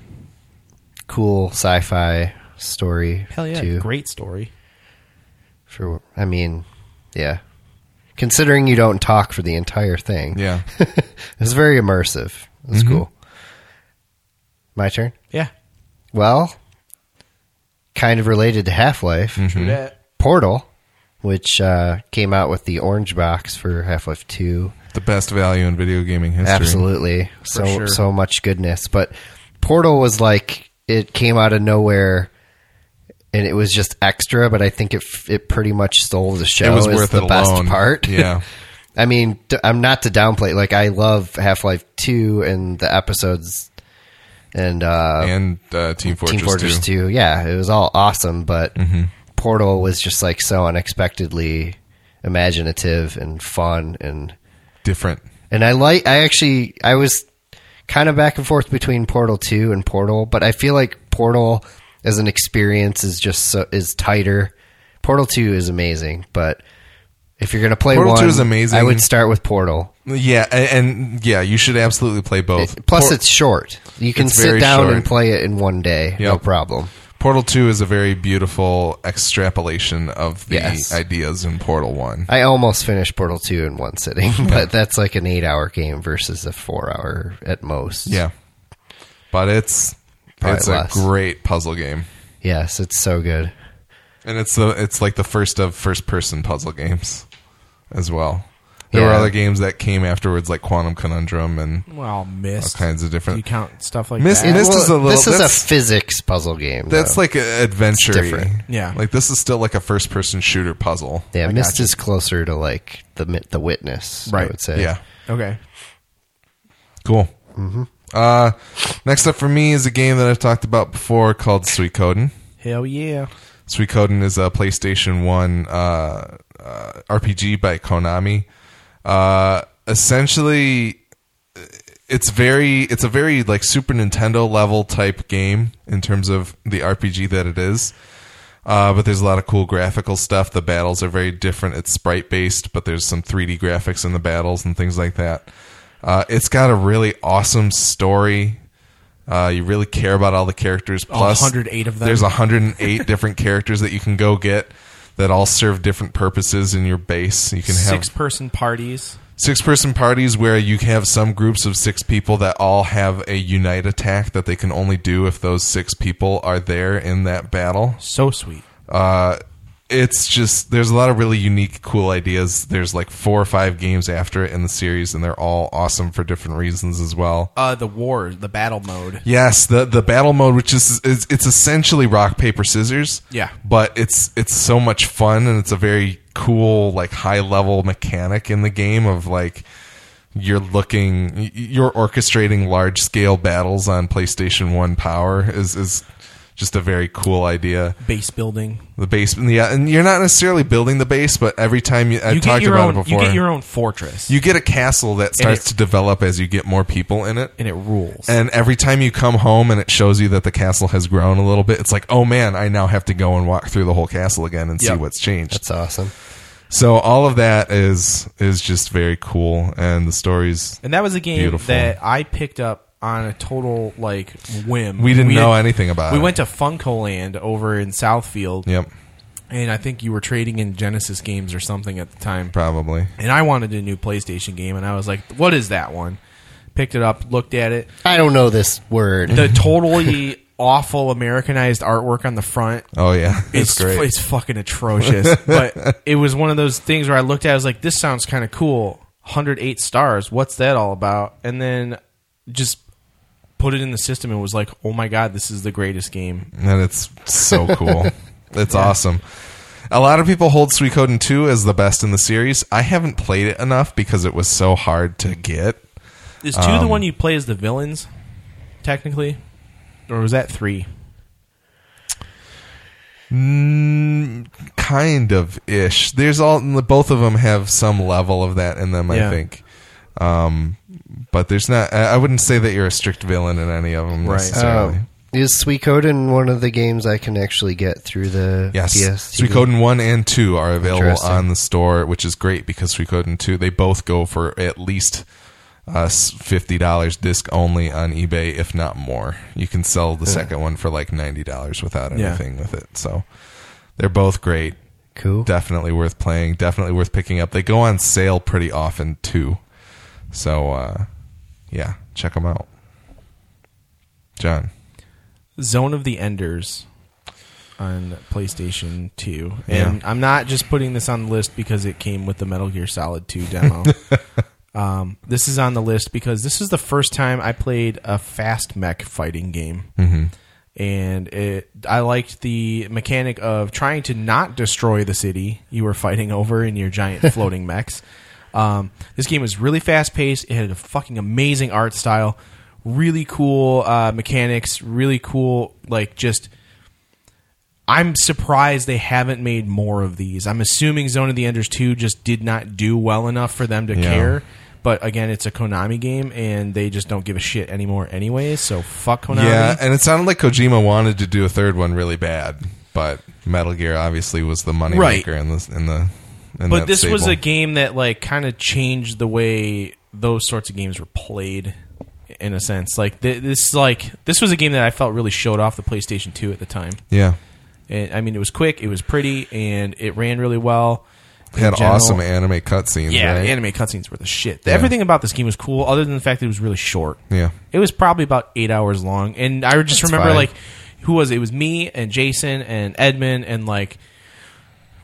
[SPEAKER 3] cool sci-fi story.
[SPEAKER 1] hell yeah,
[SPEAKER 3] too.
[SPEAKER 1] great story.
[SPEAKER 3] For I mean, yeah. Considering you don't talk for the entire thing,
[SPEAKER 2] Yeah.
[SPEAKER 3] it's very immersive. It's cool. My turn.
[SPEAKER 1] Yeah.
[SPEAKER 3] Well, kind of related to Half Life,
[SPEAKER 2] Mm-hmm.
[SPEAKER 1] True that.
[SPEAKER 3] Portal, which uh, came out with the orange box for Half Life Two.
[SPEAKER 2] The best value in video gaming history.
[SPEAKER 3] Absolutely. So
[SPEAKER 1] sure.
[SPEAKER 3] so much goodness. But Portal was like it came out of nowhere and it was just extra, but I think it f- it pretty much stole the show.
[SPEAKER 2] It was
[SPEAKER 3] as
[SPEAKER 2] worth
[SPEAKER 3] the
[SPEAKER 2] it
[SPEAKER 3] best
[SPEAKER 2] alone.
[SPEAKER 3] part.
[SPEAKER 2] Yeah.
[SPEAKER 3] I mean, d- I'm not to downplay. Like I love Half-Life 2 and the episodes and uh
[SPEAKER 2] and uh, Team Fortress, Mm-hmm.
[SPEAKER 3] Team Fortress
[SPEAKER 2] 2.
[SPEAKER 3] 2. Yeah, it was all awesome, but Portal was just like so unexpectedly imaginative and fun and
[SPEAKER 2] Different.
[SPEAKER 3] and I like I actually I was kind of back and forth between Portal 2 and Portal, but I feel like Portal as an experience is just so, is tighter. Portal 2 is amazing, but if you're going to play
[SPEAKER 2] Portal 2
[SPEAKER 3] one,
[SPEAKER 2] is amazing.
[SPEAKER 3] I would start with Portal.
[SPEAKER 2] Yeah, a- and yeah, you should absolutely play both.
[SPEAKER 3] Plus
[SPEAKER 2] Por-
[SPEAKER 3] it's short. You can
[SPEAKER 2] It's
[SPEAKER 3] sit
[SPEAKER 2] very
[SPEAKER 3] down
[SPEAKER 2] short.
[SPEAKER 3] and play it in one day. No
[SPEAKER 2] Yep.
[SPEAKER 3] problem.
[SPEAKER 2] Portal 2 is a very beautiful extrapolation of the
[SPEAKER 3] Yes.
[SPEAKER 2] ideas in Portal 1.
[SPEAKER 3] I almost finished Portal 2 in one sitting, but that's like an 8-hour game versus a 4-hour at most.
[SPEAKER 2] Yeah. But it's
[SPEAKER 3] Probably
[SPEAKER 2] it's
[SPEAKER 3] less.
[SPEAKER 2] a great puzzle game.
[SPEAKER 3] Yes, it's so good.
[SPEAKER 2] And it's the it's like the first of first person puzzle games as well. There were
[SPEAKER 3] Yeah.
[SPEAKER 2] other games that came afterwards like Quantum Conundrum and
[SPEAKER 1] Well, missed.
[SPEAKER 2] all kinds of
[SPEAKER 1] Do you
[SPEAKER 2] different
[SPEAKER 1] count stuff like
[SPEAKER 2] Miss-
[SPEAKER 1] that?
[SPEAKER 2] And this is a little-
[SPEAKER 3] this is a
[SPEAKER 2] that's-
[SPEAKER 3] physics puzzle game.
[SPEAKER 2] That's
[SPEAKER 3] though.
[SPEAKER 2] like a- adventure.
[SPEAKER 3] uh, different.
[SPEAKER 1] Yeah.
[SPEAKER 2] Like this is still like a first person shooter puzzle.
[SPEAKER 3] yeah,
[SPEAKER 1] I
[SPEAKER 3] Mist
[SPEAKER 1] gotcha.
[SPEAKER 3] is closer to like the mi- the witness. I
[SPEAKER 1] Right.
[SPEAKER 3] would say.
[SPEAKER 2] Yeah.
[SPEAKER 1] okay.
[SPEAKER 2] Cool. Uh, next up for me is a game that I've talked about before called Suikoden.
[SPEAKER 1] Hell yeah.
[SPEAKER 2] Suikoden is a PlayStation 1 uh, uh, RPG by Konami. Uh, essentially, it's very it's a very like Super Nintendo level type game in terms of the RPG that it is. Uh, but there's a lot of cool graphical stuff. The battles are very different. It's sprite based, but there's some 3D graphics in the battles and things like that. Uh, it's got a really awesome story. Uh, you really care about all the characters. Plus,
[SPEAKER 1] 108 of them.
[SPEAKER 2] There's 108 different characters that you can go get that all serve different purposes in your base. You can have
[SPEAKER 1] Six person parties.
[SPEAKER 2] six person parties where you have some groups of six people that all have a unite attack that they can only do if those six people are there in that battle.
[SPEAKER 1] So sweet.
[SPEAKER 2] Uh, it's just there's a lot of really unique, cool ideas. There's like four or five games after it in the series, and they're all awesome for different reasons as well.
[SPEAKER 1] Uh, the war, the battle mode.
[SPEAKER 2] Yes, the the battle mode, which is, is it's essentially rock paper scissors.
[SPEAKER 1] Yeah.
[SPEAKER 2] but it's it's so much fun, and it's a very cool like high level mechanic in the game of like you're looking y- you're orchestrating large scale battles on PlayStation One Power is is just a very cool idea.
[SPEAKER 1] Base building.
[SPEAKER 2] The base, yeah, and you're not necessarily building the base, but every time you, I've
[SPEAKER 1] You get
[SPEAKER 2] talked
[SPEAKER 1] your
[SPEAKER 2] about
[SPEAKER 1] own.
[SPEAKER 2] it
[SPEAKER 1] You
[SPEAKER 2] before,
[SPEAKER 1] get your own fortress,
[SPEAKER 2] you get a castle that starts to develop as you get more people in it.
[SPEAKER 1] and it rules.
[SPEAKER 2] And every time you come home and it shows you that the castle has grown a little bit, it's like, oh man, I now have to go and walk through the whole castle again and see
[SPEAKER 1] Yep.
[SPEAKER 2] what's changed.
[SPEAKER 3] that's awesome.
[SPEAKER 2] so all of that is is just very cool, and the stories.
[SPEAKER 1] And that was a game
[SPEAKER 2] Beautiful.
[SPEAKER 1] that I picked up on a total like whim.
[SPEAKER 2] We didn't know anything about
[SPEAKER 1] We
[SPEAKER 2] it.
[SPEAKER 1] went to Funko Land over in Southfield,
[SPEAKER 2] Yep,
[SPEAKER 1] and I think you were trading in Genesis games or something at the time.
[SPEAKER 2] probably.
[SPEAKER 1] And I wanted a new PlayStation game, and I was like, "What is that one?" Picked it up, looked at it.
[SPEAKER 3] I don't know this word.
[SPEAKER 1] The totally awful Americanized artwork on the front.
[SPEAKER 2] Oh yeah,
[SPEAKER 1] It's,
[SPEAKER 2] it's, great.
[SPEAKER 1] it's fucking atrocious. but it was one of those things where I looked at it, I was like, this sounds kind of cool. 108 stars. What's that all about? And then just put it in the system and was like, oh my God, this is the greatest game.
[SPEAKER 2] and it's so cool. it's awesome. A lot of people hold Suikoden 2 as the best in the series. I haven't played it enough because it was so hard to get.
[SPEAKER 1] Is two
[SPEAKER 2] Um,
[SPEAKER 1] the one you play as the villains, technically? Or was that three?
[SPEAKER 2] Mm, kind of ish. There's all both of them have some level of that in them,
[SPEAKER 1] Yeah.
[SPEAKER 2] I think. Um, but there's not. I I wouldn't say that you're a strict villain in any of them
[SPEAKER 1] Right. Oh.
[SPEAKER 2] necessarily.
[SPEAKER 3] Um, is Suikoden one of the games I can actually get through the
[SPEAKER 2] yes,
[SPEAKER 3] PS?
[SPEAKER 2] Suikoden one and two are available
[SPEAKER 3] Interesting.
[SPEAKER 2] on the store, which is great because Suikoden two they both go for at least uh, s- fifty dollars disc only on eBay, if not more. You can sell the second one for like ninety dollars without
[SPEAKER 1] Yeah.
[SPEAKER 2] anything with it. So they're both great.
[SPEAKER 3] Cool.
[SPEAKER 2] Definitely worth playing. Definitely worth picking up. They go on sale pretty often too. So uh, yeah, check them out. John,
[SPEAKER 1] Zone of the Enders on PlayStation 2. And I'm not just putting this on the list because it came with the Metal Gear Solid 2 demo. um, this is on the list because this is the first time I played a fast mech fighting game. Mm-hmm. And it, I liked the mechanic of trying to not destroy the city you were fighting over in your giant floating mechs. Um, this game was really fast paced. It had a fucking amazing art style, really cool uh, mechanics, really cool like just. I'm surprised they haven't made more of these. I'm assuming Zone of the Enders 2 just did not do well enough for them to
[SPEAKER 2] Yeah.
[SPEAKER 1] care. But again, it's a Konami game, and they just don't give a shit anymore, anyways. So fuck Konami.
[SPEAKER 2] yeah, and it sounded like Kojima wanted to do a third one really bad, but Metal Gear obviously was the moneymaker
[SPEAKER 1] Right.
[SPEAKER 2] in the in the. In
[SPEAKER 1] but
[SPEAKER 2] that
[SPEAKER 1] this was
[SPEAKER 2] stable.
[SPEAKER 1] a game that like kind of changed the way those sorts of games were played in a sense like th- this like this was a game that i felt really showed off the playstation 2 at the time
[SPEAKER 2] yeah.
[SPEAKER 1] and i mean it was quick it was pretty and it ran really well in
[SPEAKER 2] Had
[SPEAKER 1] general.
[SPEAKER 2] awesome anime cutscenes.
[SPEAKER 1] yeah
[SPEAKER 2] right?
[SPEAKER 1] the anime cutscenes were the shit
[SPEAKER 2] Yeah.
[SPEAKER 1] everything about this game was cool other than the fact that it was really short
[SPEAKER 2] Yeah.
[SPEAKER 1] it was probably about eight hours long, and I just
[SPEAKER 2] That's
[SPEAKER 1] remember
[SPEAKER 2] fine.
[SPEAKER 1] like who was it? It was me and Jason and Edmund and like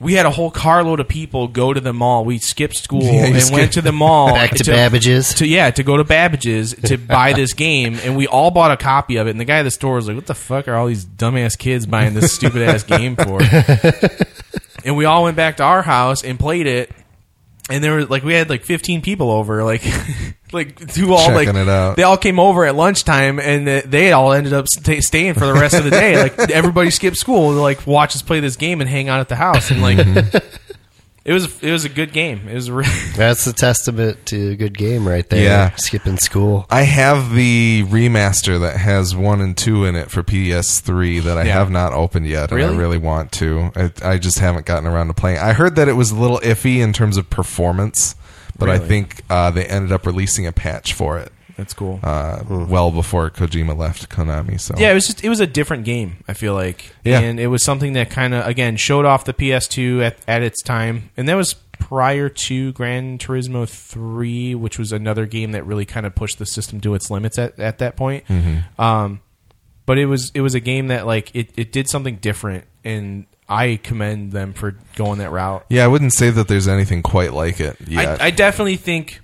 [SPEAKER 1] we had a whole carload of people go to the mall. We skipped school
[SPEAKER 2] you
[SPEAKER 1] and went
[SPEAKER 2] skipped-
[SPEAKER 1] to the mall
[SPEAKER 3] Back to Babbage's.
[SPEAKER 1] To yeah, to go to Babbage's to buy this game, and we all bought a copy of it. And the guy at the store was like, "What the fuck are all these dumbass kids buying this stupid ass game for?" and we all went back to our house and played it. And there were like we had like 15 people over, like like do all like
[SPEAKER 2] Checking it out.
[SPEAKER 1] they all came over at lunchtime, and th- they all ended up sta staying for the rest of the day. Like everybody skipped school to like watch us play this game and hang out at the house, and like it was it was a good game. It was a re-
[SPEAKER 3] That's the testament to a good game right there.
[SPEAKER 2] Yeah.
[SPEAKER 3] Skipping school.
[SPEAKER 2] I have the remaster that has one and two in it for PS3 that I
[SPEAKER 1] Yeah.
[SPEAKER 2] have not opened yet, and
[SPEAKER 1] Really?
[SPEAKER 2] I really want to. I, I just haven't gotten around to playing. I heard that it was a little iffy in terms of performance, but I
[SPEAKER 1] Really?
[SPEAKER 2] think uh, they ended up releasing a patch for it
[SPEAKER 1] that's cool.
[SPEAKER 2] uh,
[SPEAKER 3] Hmm.
[SPEAKER 2] well before Kojima left Konami. So
[SPEAKER 1] Yeah, it was just it was a different game. I feel like,
[SPEAKER 2] Yeah.
[SPEAKER 1] and it was something that kind of again showed off the PS2 at, at its time, and that was prior to Gran Turismo Three, which was another game that really kind of pushed the system to its limits at, at that point. Um, but it was it was a game that like it, it did something different, and I commend them for going that route.
[SPEAKER 2] Yeah, I wouldn't say that there's anything quite like it yet.
[SPEAKER 1] I, I definitely think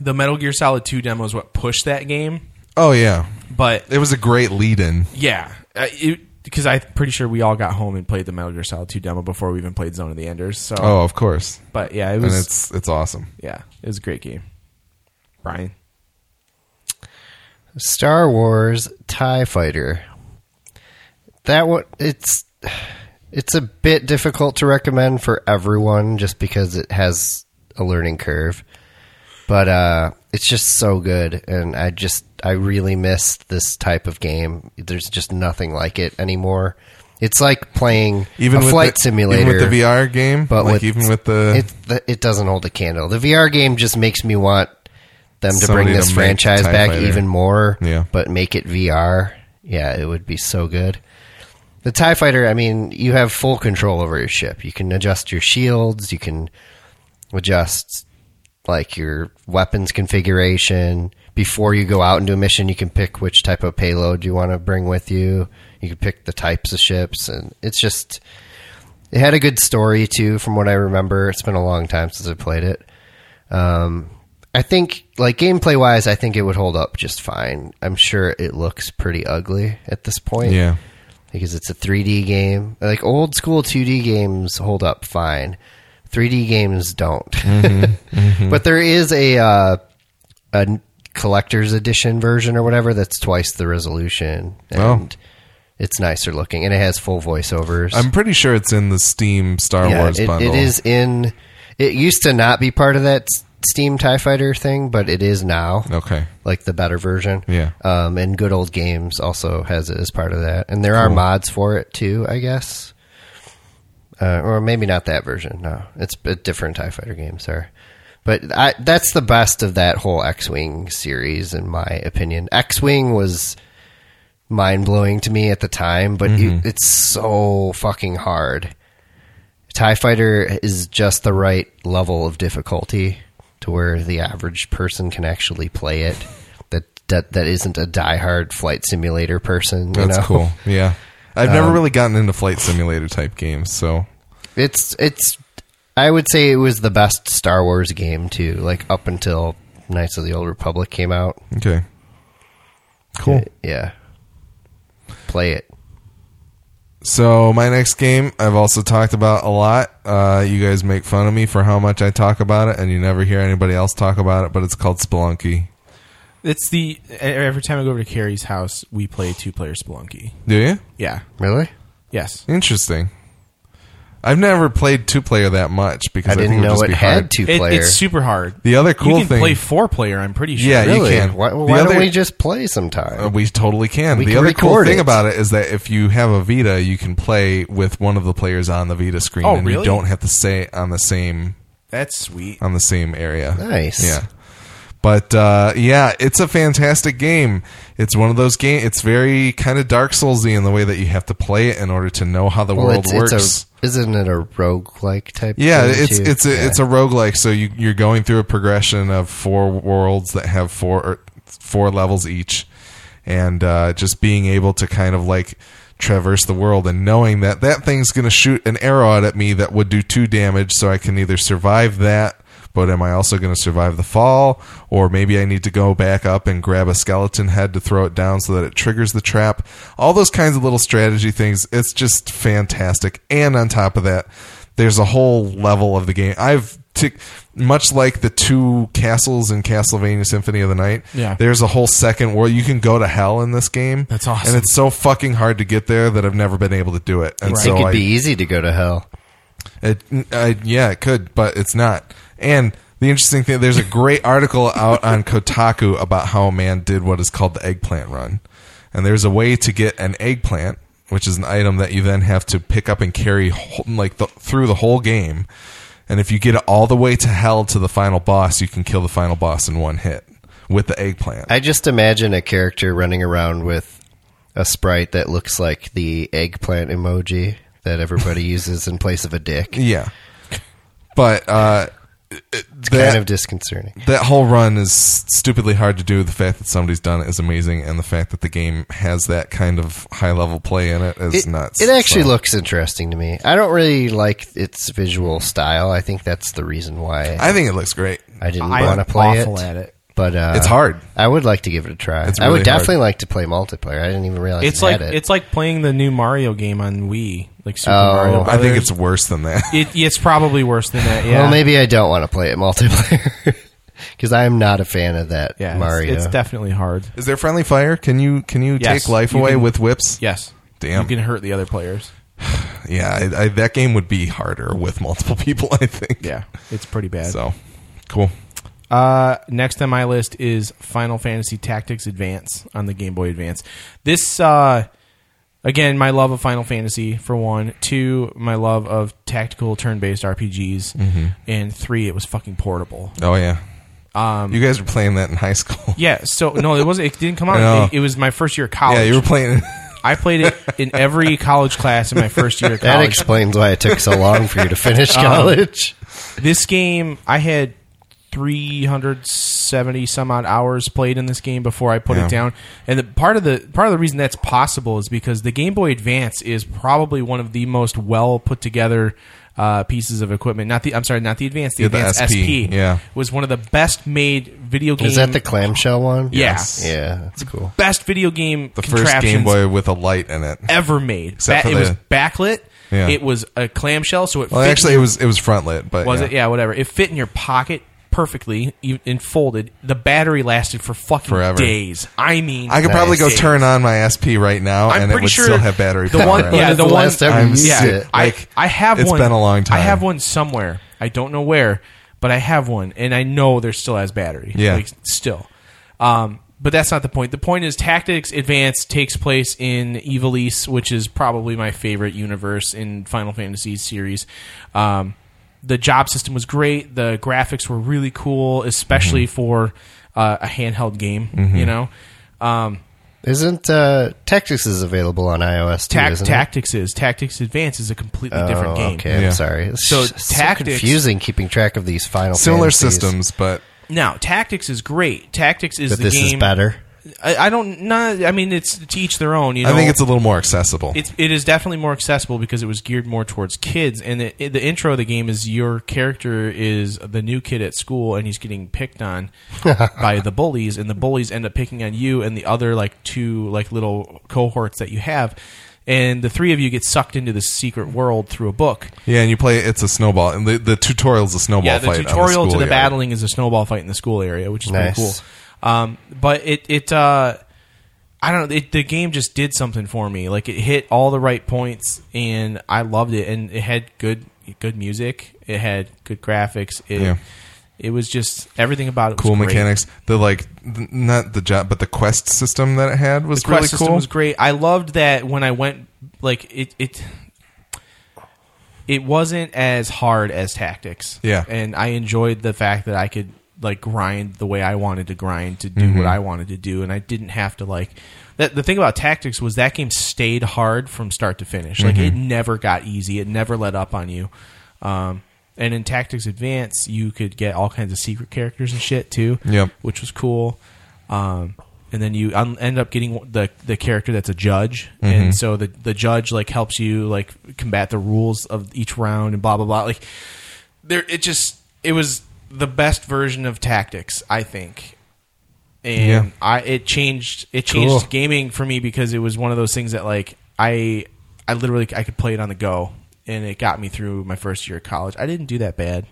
[SPEAKER 1] the Metal Gear Solid Two demo is what pushed that game,
[SPEAKER 2] oh yeah,
[SPEAKER 1] but
[SPEAKER 2] it was a great lead-in.
[SPEAKER 1] Yeah, uh, it, because I'm pretty sure we all got home and played the Metal Gear Solid 2 demo before we even played Zone of the Enders. So,
[SPEAKER 2] Oh, of course,
[SPEAKER 1] but yeah, it
[SPEAKER 2] and
[SPEAKER 1] was
[SPEAKER 2] it's it's awesome.
[SPEAKER 1] yeah, it was a great game. Brian,
[SPEAKER 3] Star Wars Tie Fighter. That one, it's it's a bit difficult to recommend for everyone just because it has a learning curve. But uh, it's just so good, and I just I really miss this type of game. There's just nothing like it anymore. It's like playing
[SPEAKER 2] Even
[SPEAKER 3] a
[SPEAKER 2] with
[SPEAKER 3] flight
[SPEAKER 2] the,
[SPEAKER 3] simulator
[SPEAKER 2] even with the VR game,
[SPEAKER 3] but
[SPEAKER 2] Mm-hmm. like
[SPEAKER 3] with-
[SPEAKER 2] even with the
[SPEAKER 3] it th- it doesn't hold a candle. The VR game just makes me want them to
[SPEAKER 2] Somebody
[SPEAKER 3] bring
[SPEAKER 2] to
[SPEAKER 3] this
[SPEAKER 2] make
[SPEAKER 3] franchise
[SPEAKER 2] TIE
[SPEAKER 3] back
[SPEAKER 2] Fighter.
[SPEAKER 3] even more.
[SPEAKER 2] Yeah.
[SPEAKER 3] but make it VR. Yeah, it would be so good. The Tie Fighter, I mean, you have full control over your ship. You can adjust your shields. You can adjust like your weapons configuration before you go out and do a mission you can pick which type of payload you want to bring with you you can pick the types of ships and it's just it had a good story too from what i remember it's been a long time since i played it um, i think like gameplay wise i think it would hold up just fine i'm sure it looks pretty ugly at this point
[SPEAKER 2] yeah.
[SPEAKER 3] because it's a 3D game. Like old school 2D games hold up fine. 3D games don't.
[SPEAKER 2] Mm-hmm.
[SPEAKER 3] but there is a uh, a collector's edition version or whatever that's twice the resolution
[SPEAKER 2] Oh.
[SPEAKER 3] and it's nicer looking and it has full voiceovers.
[SPEAKER 2] I'm pretty sure it's in the Steam Star Wars
[SPEAKER 3] it,
[SPEAKER 2] bundle.
[SPEAKER 3] it is in it used to not be part of that S- Steam TIE Fighter thing, but it is now
[SPEAKER 2] Okay.
[SPEAKER 3] like the better version.
[SPEAKER 2] Yeah.
[SPEAKER 3] Um, and Good Old Games also has it as part of that, and there are mods for it too, I guess. Uh, or maybe not that version. No, it's a different Tie Fighter game. Sorry, but I, that's the best of that whole X Wing series, in my opinion. X Wing was
[SPEAKER 2] Mm-hmm.
[SPEAKER 3] mind blowing to me at the time, but you- it's so fucking hard Tie Fighter is just the right level of difficulty to where the average person can actually play it. That that that isn't a diehard flight simulator person. You
[SPEAKER 2] That's
[SPEAKER 3] know? Um,
[SPEAKER 2] cool. Yeah. I've never really gotten into flight simulator type games, so
[SPEAKER 3] It's it's. I would say it was the best Star Wars game too. Like up until Knights of the Old Republic came out.
[SPEAKER 2] okay. Cool.
[SPEAKER 3] Yeah. Play it.
[SPEAKER 2] So my next game I've also talked about a lot. Uh, you guys make fun of me for how much I talk about it, and you never hear anybody else talk about it. But it's called Spelunky.
[SPEAKER 1] It's the e-, every time I go over to Carrie's house, we play two player Spelunky.
[SPEAKER 2] Do you?
[SPEAKER 1] Yeah.
[SPEAKER 3] Really?
[SPEAKER 1] Yes.
[SPEAKER 2] Interesting. I've never played two player that much because
[SPEAKER 3] I
[SPEAKER 2] I,
[SPEAKER 3] didn't
[SPEAKER 2] think it would
[SPEAKER 3] know
[SPEAKER 2] just
[SPEAKER 3] it
[SPEAKER 2] be
[SPEAKER 3] had
[SPEAKER 2] hard.
[SPEAKER 3] two
[SPEAKER 1] It,
[SPEAKER 3] player.
[SPEAKER 1] it's super hard.
[SPEAKER 2] The other cool
[SPEAKER 1] you can
[SPEAKER 2] thing-
[SPEAKER 1] play four player. I'm pretty sure.
[SPEAKER 2] Yeah, you
[SPEAKER 3] really?
[SPEAKER 2] can.
[SPEAKER 3] Why,
[SPEAKER 2] The
[SPEAKER 3] why
[SPEAKER 2] other-
[SPEAKER 3] don't we just play sometime?
[SPEAKER 2] Uh, We totally can.
[SPEAKER 3] We
[SPEAKER 2] the
[SPEAKER 3] can
[SPEAKER 2] other cool
[SPEAKER 3] record
[SPEAKER 2] thing
[SPEAKER 3] it.
[SPEAKER 2] about it is that if you have a Vita, you can play with one of the players on the Vita screen,
[SPEAKER 1] Oh,
[SPEAKER 2] and you
[SPEAKER 1] really?
[SPEAKER 2] don't have to stay on the same
[SPEAKER 1] That's sweet.
[SPEAKER 2] on the same area.
[SPEAKER 3] Nice.
[SPEAKER 2] Yeah. But uh, yeah, it's a fantastic game. It's one of those games. It's very kind of Dark Soulsy in the way that you have to play it in order to know how the world
[SPEAKER 3] it's,
[SPEAKER 2] works.
[SPEAKER 3] It's a, isn't it a roguelike type?
[SPEAKER 2] yeah,
[SPEAKER 3] thing,
[SPEAKER 2] it's
[SPEAKER 3] too?
[SPEAKER 2] it's a,
[SPEAKER 3] Yeah.
[SPEAKER 2] it's a roguelike. So you you're going through a progression of four worlds that have four or four levels each, and uh, just being able to kind of like traverse the world and knowing that that thing's going to shoot an arrow out at me that would do two damage, so I can either survive that. But am I also going to survive the fall? Or maybe I need to go back up and grab a skeleton head to throw it down so that it triggers the trap. All those kinds of little strategy things. It's just fantastic. And on top of that, there's a whole level of the game. I've t- much like the two castles in Castlevania Symphony of the Night.
[SPEAKER 1] Yeah.
[SPEAKER 2] There's a whole second world. You can go to hell in this game.
[SPEAKER 1] That's awesome.
[SPEAKER 2] And it's so fucking hard to get there that I've never been able to do it. And
[SPEAKER 3] You'd
[SPEAKER 2] so
[SPEAKER 3] think it'd
[SPEAKER 2] I,
[SPEAKER 3] be easy to go to hell.
[SPEAKER 2] it, I, yeah, it could, but it's not. And the interesting thing, there's a great article out on Kotaku about how a man did what is called the eggplant run. And there's a way to get an eggplant, which is an item that you then have to pick up and carry whole, like the, through the whole game. And if you get it all the way to hell to the final boss, you can kill the final boss in one hit with the eggplant.
[SPEAKER 3] I just imagine a character running around with a sprite that looks like the eggplant emoji that everybody uses in place of a dick.
[SPEAKER 2] yeah. But uh, it's
[SPEAKER 3] Kind of disconcerting.
[SPEAKER 2] that whole run is stupidly hard to do. The fact that somebody's done it is amazing, and the fact that the game has that kind of high level play in it is
[SPEAKER 3] It,
[SPEAKER 2] nuts.
[SPEAKER 3] it actually
[SPEAKER 2] So,
[SPEAKER 3] looks interesting to me. I don't really like its visual style. I think that's the reason why I,
[SPEAKER 2] I think it looks great.
[SPEAKER 3] didn't
[SPEAKER 1] I'm
[SPEAKER 3] want to play
[SPEAKER 1] awful
[SPEAKER 3] it.
[SPEAKER 1] at it.
[SPEAKER 3] But uh,
[SPEAKER 2] It's hard.
[SPEAKER 3] I would like to give it a try.
[SPEAKER 2] It's
[SPEAKER 3] I
[SPEAKER 2] really
[SPEAKER 3] would definitely
[SPEAKER 2] hard.
[SPEAKER 3] like to play multiplayer. I didn't even realize
[SPEAKER 1] It's
[SPEAKER 3] it
[SPEAKER 1] like
[SPEAKER 3] had it.
[SPEAKER 1] it's like playing the new Mario game on Wii, like Super
[SPEAKER 3] Oh.
[SPEAKER 1] Mario.
[SPEAKER 2] I think
[SPEAKER 1] Brothers.
[SPEAKER 2] it's worse than that.
[SPEAKER 1] It, it's probably worse than that. Yeah.
[SPEAKER 3] Well, maybe I don't want to play it multiplayer because I'm not a fan of that
[SPEAKER 1] Yeah. it's-
[SPEAKER 3] Mario.
[SPEAKER 1] It's, definitely hard.
[SPEAKER 2] Is there friendly fire? Can you can you
[SPEAKER 1] Yes,
[SPEAKER 2] take life
[SPEAKER 1] you
[SPEAKER 2] away
[SPEAKER 1] can-
[SPEAKER 2] with whips?
[SPEAKER 1] Yes.
[SPEAKER 2] Damn.
[SPEAKER 1] You can hurt the other players.
[SPEAKER 2] Yeah, I, I, that game would be harder with multiple people. I think.
[SPEAKER 1] Yeah. It's pretty bad.
[SPEAKER 2] So cool.
[SPEAKER 1] Uh, next on my list is Final Fantasy Tactics Advance on the Game Boy Advance. This, uh, again, my love of Final Fantasy for one, two, my love of tactical turn-based RPGs,
[SPEAKER 2] Mm-hmm.
[SPEAKER 1] and three, it was fucking portable.
[SPEAKER 2] Oh yeah. Um, you guys were playing that in high school.
[SPEAKER 1] Yeah, so no, it wasn't. It didn't come out.
[SPEAKER 2] I know.
[SPEAKER 1] It, it was my first year of college.
[SPEAKER 2] Yeah, you were playing.
[SPEAKER 1] I played it in every college class in my first year of
[SPEAKER 3] that
[SPEAKER 1] college. Um,
[SPEAKER 3] explains why it took so long for you to finish college.
[SPEAKER 1] this game, I had 370 some odd hours played in this game before I put
[SPEAKER 2] Yeah.
[SPEAKER 1] it down. And the part of the part of the reason that's possible is because the Game Boy Advance is probably one of the most well put together uh, pieces of equipment. Not the I'm sorry, not the Advance, the
[SPEAKER 2] Yeah, the
[SPEAKER 1] Advance
[SPEAKER 2] SP,
[SPEAKER 1] SP,
[SPEAKER 2] yeah.
[SPEAKER 1] was one of the best made video games.
[SPEAKER 3] Is that the clamshell one?
[SPEAKER 1] Yeah.
[SPEAKER 2] Yes.
[SPEAKER 3] Yeah, that's cool.
[SPEAKER 1] best video game
[SPEAKER 2] The first Game
[SPEAKER 1] contraptions
[SPEAKER 2] Boy with a light in it.
[SPEAKER 1] ever made?
[SPEAKER 2] Except
[SPEAKER 1] Ba-
[SPEAKER 2] for
[SPEAKER 1] it was
[SPEAKER 2] the-
[SPEAKER 1] backlit.
[SPEAKER 2] Yeah.
[SPEAKER 1] It was a clamshell, so it
[SPEAKER 2] Well,
[SPEAKER 1] fit
[SPEAKER 2] actually, it was it was front lit, but
[SPEAKER 1] was
[SPEAKER 2] yeah.
[SPEAKER 1] it? Yeah, whatever. It fit in your pocket perfectly you- and folded. The battery lasted for fucking
[SPEAKER 2] Forever.
[SPEAKER 1] days. I mean,
[SPEAKER 2] I could probably go
[SPEAKER 1] days.
[SPEAKER 2] turn on my in my SP right now,
[SPEAKER 1] I'm
[SPEAKER 2] and it
[SPEAKER 1] pretty
[SPEAKER 2] would
[SPEAKER 1] sure
[SPEAKER 2] still have battery
[SPEAKER 1] The
[SPEAKER 2] power.
[SPEAKER 1] one,
[SPEAKER 3] When
[SPEAKER 1] yeah,
[SPEAKER 3] was
[SPEAKER 1] the
[SPEAKER 3] the
[SPEAKER 1] one.
[SPEAKER 3] last time
[SPEAKER 2] I'm
[SPEAKER 3] you used
[SPEAKER 1] yeah,
[SPEAKER 3] it?
[SPEAKER 1] I,
[SPEAKER 2] Like,
[SPEAKER 1] I have
[SPEAKER 2] it's
[SPEAKER 1] one.
[SPEAKER 2] been a long time.
[SPEAKER 1] I have one somewhere. I don't know where, but I have one, and I know there still has battery.
[SPEAKER 2] Yeah.
[SPEAKER 1] like, still. Um, but that's not the point. The point is Tactics Advance takes place in Evilise, which is probably my favorite universe in Final Fantasy series. Um, the job system was great. The graphics were really
[SPEAKER 2] Mm-hmm.
[SPEAKER 1] cool, especially for uh, a handheld game. You know, um,
[SPEAKER 3] Isn't uh, Tactics is available on iOS too?
[SPEAKER 1] Tac-
[SPEAKER 3] isn't it?
[SPEAKER 1] Tactics is Tactics Advance is a completely different
[SPEAKER 3] Oh,
[SPEAKER 1] game.
[SPEAKER 3] Okay,
[SPEAKER 2] Yeah.
[SPEAKER 3] I'm sorry. It's
[SPEAKER 1] So
[SPEAKER 3] just
[SPEAKER 1] Tactics-
[SPEAKER 3] so confusing keeping track of these final
[SPEAKER 2] Similar
[SPEAKER 3] fantasies,
[SPEAKER 2] systems, but
[SPEAKER 1] Now, Tactics is great. Tactics is
[SPEAKER 3] but
[SPEAKER 1] the
[SPEAKER 3] this
[SPEAKER 1] game.
[SPEAKER 3] is better.
[SPEAKER 1] I, I don't. No, I mean it's to each their own. You know,
[SPEAKER 2] I think it's a little more accessible.
[SPEAKER 1] it's it is definitely more accessible because it was geared more towards kids. And the, the intro of the game is your character is the new kid at school, and he's getting picked on by the bullies, and the bullies end up picking on you and the other like two like little cohorts that you have, and the three of you get sucked into this secret world through a book.
[SPEAKER 2] yeah, and you play it's a snowball, and the, the tutorial's a snowball
[SPEAKER 1] yeah,
[SPEAKER 2] fight.
[SPEAKER 1] the
[SPEAKER 2] on
[SPEAKER 1] tutorial to the
[SPEAKER 2] schoolyard.
[SPEAKER 1] battling is a snowball fight in the school area, which is
[SPEAKER 3] Nice.
[SPEAKER 1] pretty cool. Um, but it it uh, I don't know. It, the game just did something for me. Like it hit all the right points, and I loved it. And it had good good music. It had good graphics. It
[SPEAKER 2] Yeah.
[SPEAKER 1] it was just everything about it.
[SPEAKER 2] Cool
[SPEAKER 1] was great.
[SPEAKER 2] mechanics. The like, th- not the job, but the quest system that it had was
[SPEAKER 1] The quest
[SPEAKER 2] really
[SPEAKER 1] system
[SPEAKER 2] cool.
[SPEAKER 1] was great. I loved that when I went like it it it wasn't as hard as tactics.
[SPEAKER 2] Yeah.
[SPEAKER 1] And I enjoyed the fact that I could like grind the way I wanted to grind to do
[SPEAKER 2] Mm-hmm.
[SPEAKER 1] what I wanted to do and I didn't have to like that the thing about tactics was that game stayed hard from start to finish. Like
[SPEAKER 2] Mm-hmm.
[SPEAKER 1] it never got easy. It never let up on you. Um and in Tactics Advance, you could get all kinds of secret characters and shit too
[SPEAKER 2] Yep.
[SPEAKER 1] which was cool. Um, and then you un- end up getting the the character that's a judge,
[SPEAKER 2] Mm-hmm.
[SPEAKER 1] and so the the judge like helps you like combat the rules of each round and blah blah blah. Like there, it just it was the best version of tactics, I think. And
[SPEAKER 2] Yeah.
[SPEAKER 1] I it changed it changed
[SPEAKER 2] Cool.
[SPEAKER 1] gaming for me because it was one of those things that like I I literally I could play it on the go, and it got me through my first year of college. I didn't do that bad,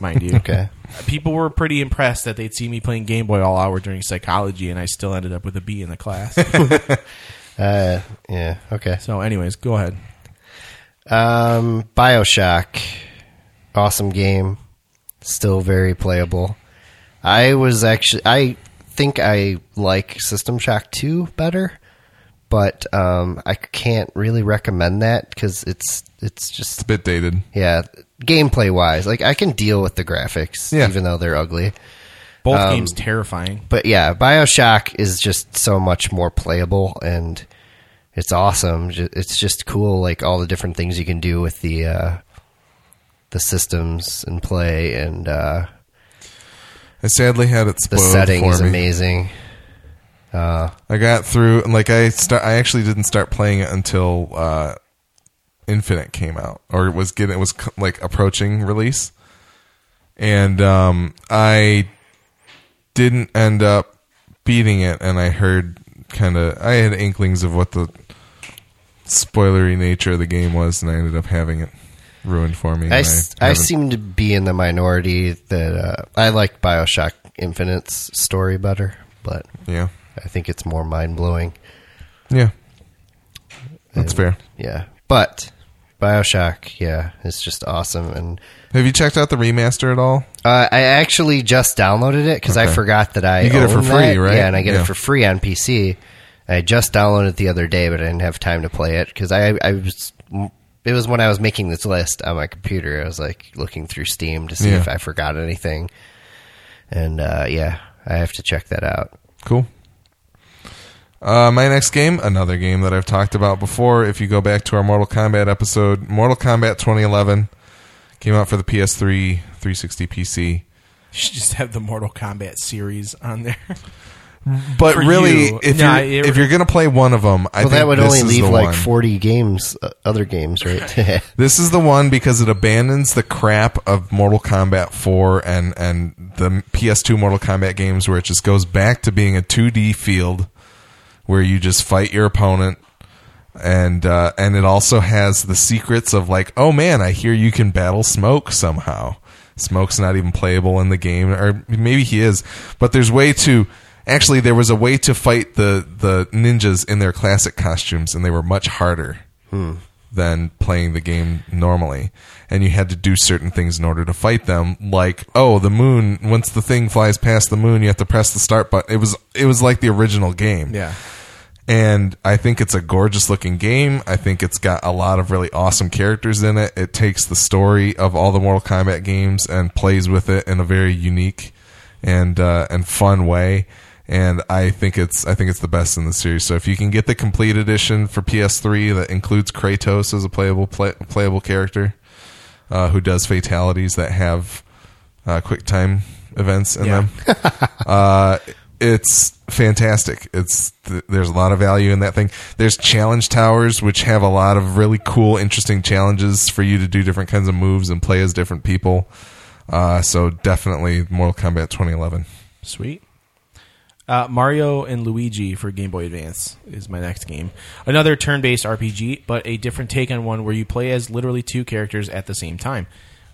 [SPEAKER 1] mind you
[SPEAKER 3] Okay,
[SPEAKER 1] people were pretty impressed that they'd see me playing Game Boy all hour during psychology, and I still ended up with a B in the class.
[SPEAKER 3] uh, yeah, okay.
[SPEAKER 1] so, anyways, go ahead.
[SPEAKER 3] Um, Bioshock, awesome game, still very playable. I was actually, I think I like System Shock Two better, but um, I can't really recommend that because it's it's
[SPEAKER 2] It's a
[SPEAKER 3] just
[SPEAKER 2] bit dated.
[SPEAKER 3] yeah, gameplay wise, like I can deal with the graphics
[SPEAKER 2] Yeah.
[SPEAKER 3] even though they're ugly.
[SPEAKER 1] Both games terrifying.
[SPEAKER 3] But yeah, Bioshock is just so much more playable and it's awesome. Ju- It's just cool, like all the different things you can do with the uh, the systems and play, and uh,
[SPEAKER 2] I sadly had it
[SPEAKER 3] the
[SPEAKER 2] spoiled
[SPEAKER 3] setting
[SPEAKER 2] for
[SPEAKER 3] is
[SPEAKER 2] me.
[SPEAKER 3] amazing.
[SPEAKER 2] I got through, and like I start, I actually didn't start playing it until uh, Infinite came out, or it was getting, it was c- like approaching release, and um, I didn't end up beating it, and I heard kind of, I had inklings of what the spoilery nature of the game was, and I ended up having it ruined for me. and
[SPEAKER 3] I, s- I
[SPEAKER 2] haven't-
[SPEAKER 3] seem to be in the minority that uh, I like Bioshock Infinite's story better, but
[SPEAKER 2] yeah,
[SPEAKER 3] I think it's more mind blowing.
[SPEAKER 2] yeah, that's fair.
[SPEAKER 3] Yeah, but Bioshock, yeah, it's just awesome and.
[SPEAKER 2] Have you checked out the remaster at all?
[SPEAKER 3] Uh, I actually just downloaded it because I
[SPEAKER 2] Okay.
[SPEAKER 3] forgot that I
[SPEAKER 2] You get it for
[SPEAKER 3] own
[SPEAKER 2] free,
[SPEAKER 3] that.
[SPEAKER 2] right?
[SPEAKER 3] Yeah, and I get
[SPEAKER 2] Yeah.
[SPEAKER 3] it for free on PC. I just downloaded it the other day, but I didn't have time to play it because I, I was. It was when I was making this list on my computer. I was like looking through Steam to see
[SPEAKER 2] Yeah.
[SPEAKER 3] if I forgot anything, and uh, yeah, I have to check that out.
[SPEAKER 2] Cool. Uh, my next game, another game that I've talked about before. If you go back to our Mortal Kombat episode, Mortal Kombat 2011 came out for the PS3, 360, PC.
[SPEAKER 1] You should just have the Mortal Kombat series on there.
[SPEAKER 2] But
[SPEAKER 1] For
[SPEAKER 2] really,
[SPEAKER 1] you.
[SPEAKER 2] if
[SPEAKER 1] Nah,
[SPEAKER 2] you're
[SPEAKER 1] it-
[SPEAKER 2] if you're gonna play one of them, I
[SPEAKER 3] Well,
[SPEAKER 2] think
[SPEAKER 3] that would
[SPEAKER 2] this
[SPEAKER 3] only
[SPEAKER 2] is
[SPEAKER 3] leave
[SPEAKER 2] the
[SPEAKER 3] like
[SPEAKER 2] one.
[SPEAKER 3] forty games, uh, other games, right?
[SPEAKER 2] This is the one because it abandons the crap of Mortal Kombat 4 and and the PS2 Mortal Kombat games where it just goes back to being a 2D field where you just fight your opponent and uh, and it also has the secrets of like oh man I hear you can battle Smoke somehow. Smoke's not even playable in the game or maybe he is, but there's way to actually there was a way to fight the the ninjas in their classic costumes and they were much harder than playing the game normally. And you had to do certain things in order to fight them, like oh, the moon. Once the thing flies past the moon, you have to press the start button. It was it was like the original game.
[SPEAKER 1] Yeah.
[SPEAKER 2] And I think it's a gorgeous looking game. I think it's got a lot of really awesome characters in it. It takes the story of all the Mortal Kombat games and plays with it in a very unique and uh, and fun way. and I think it's I think it's the best in the series. So if you can get the complete edition for PS3 that includes Kratos as a playable play, playable character uh, who does fatalities that have uh, quick time events in
[SPEAKER 1] Yeah.
[SPEAKER 2] them, uh, it's fantastic. It's th- there's a lot of value in that thing. There's challenge towers which have a lot of really cool, interesting challenges for you to do different kinds of moves and play as different people. Uh, so definitely Mortal Kombat 2011.
[SPEAKER 1] Sweet. Uh, Mario and Luigi for Game Boy Advance is my next game. Another turn based RPG, but a different take on one where you play as literally two characters at the same time.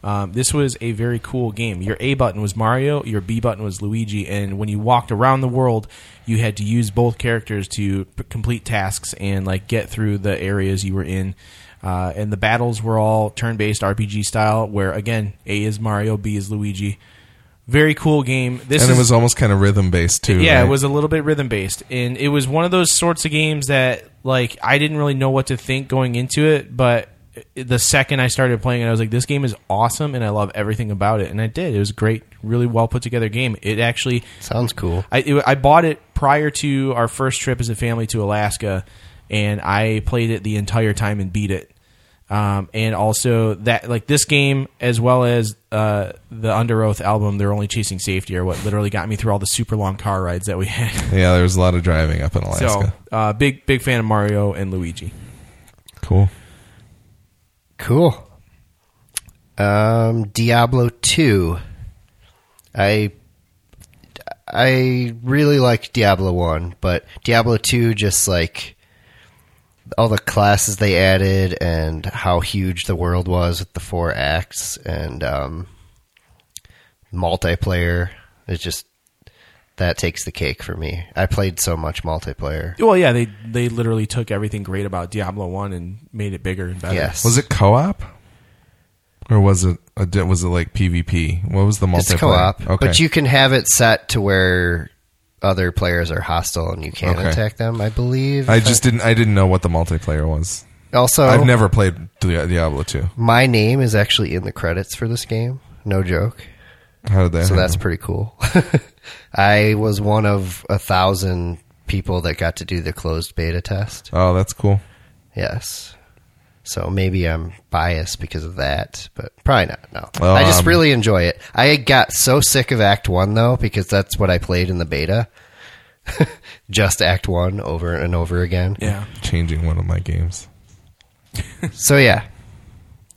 [SPEAKER 1] Um, this was a very cool game. Your A button was Mario, your B button was Luigi, and when you walked around the world, you had to use both characters to p- complete tasks and like get through the areas you were in. Uh, and the battles were all turn based RPG style, where again A is Mario, B is Luigi. Very cool game. This
[SPEAKER 2] and
[SPEAKER 1] is,
[SPEAKER 2] it was almost kind of rhythm based too.
[SPEAKER 1] yeah,
[SPEAKER 2] right?
[SPEAKER 1] it was a little bit rhythm based, and it was one of those sorts of games that like I didn't really know what to think going into it, but the second I started playing it, I was like, "This game is awesome, and I love everything about it." And I did. It was a great, really well put together game. It actually
[SPEAKER 3] Sounds cool.
[SPEAKER 1] I, it, I bought it prior to our first trip as a family to Alaska, and I played it the entire time and beat it. Um, and also that like this game as well as uh, the Under Oath album, they're only chasing safety, are what literally got me through all the super long car rides that we had.
[SPEAKER 2] Yeah, there was a lot of driving up in Alaska.
[SPEAKER 1] so uh, big big fan of Mario and Luigi.
[SPEAKER 2] cool.
[SPEAKER 3] Cool. Um, Diablo two. I I really like Diablo one, but Diablo two just like all the classes they added and how huge the world was with the four acts and um, multiplayer. It's just that takes the cake for me. I played so much multiplayer.
[SPEAKER 1] Well, yeah, they they literally took everything great about Diablo One and made it bigger and better.
[SPEAKER 3] Yes,
[SPEAKER 2] Was it co-op, or was it a, di- was it like PvP? What was the multiplayer?
[SPEAKER 3] It's co-op,
[SPEAKER 2] Okay.
[SPEAKER 3] but you can have it set to where other players are hostile and you can't
[SPEAKER 2] Okay.
[SPEAKER 3] attack them. I believe.
[SPEAKER 2] I just didn't. I didn't know what the multiplayer was.
[SPEAKER 3] also
[SPEAKER 2] I've never played Di- Diablo two.
[SPEAKER 3] my name is actually in the credits for this game. No joke.
[SPEAKER 2] How did that?
[SPEAKER 3] So that's
[SPEAKER 2] happen?
[SPEAKER 3] pretty cool. I was one of a thousand people that got to do the closed beta test.
[SPEAKER 2] oh, that's cool.
[SPEAKER 3] Yes. So maybe I'm biased because of that, but probably not. No,
[SPEAKER 2] Well,
[SPEAKER 3] I just
[SPEAKER 2] um,
[SPEAKER 3] really enjoy it. I got so sick of Act One though because that's what I played in the beta, just Act One over and over again.
[SPEAKER 1] Yeah.
[SPEAKER 2] Changing one of my games.
[SPEAKER 3] So yeah,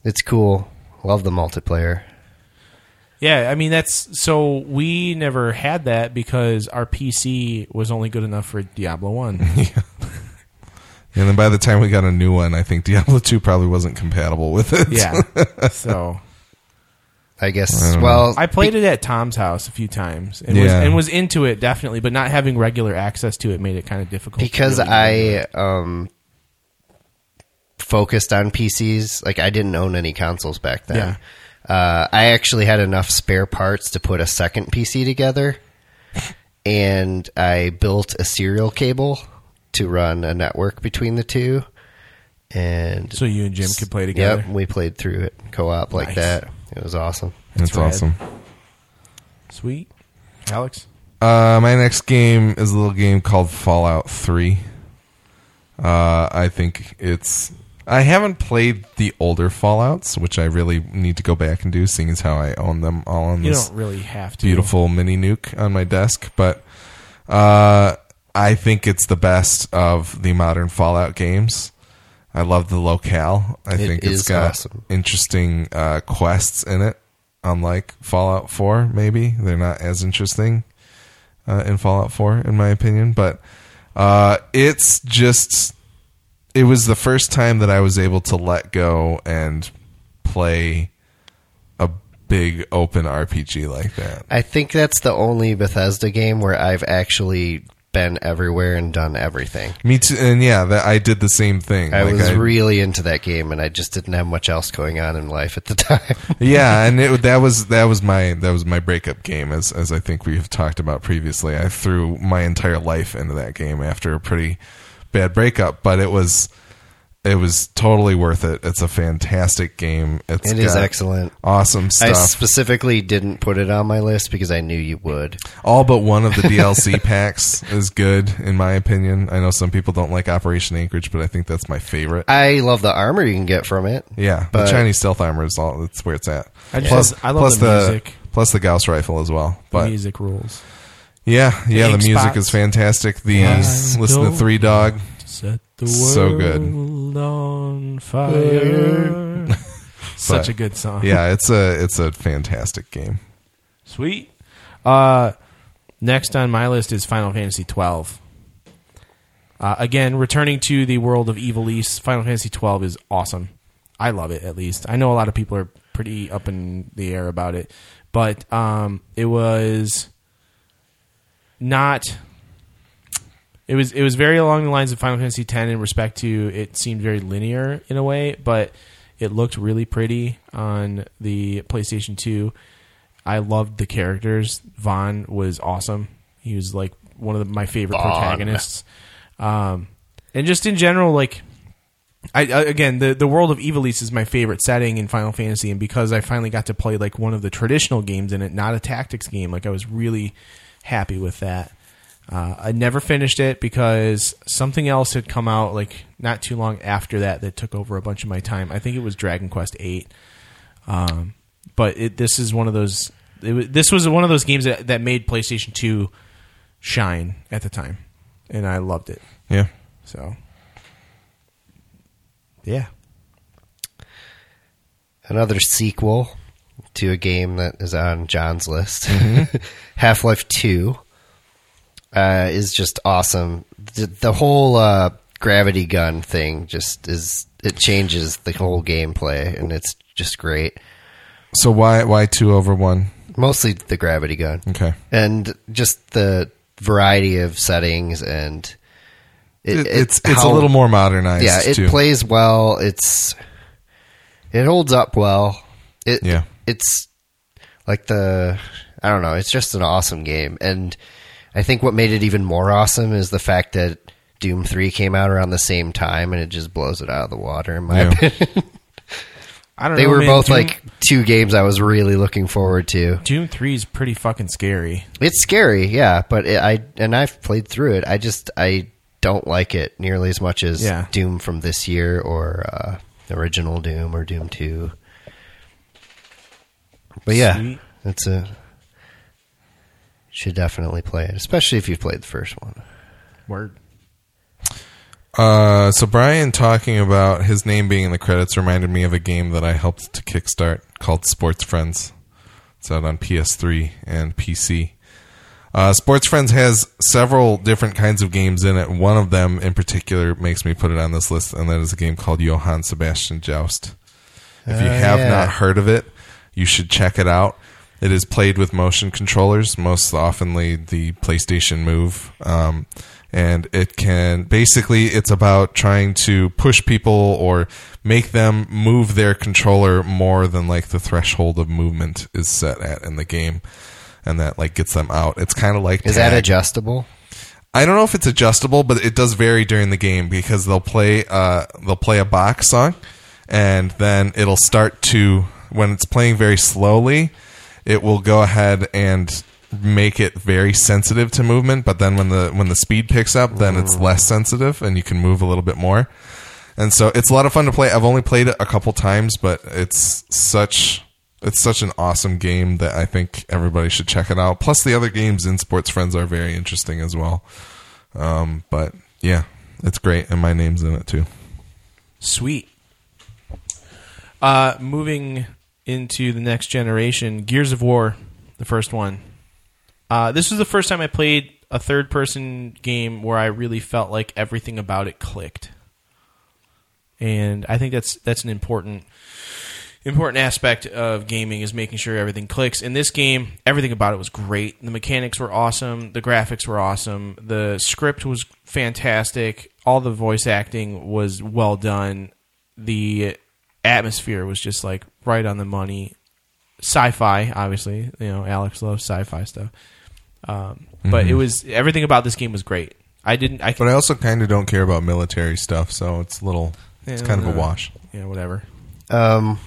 [SPEAKER 3] it's cool. Love the multiplayer.
[SPEAKER 1] Yeah, I mean that's so we never had that because our PC was only good enough for Diablo One.
[SPEAKER 2] And then by the time we got a new one, I think Diablo two probably wasn't compatible with it.
[SPEAKER 1] yeah, so
[SPEAKER 3] I
[SPEAKER 2] I
[SPEAKER 3] guess.
[SPEAKER 2] don't
[SPEAKER 3] well,
[SPEAKER 1] I played it at Tom's house a few times and was
[SPEAKER 2] Yeah.
[SPEAKER 1] and was into it definitely, but not having regular access to it made it kind of difficult to
[SPEAKER 3] because
[SPEAKER 1] really-
[SPEAKER 3] I um focused on PCs. Like I didn't own any consoles back then. Uh, I actually had enough spare parts to put a second PC together, and I built a serial cable to run a network between the two. And
[SPEAKER 1] so you and Jim could play together.
[SPEAKER 3] Yep, we played through it co-op like
[SPEAKER 1] Nice.
[SPEAKER 3] that. It was awesome.
[SPEAKER 2] that's,
[SPEAKER 1] That's rad.
[SPEAKER 2] awesome.
[SPEAKER 1] Sweet, Alex.
[SPEAKER 2] Uh, my next game is a little game called Fallout Three. Uh, I think it's. I haven't played the older Fallout's, which I really need to go back and do, seeing as how I own them all on
[SPEAKER 1] You
[SPEAKER 2] this
[SPEAKER 1] don't really have to.
[SPEAKER 2] beautiful mini nuke on my desk. But uh, I think it's the best of the modern Fallout games. I love the locale. I
[SPEAKER 3] It
[SPEAKER 2] think
[SPEAKER 3] is
[SPEAKER 2] it's got
[SPEAKER 3] awesome.
[SPEAKER 2] interesting uh, quests in it, unlike Fallout 4, maybe. They're not as interesting uh, in Fallout 4, in my opinion. But uh, it's just. It was the first time that I was able to let go and play a big open RPG like that.
[SPEAKER 3] I think that's the only Bethesda game where I've actually been everywhere and done everything.
[SPEAKER 2] Me too. And yeah, that I did the same thing.
[SPEAKER 3] I
[SPEAKER 2] Like,
[SPEAKER 3] was really into that game, and I just didn't have much else going on in life at the time.
[SPEAKER 2] yeah, and it, that was that was my that was my breakup game, as as I think we have talked about previously. I threw my entire life into that game after a pretty bad breakup, but it was It was totally worth it. It's a fantastic game. It's
[SPEAKER 3] It is
[SPEAKER 2] got
[SPEAKER 3] excellent.
[SPEAKER 2] Awesome
[SPEAKER 3] I
[SPEAKER 2] stuff.
[SPEAKER 3] specifically didn't put it on my list because I knew you would.
[SPEAKER 2] All but one of the DLC packs is good, in my opinion. I know some people don't like Operation Anchorage, but I think that's my favorite.
[SPEAKER 3] I love the armor you can get from it.
[SPEAKER 2] yeah,
[SPEAKER 3] but-
[SPEAKER 2] the Chinese stealth armor is all. That's where it's at.
[SPEAKER 1] I just-
[SPEAKER 2] plus,
[SPEAKER 1] I love
[SPEAKER 2] plus
[SPEAKER 1] the
[SPEAKER 2] the,
[SPEAKER 1] music.
[SPEAKER 2] plus the Gauss rifle as well. But
[SPEAKER 1] music rules.
[SPEAKER 2] yeah, yeah, the
[SPEAKER 1] ink
[SPEAKER 2] music
[SPEAKER 1] spots.
[SPEAKER 2] is fantastic. The
[SPEAKER 1] Yes.
[SPEAKER 2] listen to Three Dog.
[SPEAKER 1] Set the world
[SPEAKER 2] So good.
[SPEAKER 1] on fire. Such
[SPEAKER 2] But-
[SPEAKER 1] a good song.
[SPEAKER 2] Yeah, it's a it's a fantastic game.
[SPEAKER 1] Sweet. Uh, next on my list is Final Fantasy twelve. Uh, again, returning to the world of Evil East, Final Fantasy twelve is awesome. I love it. At least I know a lot of people are pretty up in the air about it, but um, it was not. It was it was very along the lines of Final Fantasy X in respect to it seemed very linear in a way, but it looked really pretty on the PlayStation Two. I loved the characters. Vaughn was awesome. He was like one of the, my favorite protagonists. Um, and just in general, like I, I again the the world of Evilise is my favorite setting in Final Fantasy, and because I finally got to play like one of the traditional games in it, not a tactics game, like I was really happy with that. Uh, I never finished it because something else had come out like not too long after that that took over a bunch of my time. I think it was Dragon Quest Eight. Um, but it, this is one of those. It, wa- this was one of those games that, that made PlayStation Two shine at the time, and I loved it.
[SPEAKER 2] Yeah,
[SPEAKER 1] So, yeah,
[SPEAKER 3] Another sequel to a game that is on John's list. Half Life 2 uh, is just awesome. The, the whole uh, gravity gun thing just is, it changes the whole gameplay and it's just great.
[SPEAKER 2] So why why two over one?
[SPEAKER 3] Mostly the gravity gun.
[SPEAKER 2] Okay,
[SPEAKER 3] and just the variety of settings and
[SPEAKER 2] it, it's it's
[SPEAKER 3] how-
[SPEAKER 2] a little more modernized.
[SPEAKER 3] yeah it
[SPEAKER 2] too.
[SPEAKER 3] plays well it's it holds up well it
[SPEAKER 2] Yeah.
[SPEAKER 3] it's like the i don't know it's just an awesome game and i think what made it even more awesome is the fact that doom 3 came out around the same time and it just blows it out of the water in my
[SPEAKER 2] Yeah.
[SPEAKER 3] opinion
[SPEAKER 1] I don't.
[SPEAKER 3] they
[SPEAKER 1] know,
[SPEAKER 3] were
[SPEAKER 1] man.
[SPEAKER 3] both
[SPEAKER 1] Doom-
[SPEAKER 3] like two games i was really looking forward to
[SPEAKER 1] Doom Three is pretty fucking scary.
[SPEAKER 3] It's scary, yeah, but it, I and I've played through it. I just I don't like it nearly as much as
[SPEAKER 1] Yeah.
[SPEAKER 3] Doom from this year or uh, the original Doom or Doom Two. But yeah,
[SPEAKER 1] Sweet.
[SPEAKER 3] it's a should definitely play it, especially if you've played the first one.
[SPEAKER 1] Word.
[SPEAKER 2] Uh, so Brian talking about his name being in the credits reminded me of a game that I helped to kickstart called Sports Friends. It's out on PS3 and PC. Uh, Sports Friends has several different kinds of games in it. One of them in particular makes me put it on this list, and that is a game called Johann Sebastian Joust. If you
[SPEAKER 3] Oh,
[SPEAKER 2] have
[SPEAKER 3] yeah.
[SPEAKER 2] not heard of it, you should check it out. It is played with motion controllers, most oftenly the PlayStation Move, um, and it can basically it's about trying to push people or make them move their controller more than like the threshold of movement is set at in the game, and that like gets them out. It's kind of like
[SPEAKER 3] Is that
[SPEAKER 2] tag.
[SPEAKER 3] adjustable?
[SPEAKER 2] I don't know if it's adjustable, but it does vary during the game because they'll play uh, they'll play a Bach song, and then it'll start to when it's playing very slowly, it will go ahead and make it very sensitive to movement. But then when the when the speed picks up, then it's less sensitive, and you can move a little bit more. And so it's a lot of fun to play. I've only played it a couple times, but it's such it's such an awesome game that I think everybody should check it out. Plus, the other games in Sports Friends are very interesting as well. Um, but yeah, it's great, and my name's in it too.
[SPEAKER 1] Sweet. Uh, moving into the next generation, Gears of War, the first one. Uh, this was the first time I played a third person game where I really felt like everything about it clicked. And I think that's that's an important important aspect of gaming is making sure everything clicks. In this game, everything about it was great. The mechanics were awesome. The graphics were awesome. The script was fantastic. All the voice acting was well done. The atmosphere was just like right on the money. Sci-fi, obviously, you know, Alex loves sci-fi stuff. Um, But it was everything about this game was great. I didn't. I
[SPEAKER 2] But I also kind of don't care about military stuff, so it's a little It's kind of a
[SPEAKER 1] uh,
[SPEAKER 2] wash.
[SPEAKER 1] Yeah, whatever.
[SPEAKER 3] Um,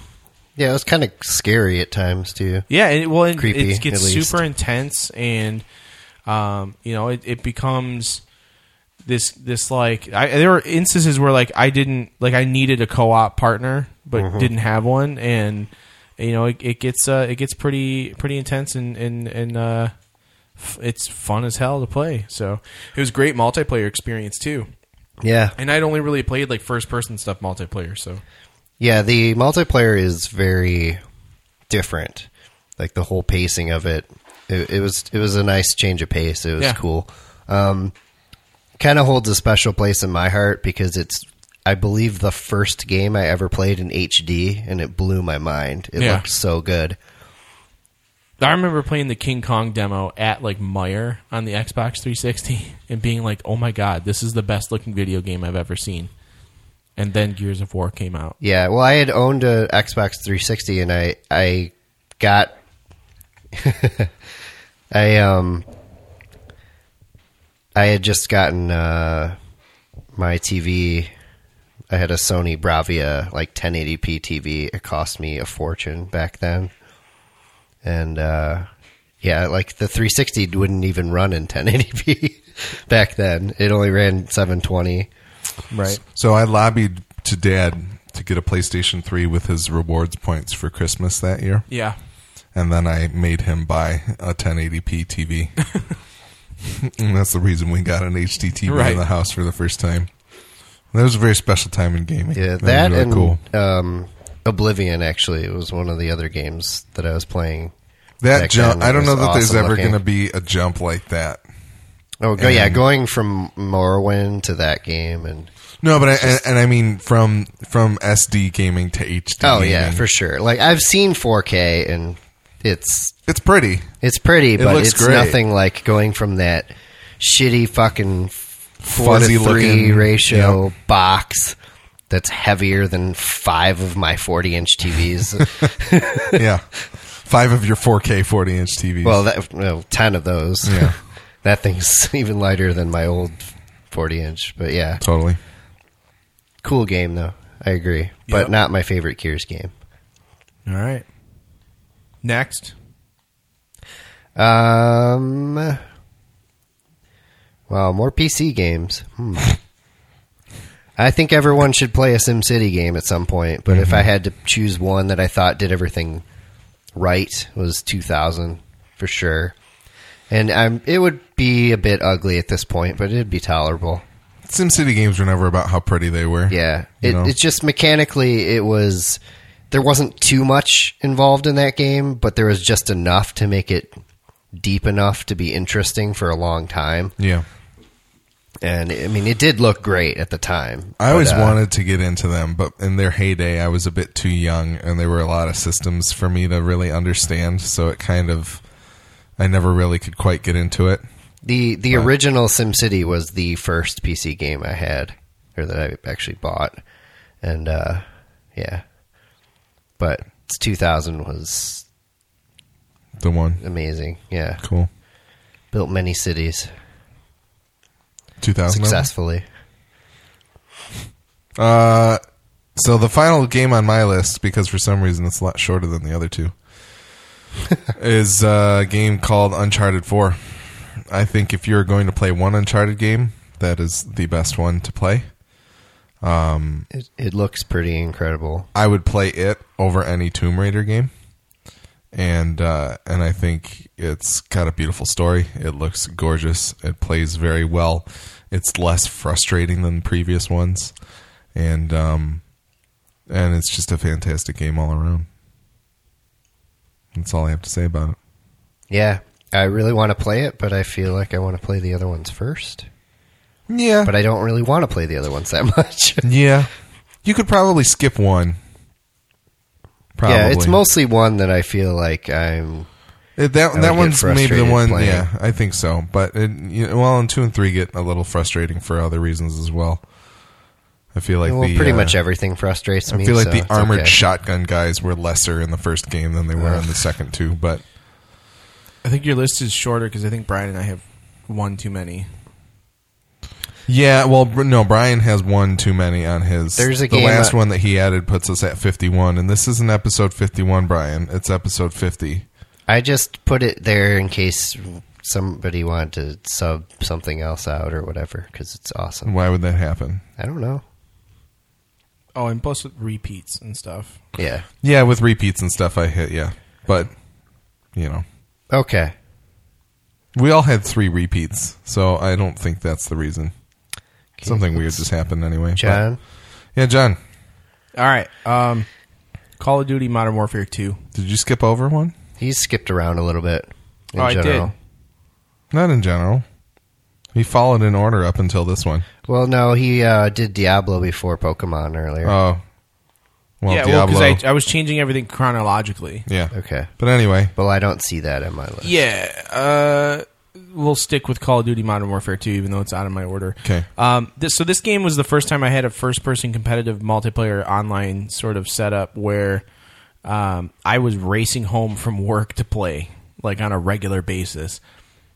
[SPEAKER 3] yeah, it was kind of scary at times too.
[SPEAKER 1] Yeah, and it, well, it,
[SPEAKER 3] Creepy,
[SPEAKER 1] it gets
[SPEAKER 3] at least.
[SPEAKER 1] super intense, and um, you know, it, it becomes this this like I, there were instances where like I didn't like I needed a co op partner, but
[SPEAKER 3] Mm-hmm.
[SPEAKER 1] didn't have one, and you know, it, it gets uh, it gets pretty pretty intense, and and and uh, f- it's fun as hell to play. So it was great multiplayer experience too.
[SPEAKER 3] Yeah,
[SPEAKER 1] And I'd only really played like first person stuff multiplayer, so
[SPEAKER 3] yeah. The multiplayer is very different. Like the whole pacing of it, it, it was it was a nice change of pace. It was
[SPEAKER 1] Yeah.
[SPEAKER 3] cool. Um, kind of holds a special place in my heart because it's. I believe the first game I ever played in HD, and it blew my mind. It
[SPEAKER 1] Yeah.
[SPEAKER 3] looked so good.
[SPEAKER 1] I remember playing the King Kong demo at like Meyer on the Xbox 360 and being like, "Oh my god, this is the best looking video game I've ever seen." And then Gears of War came out.
[SPEAKER 3] Yeah, well, I had owned a Xbox 360, and I I got I um I had just gotten uh, my TV. I had a Sony Bravia like 1080p TV. It cost me a fortune back then, and uh, yeah, like the 360 wouldn't even run in 1080p back then. It only ran 720.
[SPEAKER 1] Right.
[SPEAKER 2] So I lobbied to Dad to get a PlayStation 3 with his rewards points for Christmas that year,
[SPEAKER 1] Yeah.
[SPEAKER 2] and then I made him buy a 1080p TV. and that's the reason we got an HD TV
[SPEAKER 1] Right.
[SPEAKER 2] in the house for the first time. That was a very special time in gaming.
[SPEAKER 3] Yeah,
[SPEAKER 2] That was
[SPEAKER 3] that
[SPEAKER 2] really
[SPEAKER 3] and
[SPEAKER 2] cool.
[SPEAKER 3] um, Oblivion actually was one of the other games that I was playing.
[SPEAKER 2] That
[SPEAKER 3] back
[SPEAKER 2] jump,
[SPEAKER 3] then
[SPEAKER 2] I don't
[SPEAKER 3] was
[SPEAKER 2] know that there's
[SPEAKER 3] awesome
[SPEAKER 2] ever
[SPEAKER 3] looking.
[SPEAKER 2] going to be a jump like that.
[SPEAKER 3] Oh, go, yeah,
[SPEAKER 2] And-
[SPEAKER 3] going from Morrowind to that game, and
[SPEAKER 2] No, but I, and, and I mean from from SD gaming to HD.
[SPEAKER 3] oh yeah,
[SPEAKER 2] gaming.
[SPEAKER 3] for sure. Like I've seen 4K, and it's
[SPEAKER 2] it's pretty.
[SPEAKER 3] it's pretty, but
[SPEAKER 2] looks
[SPEAKER 3] it's
[SPEAKER 2] great.
[SPEAKER 3] nothing like going from that shitty fucking four
[SPEAKER 2] Fuzzy
[SPEAKER 3] to three
[SPEAKER 2] looking-
[SPEAKER 3] ratio box that's heavier than five of my 40 inch TVs.
[SPEAKER 2] yeah, five of your 4K 40 inch TVs.
[SPEAKER 3] Well, that well, ten of those.
[SPEAKER 2] Yeah.
[SPEAKER 3] that thing's even lighter than my old forty-inch. But yeah,
[SPEAKER 2] totally.
[SPEAKER 3] cool game though. I agree,
[SPEAKER 1] Yep.
[SPEAKER 3] but not my favorite Gears game.
[SPEAKER 1] All right. Next.
[SPEAKER 3] Um, wow, more PC games. Hmm. I think everyone should play a SimCity game at some point. But if I had to choose one that I thought did everything right, was 2000 for sure. And I'm, it would be a bit ugly at this point, but it'd be tolerable.
[SPEAKER 2] SimCity games were never about how pretty they were.
[SPEAKER 3] Yeah,
[SPEAKER 2] You
[SPEAKER 3] it,
[SPEAKER 2] know?
[SPEAKER 3] it's just mechanically, it was there wasn't too much involved in that game, but there was just enough to make it deep enough to be interesting for a long time.
[SPEAKER 2] yeah.
[SPEAKER 3] And I mean, it did look great at the time.
[SPEAKER 2] I always
[SPEAKER 3] but, uh,
[SPEAKER 2] wanted to get into them, but in their heyday, I was a bit too young, and there were a lot of systems for me to really understand. So it kind of, I never really could quite get into it.
[SPEAKER 3] the the original SimCity was the first PC game I had, or that I actually bought, and uh, yeah, but 2000 was
[SPEAKER 2] The one,
[SPEAKER 3] amazing. Yeah,
[SPEAKER 2] cool,
[SPEAKER 3] built many cities
[SPEAKER 2] 2000
[SPEAKER 3] successfully.
[SPEAKER 2] Uh, so the final game on my list, because for some reason it's a lot shorter than the other two, is a game called Uncharted 4. I think if you're going to play one Uncharted game, that is the best one to play.
[SPEAKER 3] It, it looks pretty incredible.
[SPEAKER 2] I would play it over any Tomb Raider game. And uh, and I think it's got a beautiful story. It looks gorgeous. It plays very well. It's less frustrating than previous ones, and um, and it's just a fantastic game all around. That's all I have to say about it.
[SPEAKER 3] Yeah, I really want to play it, but I feel like I want to play the other ones first.
[SPEAKER 2] Yeah,
[SPEAKER 3] But I don't really want to play the other ones that much.
[SPEAKER 2] yeah. You could probably skip one. Probably.
[SPEAKER 3] yeah, it's mostly one that I feel like I'm.
[SPEAKER 2] It, that
[SPEAKER 3] would
[SPEAKER 2] that
[SPEAKER 3] get
[SPEAKER 2] one's maybe the
[SPEAKER 3] frustrated
[SPEAKER 2] one.
[SPEAKER 3] playing.
[SPEAKER 2] Yeah, I think so. But it, you know, well, and two and three get a little frustrating for other reasons as well. I feel like
[SPEAKER 3] well,
[SPEAKER 2] the
[SPEAKER 3] pretty
[SPEAKER 2] uh,
[SPEAKER 3] much everything frustrates
[SPEAKER 2] I
[SPEAKER 3] me.
[SPEAKER 2] feel like
[SPEAKER 3] so
[SPEAKER 2] the
[SPEAKER 3] it's
[SPEAKER 2] armored
[SPEAKER 3] okay.
[SPEAKER 2] shotgun guys were lesser in the first game than they were in the second two. But
[SPEAKER 1] I think your list is shorter because I think Brian and I have one too many.
[SPEAKER 2] Yeah, well, br- no, Brian has one too many on his.
[SPEAKER 3] There's a
[SPEAKER 2] the
[SPEAKER 3] game uh,
[SPEAKER 2] last
[SPEAKER 3] that-
[SPEAKER 2] one that he added puts us at fifty-one, and this isn't episode fifty-one, Brian. It's episode fifty.
[SPEAKER 3] I just put it there in case somebody wanted to sub something else out or whatever because it's awesome.
[SPEAKER 2] Why would that happen?
[SPEAKER 3] I don't know.
[SPEAKER 1] Oh, and plus repeats and stuff.
[SPEAKER 3] Yeah.
[SPEAKER 2] Yeah, with repeats and stuff, I hit. Yeah, but you know,
[SPEAKER 3] Okay.
[SPEAKER 2] we all had three repeats, so I don't think that's the reason. Something weird just happened anyway. but-
[SPEAKER 3] John,
[SPEAKER 2] yeah, John,
[SPEAKER 1] All right. Um, Call of Duty Modern Warfare 2.
[SPEAKER 2] did you skip over one?
[SPEAKER 3] he's skipped around a little bit. In
[SPEAKER 1] Oh, I did.
[SPEAKER 3] general.
[SPEAKER 2] Not in general. He followed in order up until this one.
[SPEAKER 3] Well, no, he uh, did Diablo before Pokemon earlier.
[SPEAKER 2] Oh, well,
[SPEAKER 1] yeah, well,
[SPEAKER 2] Diablo.
[SPEAKER 1] because I, I was changing everything chronologically.
[SPEAKER 2] yeah,
[SPEAKER 3] okay.
[SPEAKER 2] but anyway,
[SPEAKER 3] Well, I don't see that in my list.
[SPEAKER 1] Yeah. Uh, we'll stick with Call of Duty Modern Warfare 2, even though it's out of my order.
[SPEAKER 2] Okay.
[SPEAKER 1] Um, this, so this game was the first time I had a first person competitive multiplayer online sort of setup where um, I was racing home from work to play, like on a regular basis.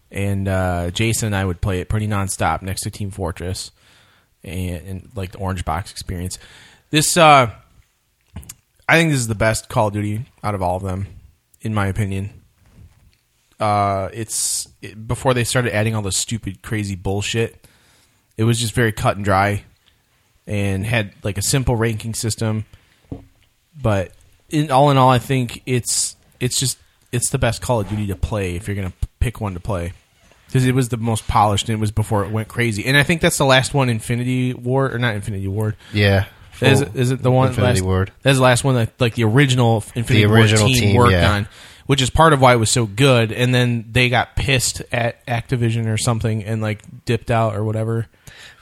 [SPEAKER 1] And uh, Jason and I would play it pretty nonstop next to Team Fortress and, and like the Orange Box experience. This. Uh, I think this is the best Call of Duty out of all of them, in my opinion. Uh, it's it, before they started adding all the stupid, crazy bullshit. It was just very cut and dry, and had like a simple ranking system. But in all in all, I think it's it's just it's the best Call of Duty to play if you're gonna p- pick one to play because it was the most polished and it was before it went crazy. And I think that's the last one, Infinity War or not Infinity Ward.
[SPEAKER 3] Yeah. Full
[SPEAKER 1] Is, is it the one
[SPEAKER 3] Infinity
[SPEAKER 1] last,
[SPEAKER 3] Ward.
[SPEAKER 1] That's the last one that like the original Infinity
[SPEAKER 3] The original
[SPEAKER 1] War team,
[SPEAKER 3] team,
[SPEAKER 1] worked
[SPEAKER 3] yeah.
[SPEAKER 1] on, which is part of why it was so good. And then they got pissed at Activision or something and like dipped out or whatever.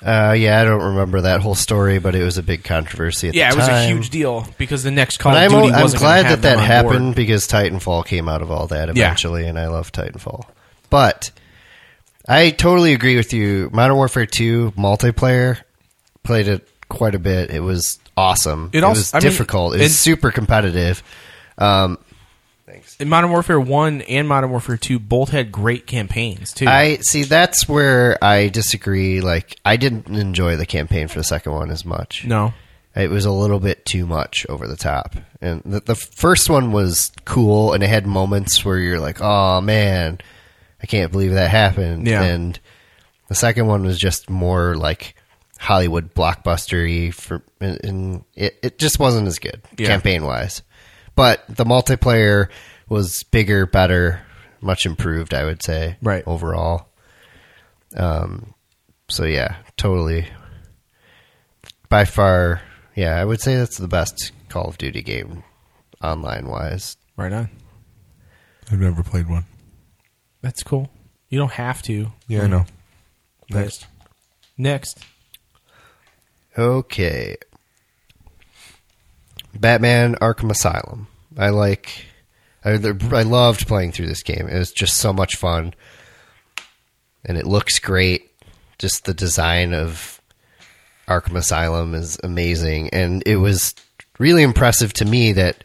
[SPEAKER 3] Uh, yeah, I don't remember that whole story, but it was a big controversy at
[SPEAKER 1] Yeah,
[SPEAKER 3] the
[SPEAKER 1] it was a
[SPEAKER 3] time.
[SPEAKER 1] huge deal because the next Call
[SPEAKER 3] But
[SPEAKER 1] of
[SPEAKER 3] I'm,
[SPEAKER 1] Duty.
[SPEAKER 3] I'm
[SPEAKER 1] wasn't gonna
[SPEAKER 3] glad
[SPEAKER 1] have
[SPEAKER 3] that that
[SPEAKER 1] them on board.
[SPEAKER 3] happened because Titanfall came out of all that
[SPEAKER 1] Yeah.
[SPEAKER 3] eventually, and I love Titanfall. But I totally agree with you. Modern Warfare 2 multiplayer played it quite a bit. It was awesome.
[SPEAKER 1] It
[SPEAKER 3] It,
[SPEAKER 1] also-
[SPEAKER 3] was
[SPEAKER 1] I mean,
[SPEAKER 3] difficult. it was
[SPEAKER 1] and-
[SPEAKER 3] super competitive. Um,
[SPEAKER 1] And Modern Warfare One and Modern Warfare Two both had great campaigns too.
[SPEAKER 3] I see. That's where I disagree. Like, I didn't enjoy the campaign for the second one as much.
[SPEAKER 1] no,
[SPEAKER 3] it was a little bit too much over the top. And the, the first one was cool, and it had moments where you're like, "Oh man, I can't believe that happened."
[SPEAKER 1] Yeah.
[SPEAKER 3] And the second one was just more like Hollywood blockbustery for, and, and it it just wasn't as good
[SPEAKER 1] Yeah.
[SPEAKER 3] campaign wise. But the multiplayer was bigger, better, much improved. I would say,
[SPEAKER 1] Right.
[SPEAKER 3] overall. Um. So yeah, totally by far, yeah, I would say that's the best Call of Duty game online wise.
[SPEAKER 1] right on.
[SPEAKER 2] I've never played one.
[SPEAKER 1] That's cool. You don't have to.
[SPEAKER 2] Yeah, I know.
[SPEAKER 1] but-
[SPEAKER 2] Next.
[SPEAKER 1] Next.
[SPEAKER 3] Okay. Batman Arkham Asylum. I like I I loved playing through this game. It was just so much fun. And it looks great. Just the design of Arkham Asylum is amazing and it was really impressive to me that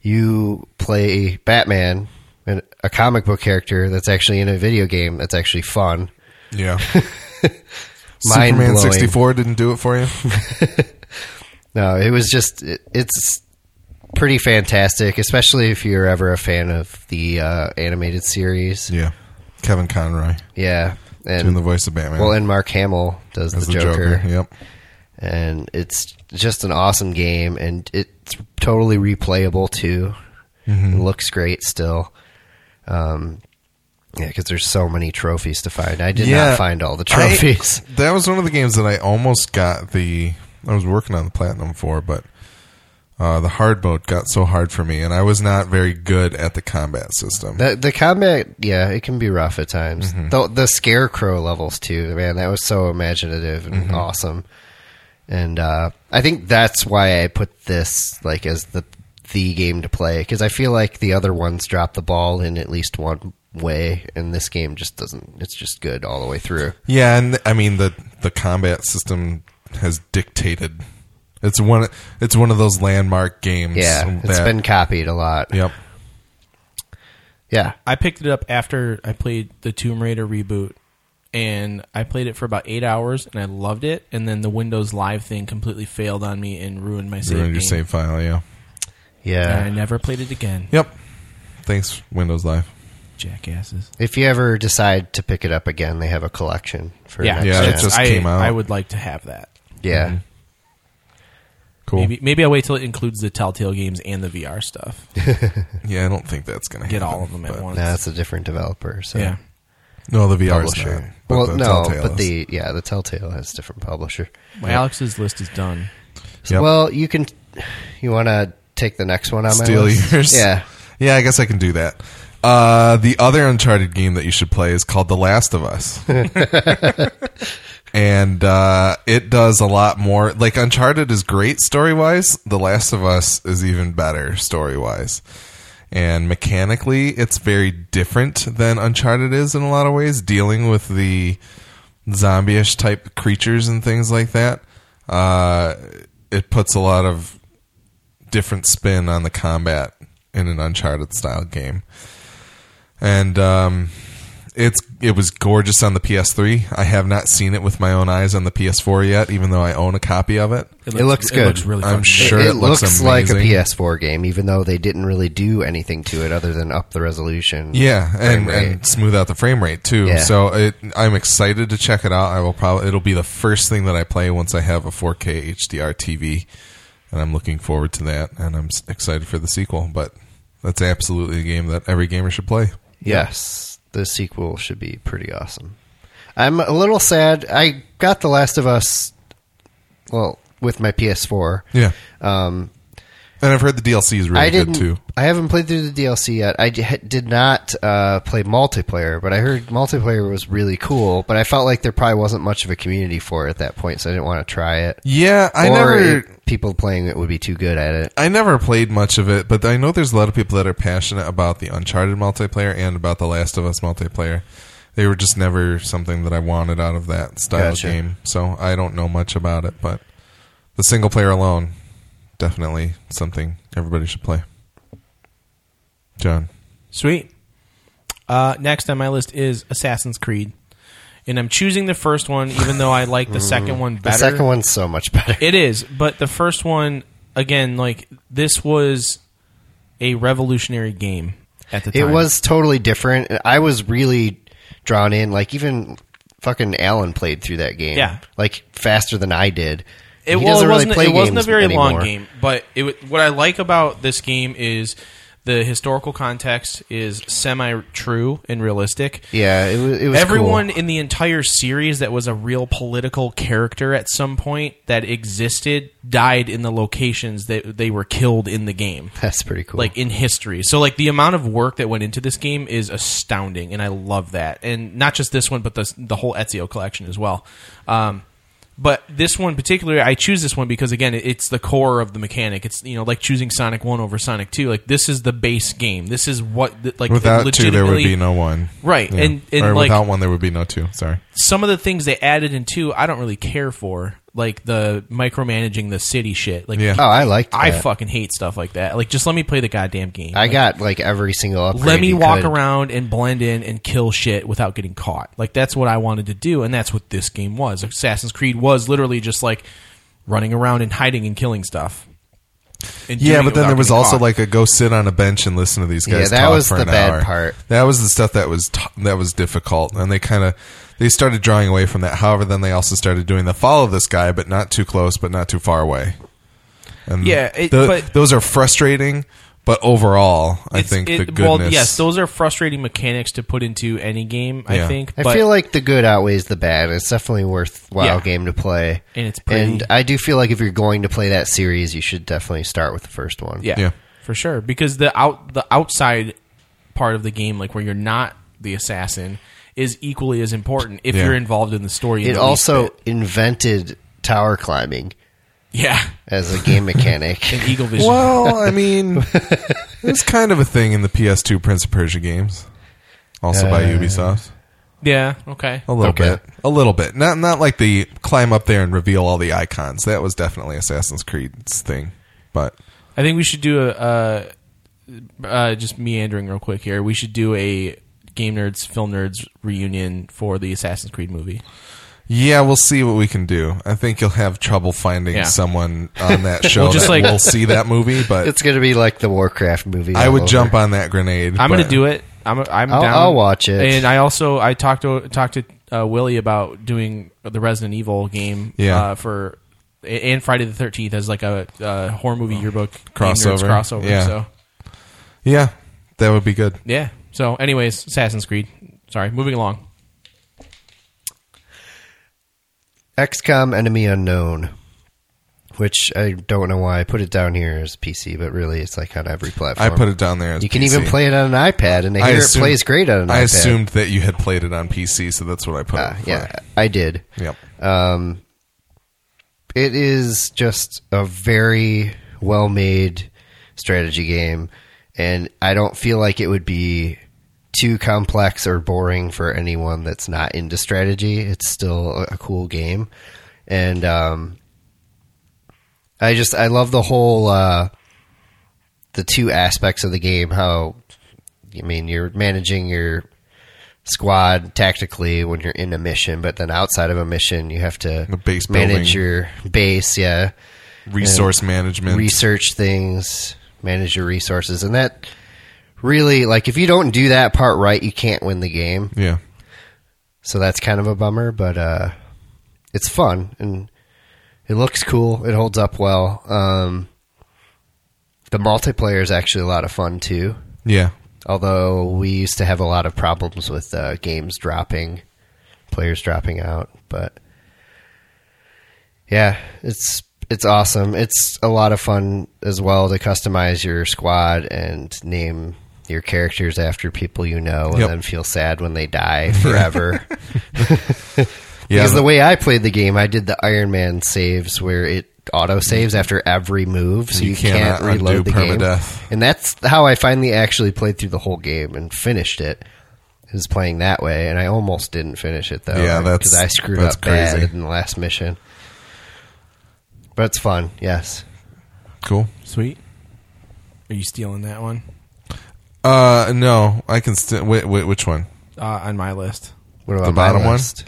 [SPEAKER 3] you play Batman and a comic book character that's actually in a video game that's actually fun.
[SPEAKER 2] Yeah.
[SPEAKER 3] Mind-blowing.
[SPEAKER 2] Superman 64 didn't do it for you?
[SPEAKER 3] No, it was just it, it's pretty fantastic, especially if you're ever a fan of the uh, animated series.
[SPEAKER 2] yeah. Kevin Conroy
[SPEAKER 3] Yeah,
[SPEAKER 2] doing
[SPEAKER 3] and
[SPEAKER 2] the voice of Batman.
[SPEAKER 3] well, and Mark Hamill does the,
[SPEAKER 2] as
[SPEAKER 3] Joker,
[SPEAKER 2] Yep.
[SPEAKER 3] and it's just an awesome game, and it's totally replayable too.
[SPEAKER 2] Mm-hmm.
[SPEAKER 3] It looks great still. Um, yeah, because there's so many trophies to find. I did
[SPEAKER 2] Yeah.
[SPEAKER 3] not find all the trophies.
[SPEAKER 2] I- that was one of the games that I almost got the. I was working on the platinum for, but uh, the hard mode got so hard for me, and I was not very good at the combat system.
[SPEAKER 3] The, the combat, yeah, it can be rough at times. The, the scarecrow levels too, man, that was so imaginative and awesome. And uh, I think that's why I put this like as the the game to play because I feel like the other ones drop the ball in at least one way, and this game just doesn't. It's just good all the way through.
[SPEAKER 2] yeah, and I mean the the combat system has dictated. It's one. It's one of those landmark games.
[SPEAKER 3] Yeah, it's
[SPEAKER 2] that-
[SPEAKER 3] been copied a lot.
[SPEAKER 2] Yep.
[SPEAKER 3] Yeah,
[SPEAKER 1] I picked it up after I played the Tomb Raider reboot and I played it for about eight hours, and I loved it. And then the Windows Live thing completely failed on me and ruined my save.
[SPEAKER 2] Ruined your
[SPEAKER 1] game.
[SPEAKER 2] save file, yeah.
[SPEAKER 1] And I
[SPEAKER 3] Yeah.
[SPEAKER 1] never played it again.
[SPEAKER 2] Yep. Thanks, Windows Live.
[SPEAKER 1] Jackasses.
[SPEAKER 3] If you ever decide to pick it up again, they have a collection for
[SPEAKER 1] Yeah,
[SPEAKER 3] next
[SPEAKER 2] Yeah, it
[SPEAKER 1] that's-
[SPEAKER 2] just
[SPEAKER 1] I,
[SPEAKER 2] came out.
[SPEAKER 1] I would like to have that.
[SPEAKER 3] Yeah.
[SPEAKER 2] Cool.
[SPEAKER 1] Maybe maybe I'll wait till it includes the Telltale games and the VR stuff.
[SPEAKER 2] Yeah, I don't think that's gonna
[SPEAKER 1] Get
[SPEAKER 2] happen,
[SPEAKER 1] all of them at
[SPEAKER 2] but-
[SPEAKER 1] once.
[SPEAKER 3] No, that's uh, a different developer. So.
[SPEAKER 1] yeah.
[SPEAKER 2] No, the VR is
[SPEAKER 3] Publisher.
[SPEAKER 2] not. but
[SPEAKER 3] well,
[SPEAKER 2] the
[SPEAKER 3] no,
[SPEAKER 2] Telltale
[SPEAKER 3] but
[SPEAKER 2] is.
[SPEAKER 3] the yeah, the Telltale has different publisher.
[SPEAKER 1] Well, Alex's list is done.
[SPEAKER 3] So,
[SPEAKER 2] Yep.
[SPEAKER 3] Well, you can. You want to take the next one on
[SPEAKER 2] Steal
[SPEAKER 3] my list?
[SPEAKER 2] yours.
[SPEAKER 3] Yeah.
[SPEAKER 2] Yeah, I guess I can do that. Uh, the other Uncharted game that you should play is called The Last of Us. and uh, it does a lot more. Like, Uncharted is great story wise, The Last of Us is even better story wise. And mechanically, it's very different than Uncharted is in a lot of ways, dealing with the zombie ish type creatures and things like that. Uh, it puts a lot of different spin on the combat in an Uncharted style game. And um, it's it was gorgeous on the PS3. I have not seen it with my own eyes on the PS4 yet, even though I own a copy of it.
[SPEAKER 3] It looks good.
[SPEAKER 1] It looks really.
[SPEAKER 2] I'm
[SPEAKER 1] fucking
[SPEAKER 2] sure-
[SPEAKER 1] good.
[SPEAKER 2] it
[SPEAKER 3] it,
[SPEAKER 2] looks
[SPEAKER 3] looks, like a
[SPEAKER 2] amazing.
[SPEAKER 3] PS4 game, even though they didn't really do anything to it other than up the resolution.
[SPEAKER 2] Yeah, and,
[SPEAKER 3] Frame rate.
[SPEAKER 2] and smooth out the frame rate too.
[SPEAKER 3] Yeah.
[SPEAKER 2] So it, I'm excited to check it out. I will probably it'll be the first thing that I play once I have a 4K HDR TV, and I'm looking forward to that. And I'm s- excited for the sequel. But that's absolutely a game that every gamer should play.
[SPEAKER 3] Yes, the sequel should be pretty awesome. I'm a little sad. I got The Last of Us, well, with my PS4.
[SPEAKER 2] Yeah,
[SPEAKER 3] Um,
[SPEAKER 2] and I've heard the DLC is really
[SPEAKER 3] I didn't.
[SPEAKER 2] good too.
[SPEAKER 3] I haven't played through the DLC yet. I d- did not uh, play multiplayer, but I heard multiplayer was really cool. But I felt like there probably wasn't much of a community for it at that point, so I didn't want to try it.
[SPEAKER 2] Yeah, I
[SPEAKER 3] or
[SPEAKER 2] never
[SPEAKER 3] it- people playing it would be too good at it.
[SPEAKER 2] I never played much of it, but I know there's a lot of people that are passionate about the Uncharted multiplayer and about the Last of Us multiplayer. They were just never something that I wanted out of that style
[SPEAKER 3] Gotcha.
[SPEAKER 2] game, so I don't know much about it, but the single player alone definitely something everybody should play. John.
[SPEAKER 1] Sweet. Uh, next on my list is Assassin's Creed, and I'm choosing the first one, even though I like the second one
[SPEAKER 3] The
[SPEAKER 1] better.
[SPEAKER 3] second one's so much better.
[SPEAKER 1] It is, but the first one again, like this was a revolutionary game at the
[SPEAKER 3] It
[SPEAKER 1] time.
[SPEAKER 3] was totally different. I was really drawn in. Like even fucking Alan played through that game.
[SPEAKER 1] Yeah.
[SPEAKER 3] like faster than I did.
[SPEAKER 1] It,
[SPEAKER 3] he
[SPEAKER 1] well,
[SPEAKER 3] doesn't
[SPEAKER 1] it
[SPEAKER 3] really
[SPEAKER 1] wasn't,
[SPEAKER 3] play
[SPEAKER 1] it wasn't a
[SPEAKER 3] games
[SPEAKER 1] very long
[SPEAKER 3] anymore.
[SPEAKER 1] game, but it, wa- what I like about this game is the historical context is semi true and realistic.
[SPEAKER 3] Yeah, it was. It was
[SPEAKER 1] Everyone
[SPEAKER 3] cool.
[SPEAKER 1] in the entire series that was a real political character at some point that existed died in the locations that they were killed in the game.
[SPEAKER 3] That's pretty cool.
[SPEAKER 1] Like in history. So like the amount of work that went into this game is astounding and I love that. And not just this one but the the whole Ezio collection as well. Um but this one particularly I choose this one because again it- it's the core of the mechanic. It's you know like choosing Sonic 1 over Sonic 2. Like this is the base game. This is what th- like
[SPEAKER 2] Without two, there would
[SPEAKER 1] legitimately-
[SPEAKER 2] be no one.
[SPEAKER 1] Right,
[SPEAKER 2] Yeah.
[SPEAKER 1] and- and
[SPEAKER 2] or
[SPEAKER 1] like-
[SPEAKER 2] without one, there would be no two. Sorry.
[SPEAKER 1] some of the things they added in two, I don't really care for, like the micromanaging the city shit. Like,
[SPEAKER 2] Yeah.
[SPEAKER 3] oh, I liked.
[SPEAKER 1] I
[SPEAKER 3] that.
[SPEAKER 1] fucking hate stuff like that. Like, just let me play the goddamn game.
[SPEAKER 3] I
[SPEAKER 1] Like,
[SPEAKER 3] got like every single upgrade.
[SPEAKER 1] let me
[SPEAKER 3] you
[SPEAKER 1] walk
[SPEAKER 3] could.
[SPEAKER 1] around and blend in and kill shit without getting caught. Like that's what I wanted to do, and that's what this game was. Assassin's Creed was literally just like running around and hiding and killing stuff. And
[SPEAKER 2] Yeah,
[SPEAKER 1] doing
[SPEAKER 2] but
[SPEAKER 1] it
[SPEAKER 2] then
[SPEAKER 1] without
[SPEAKER 2] there was
[SPEAKER 1] getting
[SPEAKER 2] also
[SPEAKER 1] caught.
[SPEAKER 2] like a go sit on a bench and listen to these guys.
[SPEAKER 3] Yeah, that
[SPEAKER 2] talk
[SPEAKER 3] was
[SPEAKER 2] for
[SPEAKER 3] the
[SPEAKER 2] an
[SPEAKER 3] bad
[SPEAKER 2] hour.
[SPEAKER 3] part.
[SPEAKER 2] That was the stuff that was t- that was difficult, and they kind of they started drawing away from that. However, then they also started doing the follow this guy, but not too close, but not too far away. And
[SPEAKER 1] Yeah, it-
[SPEAKER 2] tho-
[SPEAKER 1] but-
[SPEAKER 2] those are frustrating, but overall, I
[SPEAKER 1] It's-
[SPEAKER 2] think
[SPEAKER 1] it-
[SPEAKER 2] the goodness.
[SPEAKER 1] Well, yes, those are frustrating mechanics to put into any game. I
[SPEAKER 2] Yeah.
[SPEAKER 1] think.
[SPEAKER 3] I
[SPEAKER 1] but-
[SPEAKER 3] feel like the good outweighs the bad. It's definitely a worthwhile
[SPEAKER 1] Yeah.
[SPEAKER 3] game to play,
[SPEAKER 1] And it's pretty-
[SPEAKER 3] And I do feel like if you're going to play that series, you should definitely start with the first one.
[SPEAKER 1] Yeah,
[SPEAKER 2] Yeah.
[SPEAKER 1] for sure. Because the out the outside part of the game, like where you're not the assassin, is equally as important if
[SPEAKER 2] Yeah.
[SPEAKER 1] you're involved in the story. in
[SPEAKER 3] it
[SPEAKER 1] the least
[SPEAKER 3] also
[SPEAKER 1] bit.
[SPEAKER 3] invented tower climbing
[SPEAKER 1] yeah,
[SPEAKER 3] as a game mechanic.
[SPEAKER 1] and Eagle Vision.
[SPEAKER 2] well, I mean, it's kind of a thing in the PS2 Prince of Persia games, also by
[SPEAKER 3] Uh,
[SPEAKER 2] Ubisoft.
[SPEAKER 1] Yeah, okay.
[SPEAKER 2] A little
[SPEAKER 3] Okay.
[SPEAKER 2] bit. A little bit. Not not like the climb up there and reveal all the icons. That was definitely Assassin's Creed's thing. But
[SPEAKER 1] I think we should do a uh, uh, just meandering real quick here. We should do a Game Nerds, Film Nerds reunion for the Assassin's Creed movie.
[SPEAKER 2] Yeah, we'll see what we can do. I think you'll have trouble finding
[SPEAKER 1] Yeah.
[SPEAKER 2] someone on that show
[SPEAKER 1] just,
[SPEAKER 2] that
[SPEAKER 1] like-
[SPEAKER 2] will see that movie, but
[SPEAKER 3] It's gonna be like the Warcraft movie.
[SPEAKER 2] I
[SPEAKER 3] all
[SPEAKER 2] would
[SPEAKER 3] over.
[SPEAKER 2] jump on that grenade.
[SPEAKER 1] I'm going
[SPEAKER 2] but-
[SPEAKER 1] to do it. I'm I'm
[SPEAKER 3] I'll-
[SPEAKER 1] down.
[SPEAKER 3] I'll watch it.
[SPEAKER 1] And I also I talked to talked to uh, Willie about doing the Resident Evil game.
[SPEAKER 2] Yeah.
[SPEAKER 1] Uh, for and Friday the Thirteenth as like a uh, horror movie yearbook Game Nerds
[SPEAKER 2] Crossover.
[SPEAKER 1] crossover.
[SPEAKER 2] Yeah.
[SPEAKER 1] So
[SPEAKER 2] Yeah, that would be good.
[SPEAKER 1] yeah. So anyways, Assassin's Creed. Sorry, moving along.
[SPEAKER 3] XCOM Enemy Unknown, which I don't know why I put it down here as PC, but really it's like on every
[SPEAKER 2] I
[SPEAKER 3] platform.
[SPEAKER 2] put it down there. As
[SPEAKER 3] You can
[SPEAKER 2] PC.
[SPEAKER 3] even play it on an iPad, and I
[SPEAKER 2] I
[SPEAKER 3] hear
[SPEAKER 2] assume-
[SPEAKER 3] it plays great on an
[SPEAKER 2] I
[SPEAKER 3] iPad.
[SPEAKER 2] assumed that you had played it on PC, so that's what I put.
[SPEAKER 3] Uh,
[SPEAKER 2] it for.
[SPEAKER 3] yeah, I did.
[SPEAKER 2] Yep.
[SPEAKER 3] Um, it is just a very well made strategy game, and I don't feel like it would be too complex or boring for anyone that's not into strategy. It's still a, a cool game, and um, I just I love the whole uh, the two aspects of the game. How I mean, you're managing your squad tactically when you're in a mission, but then outside of a mission, you have to
[SPEAKER 2] The base
[SPEAKER 3] manage
[SPEAKER 2] building.
[SPEAKER 3] your base, yeah,
[SPEAKER 2] Resource management.
[SPEAKER 3] research things, manage your resources, and that really like if you don't do that part right, you can't win the game.
[SPEAKER 2] yeah.
[SPEAKER 3] So that's kind of a bummer, but uh, it's fun and it looks cool. It holds up well. Um, the multiplayer is actually a lot of fun too.
[SPEAKER 2] Yeah.
[SPEAKER 3] Although we used to have a lot of problems with uh, games dropping, players dropping out, but yeah, it's it's awesome. It's a lot of fun as well to customize your squad and name your characters after people you know, and
[SPEAKER 2] Yep.
[SPEAKER 3] then feel sad when they die forever.
[SPEAKER 2] Yeah.
[SPEAKER 3] because the way I played the game, I did the Iron Man saves where it auto saves after every move, so
[SPEAKER 2] You
[SPEAKER 3] you,
[SPEAKER 2] cannot
[SPEAKER 3] can't reload
[SPEAKER 2] undo
[SPEAKER 3] the game.
[SPEAKER 2] permadeath.
[SPEAKER 3] And that's how I finally actually played through the whole game and finished it. Is playing that way, and I almost didn't finish it though.
[SPEAKER 2] Yeah, that's-
[SPEAKER 3] because I screwed
[SPEAKER 2] that's
[SPEAKER 3] up bad
[SPEAKER 2] crazy.
[SPEAKER 3] in the last mission. But it's fun. Yes,
[SPEAKER 2] cool.
[SPEAKER 1] Sweet. Are you stealing that one
[SPEAKER 2] Uh, no, I can still. Wait, wait, which one?
[SPEAKER 1] uh, on my list?
[SPEAKER 3] what about
[SPEAKER 2] The
[SPEAKER 3] my
[SPEAKER 2] bottom one?
[SPEAKER 3] list?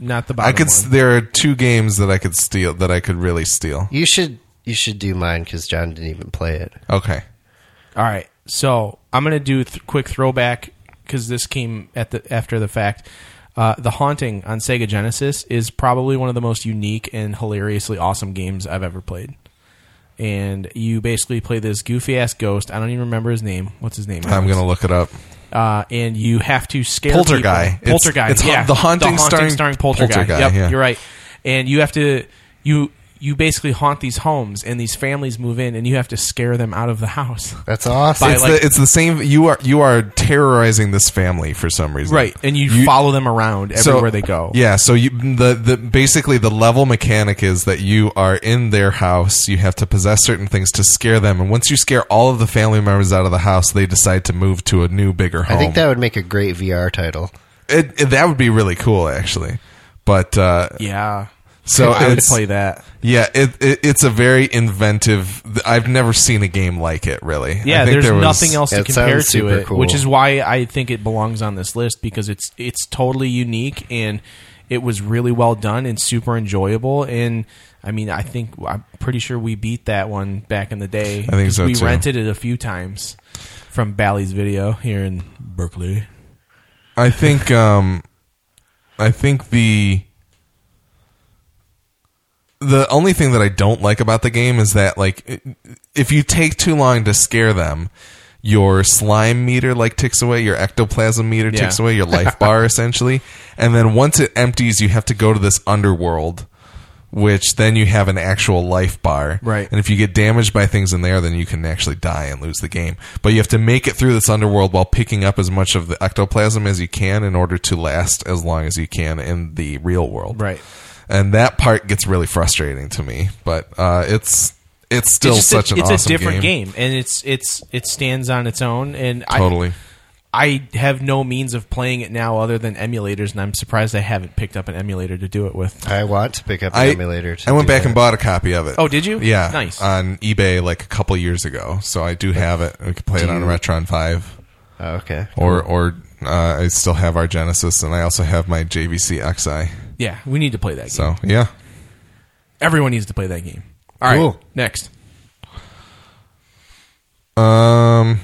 [SPEAKER 1] Not the bottom
[SPEAKER 2] I could. s
[SPEAKER 1] one.
[SPEAKER 2] There are two games that I could steal. That I could really steal.
[SPEAKER 3] You should you should do mine because John didn't even play it.
[SPEAKER 2] Okay.
[SPEAKER 1] All right, so I'm gonna do th- quick throwback because this came at the after the fact. Uh, the Haunting on Sega Genesis is probably one of the most unique and hilariously awesome games I've ever played. And you basically play this goofy ass ghost. I don't even remember his name. What's his name?
[SPEAKER 2] I'm gonna look it up.
[SPEAKER 1] Uh, and you have to scare
[SPEAKER 2] Polterguy.
[SPEAKER 1] people.
[SPEAKER 2] It's-
[SPEAKER 1] Poltergeist.
[SPEAKER 2] it's ha-
[SPEAKER 1] yeah,
[SPEAKER 2] The Haunting starring
[SPEAKER 1] Poltergeist.
[SPEAKER 2] Poltergeist,
[SPEAKER 1] Yep,
[SPEAKER 2] yeah.
[SPEAKER 1] you're right. And you have to you you basically haunt these homes, and these families move in, and you have to scare them out of the house.
[SPEAKER 3] That's awesome.
[SPEAKER 1] By- I
[SPEAKER 2] It's,
[SPEAKER 1] like-
[SPEAKER 2] the, it's the same. You are you are terrorizing this family for some reason.
[SPEAKER 1] right and you, follow them around everywhere they go
[SPEAKER 2] Yeah, so you the, the basically the level mechanic is that you are in their house, you have to possess certain things to scare them, and once you scare all of the family members out of the house, they decide to move to a new bigger home.
[SPEAKER 3] I think that would make a great VR title.
[SPEAKER 2] it, it- that would be really cool actually. But uh,
[SPEAKER 1] yeah
[SPEAKER 2] so
[SPEAKER 1] i would
[SPEAKER 2] it's,
[SPEAKER 1] play that
[SPEAKER 2] yeah, it, it, it's a very inventive. I've never seen a game like it really.
[SPEAKER 1] yeah
[SPEAKER 2] I think
[SPEAKER 1] there's
[SPEAKER 2] there was-
[SPEAKER 1] nothing else to
[SPEAKER 3] That
[SPEAKER 1] compare
[SPEAKER 3] sounds
[SPEAKER 1] to
[SPEAKER 3] super
[SPEAKER 1] it
[SPEAKER 3] cool.
[SPEAKER 1] which is why i think it belongs on this list because it's it's totally unique and it was really well done and super enjoyable and i mean i think i'm pretty sure we beat that one back in the day
[SPEAKER 2] I think so,
[SPEAKER 1] we
[SPEAKER 2] too.
[SPEAKER 1] rented it a few times from bally's video here in berkeley
[SPEAKER 2] I think um I think the the only thing that I don't like about the game is that like if you take too long to scare them, your slime meter like ticks away, your ectoplasm meter
[SPEAKER 1] Yeah.
[SPEAKER 2] ticks away, your life bar essentially, and then once it empties, you have to go to this underworld. Which then you have an actual life bar,
[SPEAKER 1] Right.
[SPEAKER 2] And if you get damaged by things in there, then you can actually die and lose the game. But you have to make it through this underworld while picking up as much of the ectoplasm as you can in order to last as long as you can in the real world,
[SPEAKER 1] right
[SPEAKER 2] and that part gets really frustrating to me. But uh, it's it's still
[SPEAKER 1] just a-
[SPEAKER 2] such an
[SPEAKER 1] it's
[SPEAKER 2] awesome
[SPEAKER 1] a different game. and it's it's it stands on its own and I,
[SPEAKER 2] Totally,
[SPEAKER 1] I have no means of playing it now other than emulators, and I'm surprised I haven't picked up an emulator to do it with.
[SPEAKER 3] I want to pick up an
[SPEAKER 2] I
[SPEAKER 3] emulator. To
[SPEAKER 2] I went
[SPEAKER 3] do
[SPEAKER 2] back
[SPEAKER 3] that.
[SPEAKER 2] and bought a copy of it.
[SPEAKER 1] Oh, did you?
[SPEAKER 2] Yeah,
[SPEAKER 1] Nice.
[SPEAKER 2] on eBay like a couple years ago. So I do have it. We could play it on
[SPEAKER 3] you-
[SPEAKER 2] Retron Five
[SPEAKER 3] Oh, okay.
[SPEAKER 2] or or Uh, I still have our Genesis, and I also have my JVC XI.
[SPEAKER 1] Yeah, we need to play that game.
[SPEAKER 2] So yeah,
[SPEAKER 1] Everyone needs to play that game. All right,
[SPEAKER 3] Cool.
[SPEAKER 1] next.
[SPEAKER 2] um,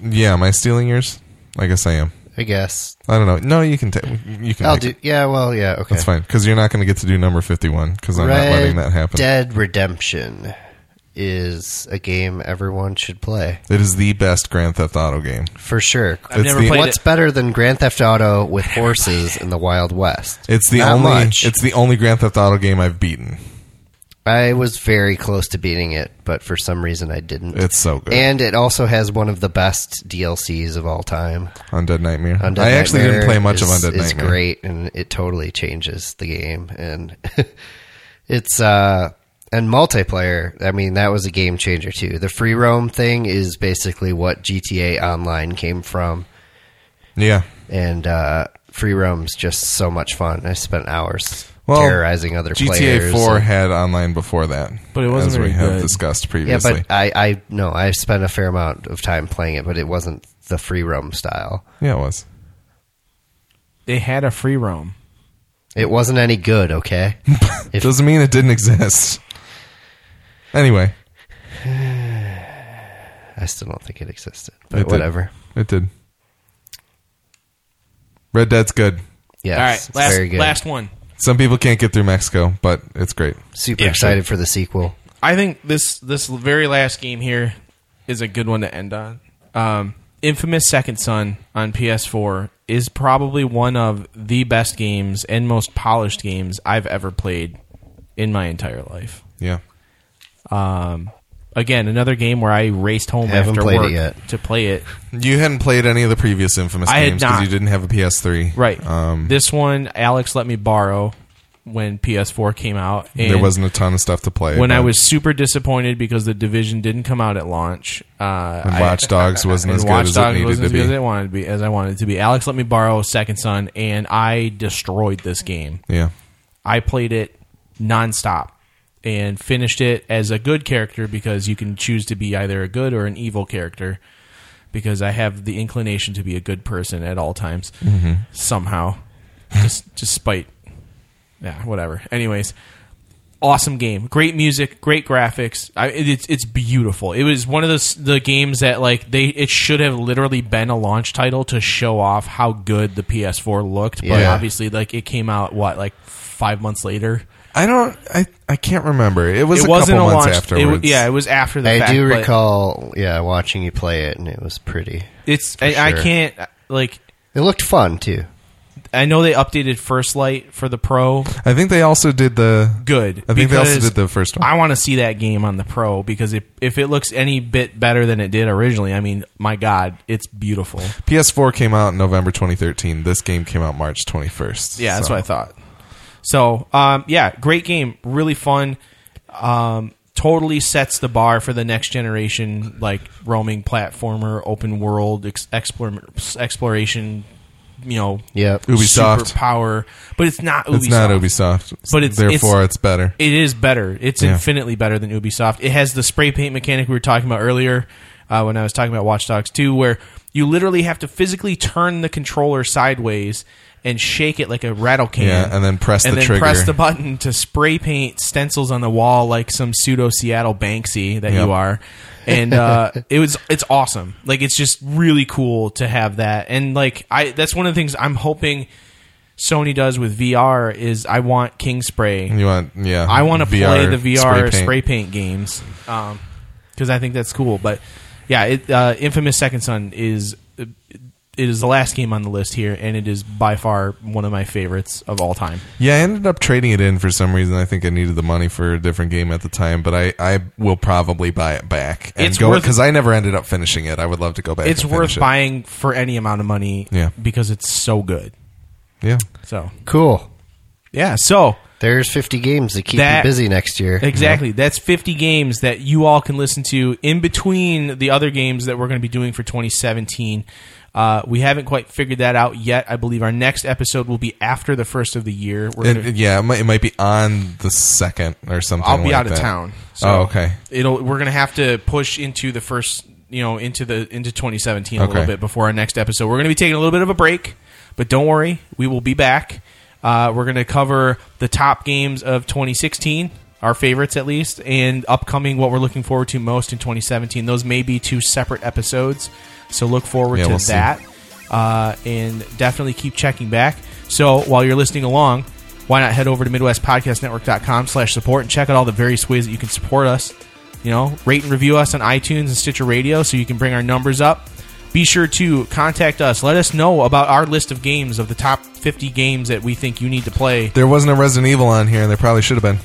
[SPEAKER 2] yeah. Am I stealing yours? I guess I am.
[SPEAKER 3] I guess.
[SPEAKER 2] I don't know. No, you can take. You can.
[SPEAKER 3] I'll
[SPEAKER 2] take
[SPEAKER 3] do.
[SPEAKER 2] it.
[SPEAKER 3] Yeah, well, yeah, okay.
[SPEAKER 2] That's fine because you're not going to get to do number fifty-one because I'm not letting that happen.
[SPEAKER 3] Dead Redemption is a game everyone should play
[SPEAKER 2] It is the best Grand Theft Auto game.
[SPEAKER 3] for sure.
[SPEAKER 1] I've
[SPEAKER 2] It's
[SPEAKER 1] never
[SPEAKER 2] the-
[SPEAKER 1] played
[SPEAKER 3] What's
[SPEAKER 1] it.
[SPEAKER 3] better than Grand Theft Auto with horses in the Wild West?
[SPEAKER 2] It's the
[SPEAKER 3] Not
[SPEAKER 2] only.
[SPEAKER 3] much.
[SPEAKER 2] It's the only Grand Theft Auto game I've beaten.
[SPEAKER 3] I was very close to beating it, but for some reason I didn't.
[SPEAKER 2] It's so good.
[SPEAKER 3] and it also has one of the best DLCs of all time.
[SPEAKER 2] Undead Nightmare.
[SPEAKER 3] Undead
[SPEAKER 2] I actually didn't
[SPEAKER 3] Nightmare
[SPEAKER 2] play much
[SPEAKER 3] is,
[SPEAKER 2] of Undead
[SPEAKER 3] is
[SPEAKER 2] Nightmare.
[SPEAKER 3] great, and it totally changes the game. And it's uh, and multiplayer. I mean, that was a game changer too. The free roam thing is basically what GTA Online came from,
[SPEAKER 2] Yeah.
[SPEAKER 3] and uh, free roam's just so much fun. I spent hours
[SPEAKER 2] Well,
[SPEAKER 3] terrorizing other
[SPEAKER 2] GTA
[SPEAKER 3] players.
[SPEAKER 2] 4
[SPEAKER 3] and-
[SPEAKER 2] had online before that,
[SPEAKER 1] But it wasn't
[SPEAKER 2] as we
[SPEAKER 1] very
[SPEAKER 2] have
[SPEAKER 1] good.
[SPEAKER 2] discussed
[SPEAKER 3] yeah,
[SPEAKER 2] previously.
[SPEAKER 3] but I, I no, I spent a fair amount of time playing it, but it wasn't the free roam style.
[SPEAKER 2] yeah, it was.
[SPEAKER 1] They had a free roam.
[SPEAKER 3] It wasn't any good. Okay.
[SPEAKER 2] Hmm.
[SPEAKER 3] If-
[SPEAKER 2] Doesn't mean it didn't exist. Anyway,
[SPEAKER 3] I still don't think it existed,
[SPEAKER 2] It
[SPEAKER 3] but
[SPEAKER 2] did.
[SPEAKER 3] whatever.
[SPEAKER 2] it did. Red Dead's good.
[SPEAKER 3] Yes,
[SPEAKER 1] All right,
[SPEAKER 3] it's
[SPEAKER 1] last
[SPEAKER 3] very good.
[SPEAKER 1] last one.
[SPEAKER 2] Some people can't get through Mexico, but it's great.
[SPEAKER 3] Super
[SPEAKER 1] Yeah,
[SPEAKER 3] excited for the sequel.
[SPEAKER 1] I think this this very last game here is a good one to end on. Um, Infamous Second Son on PS4 is probably one of the best games and most polished games I've ever played in my entire life.
[SPEAKER 2] Yeah.
[SPEAKER 1] Again, another game where I raced home
[SPEAKER 3] Haven't
[SPEAKER 1] after
[SPEAKER 3] played it
[SPEAKER 1] work
[SPEAKER 3] yet.
[SPEAKER 1] to play it.
[SPEAKER 2] You hadn't played any of the previous Infamous
[SPEAKER 1] I had
[SPEAKER 2] games because
[SPEAKER 1] not.
[SPEAKER 2] you didn't have a PS3.
[SPEAKER 1] Right.
[SPEAKER 2] Um,
[SPEAKER 1] this one, Alex let me borrow when PS4 came out. And
[SPEAKER 2] there wasn't a ton of stuff to play.
[SPEAKER 1] when I
[SPEAKER 2] but-
[SPEAKER 1] was super disappointed because the division didn't come out at launch. Uh,
[SPEAKER 2] and
[SPEAKER 1] I-
[SPEAKER 2] Watch Dogs wasn't as
[SPEAKER 1] and
[SPEAKER 2] good
[SPEAKER 1] Watch
[SPEAKER 2] as it
[SPEAKER 1] Dogs
[SPEAKER 2] needed
[SPEAKER 1] wasn't
[SPEAKER 2] to
[SPEAKER 1] as
[SPEAKER 2] be.
[SPEAKER 1] good as I wanted to be. As I wanted it to be. Alex let me borrow Second Son, and I destroyed this game.
[SPEAKER 2] yeah.
[SPEAKER 1] I played it nonstop and finished it as a good character because you can choose to be either a good or an evil character. Because I have the inclination to be a good person at all times,
[SPEAKER 2] Mm-hmm.
[SPEAKER 1] somehow, just just spite. Yeah, whatever. Anyways, awesome game, great music, great graphics. I, it, it's it's beautiful. It was one of those the games that like they it should have literally been a launch title to show off how good the PS4 looked, but
[SPEAKER 3] Yeah.
[SPEAKER 1] obviously like it came out what like five months later.
[SPEAKER 2] I don't. I I can't remember. It was
[SPEAKER 1] it
[SPEAKER 2] a
[SPEAKER 1] wasn't
[SPEAKER 2] couple
[SPEAKER 1] a
[SPEAKER 2] months
[SPEAKER 1] launch. It,
[SPEAKER 2] afterwards.
[SPEAKER 1] wa- yeah, it was after the
[SPEAKER 3] I
[SPEAKER 1] fact.
[SPEAKER 3] do
[SPEAKER 1] but
[SPEAKER 3] recall, yeah, watching you play it, and it was pretty.
[SPEAKER 1] It's I, I
[SPEAKER 3] sure.
[SPEAKER 1] can't like
[SPEAKER 3] It looked fun too.
[SPEAKER 1] I know they updated First Light for the Pro.
[SPEAKER 2] I think they also did the
[SPEAKER 1] Good.
[SPEAKER 2] I think they also
[SPEAKER 1] because
[SPEAKER 2] did the first one.
[SPEAKER 1] I want to see that game on the Pro because if if it looks any bit better than it did originally, I mean, my God, it's beautiful.
[SPEAKER 2] PS4 came out in November 2013. This game came out March 21st.
[SPEAKER 1] Yeah, that's
[SPEAKER 2] so.
[SPEAKER 1] what I thought. So, um, yeah, great game, really fun. Um, totally sets the bar for the next generation, like roaming platformer, open world ex- explor- exploration. You know,
[SPEAKER 3] Yep.
[SPEAKER 2] Ubisoft.
[SPEAKER 1] superpower, but it's not Ubisoft.
[SPEAKER 2] It's not Ubisoft,
[SPEAKER 1] But it's-
[SPEAKER 2] therefore it's, better.
[SPEAKER 1] It is better. It's
[SPEAKER 2] Yeah.
[SPEAKER 1] infinitely better than Ubisoft. It has the spray paint mechanic we were talking about earlier uh, when I was talking about Watch Dogs 2, where you literally have to physically turn the controller sideways and shake it like a rattle can.
[SPEAKER 2] Yeah, and then press
[SPEAKER 1] and
[SPEAKER 2] the
[SPEAKER 1] then
[SPEAKER 2] trigger.
[SPEAKER 1] press the button to spray paint stencils on the wall like some pseudo Seattle Banksy that
[SPEAKER 2] Yep.
[SPEAKER 1] you are. And uh, it was it's awesome. Like it's just really cool to have that. And like I that's one of the things I'm hoping Sony does with VR is I want King Spray
[SPEAKER 2] you want yeah.
[SPEAKER 1] I want to play
[SPEAKER 2] VR
[SPEAKER 1] the VR spray paint,
[SPEAKER 2] paint.
[SPEAKER 1] games because I think that's cool. But yeah, it, uh, Infamous Second Son is it is the last game on the list here, and it is by far one of my favorites of all time.
[SPEAKER 2] Yeah, I ended up trading it in for some reason. I think I needed the money for a different game at the time, but I, I will probably buy it back and
[SPEAKER 1] It's
[SPEAKER 2] go
[SPEAKER 1] worth-
[SPEAKER 2] because I never ended up finishing it. I would love to go back.
[SPEAKER 1] It's
[SPEAKER 2] and
[SPEAKER 1] worth
[SPEAKER 2] finish it.
[SPEAKER 1] buying for any amount of money,
[SPEAKER 2] Yeah.
[SPEAKER 1] because it's so good.
[SPEAKER 2] Yeah,
[SPEAKER 1] So
[SPEAKER 3] Cool.
[SPEAKER 1] yeah, so
[SPEAKER 3] There's 50 games that keep
[SPEAKER 1] That-
[SPEAKER 3] you busy next year.
[SPEAKER 1] Exactly. That's 50 games that you all can listen to in between the other games that we're going to be doing for 2017. Uh, we haven't quite figured that out yet. I believe our next episode will be after the first of the year. We're
[SPEAKER 2] It-
[SPEAKER 1] gonna-
[SPEAKER 2] it- yeah. It might, it might be on the second or something.
[SPEAKER 1] I'll be
[SPEAKER 2] like
[SPEAKER 1] out of
[SPEAKER 2] that.
[SPEAKER 1] town.
[SPEAKER 2] oh, okay.
[SPEAKER 1] It'll. We're going to have to push into the first you know into the into 2017 a little
[SPEAKER 2] Okay.
[SPEAKER 1] bit before our next episode. We're going to be taking a little bit of a break, but don't worry, we will be back. Uh, we're going to cover the top games of 2016, our favorites at least, and upcoming what we're looking forward to most in 2017. Those may be two separate episodes, so look forward
[SPEAKER 2] Yeah,
[SPEAKER 1] to
[SPEAKER 2] we'll see.
[SPEAKER 1] that uh, and definitely keep checking back. So while you're listening along, why not head over to MidwestPodcastNetwork.com slash support and check out all the various ways that you can support us. You know, rate and review us on iTunes and Stitcher Radio so you can bring our numbers up. Be sure to contact us. Let us know about our list of games of the top 50 games that we think you need to play.
[SPEAKER 2] There wasn't a Resident Evil on here, and there probably should have been.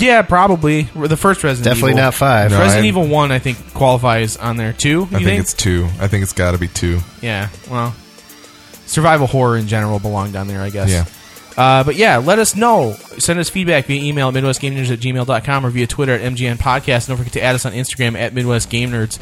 [SPEAKER 1] Yeah, probably. We're the first Resident
[SPEAKER 3] Definitely
[SPEAKER 1] Evil.
[SPEAKER 3] not five.
[SPEAKER 2] No,
[SPEAKER 1] Resident
[SPEAKER 2] I-
[SPEAKER 1] Evil 1, I think, qualifies on there too.
[SPEAKER 2] I think, it's two. I think it's got to be two.
[SPEAKER 1] Yeah, well, survival horror in general belonged down there, I guess.
[SPEAKER 2] Yeah.
[SPEAKER 1] Uh, but yeah, let us know. Send us feedback via email at MidwestGameNerds at gmail.com or via Twitter at MGN Podcast. And don't forget to add us on Instagram at Midwest Game Nerds.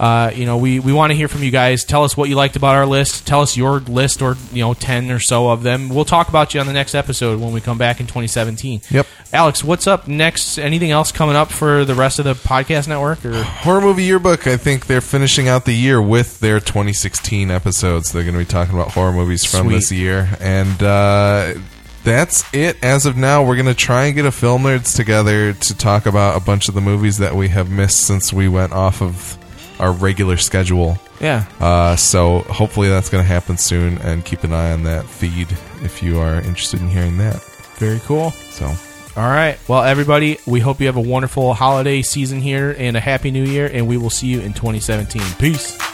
[SPEAKER 1] Uh, you know, we, we want to hear from you guys. Tell us what you liked about our list. Tell us your list or, you know, 10 or so of them. We'll talk about you on the next episode when we come back in 2017.
[SPEAKER 2] Yep.
[SPEAKER 1] Alex, what's up next? Anything else coming up for the rest of the podcast network? Or
[SPEAKER 2] Horror Movie Yearbook, I think they're finishing out the year with their 2016 episodes. They're going to be talking about horror movies from
[SPEAKER 1] Sweet.
[SPEAKER 2] this year. And uh, that's it. As of now, we're going to try and get a Film Nerds together to talk about a bunch of the movies that we have missed since we went off of our regular schedule.
[SPEAKER 1] Yeah.
[SPEAKER 2] Uh, so hopefully that's going to happen soon. And keep an eye on that feed if you are interested in hearing that.
[SPEAKER 1] Very cool.
[SPEAKER 2] So.
[SPEAKER 1] All right. Well, everybody, we hope you have a wonderful holiday season here and a happy new year, and we will see you in 2017. Peace.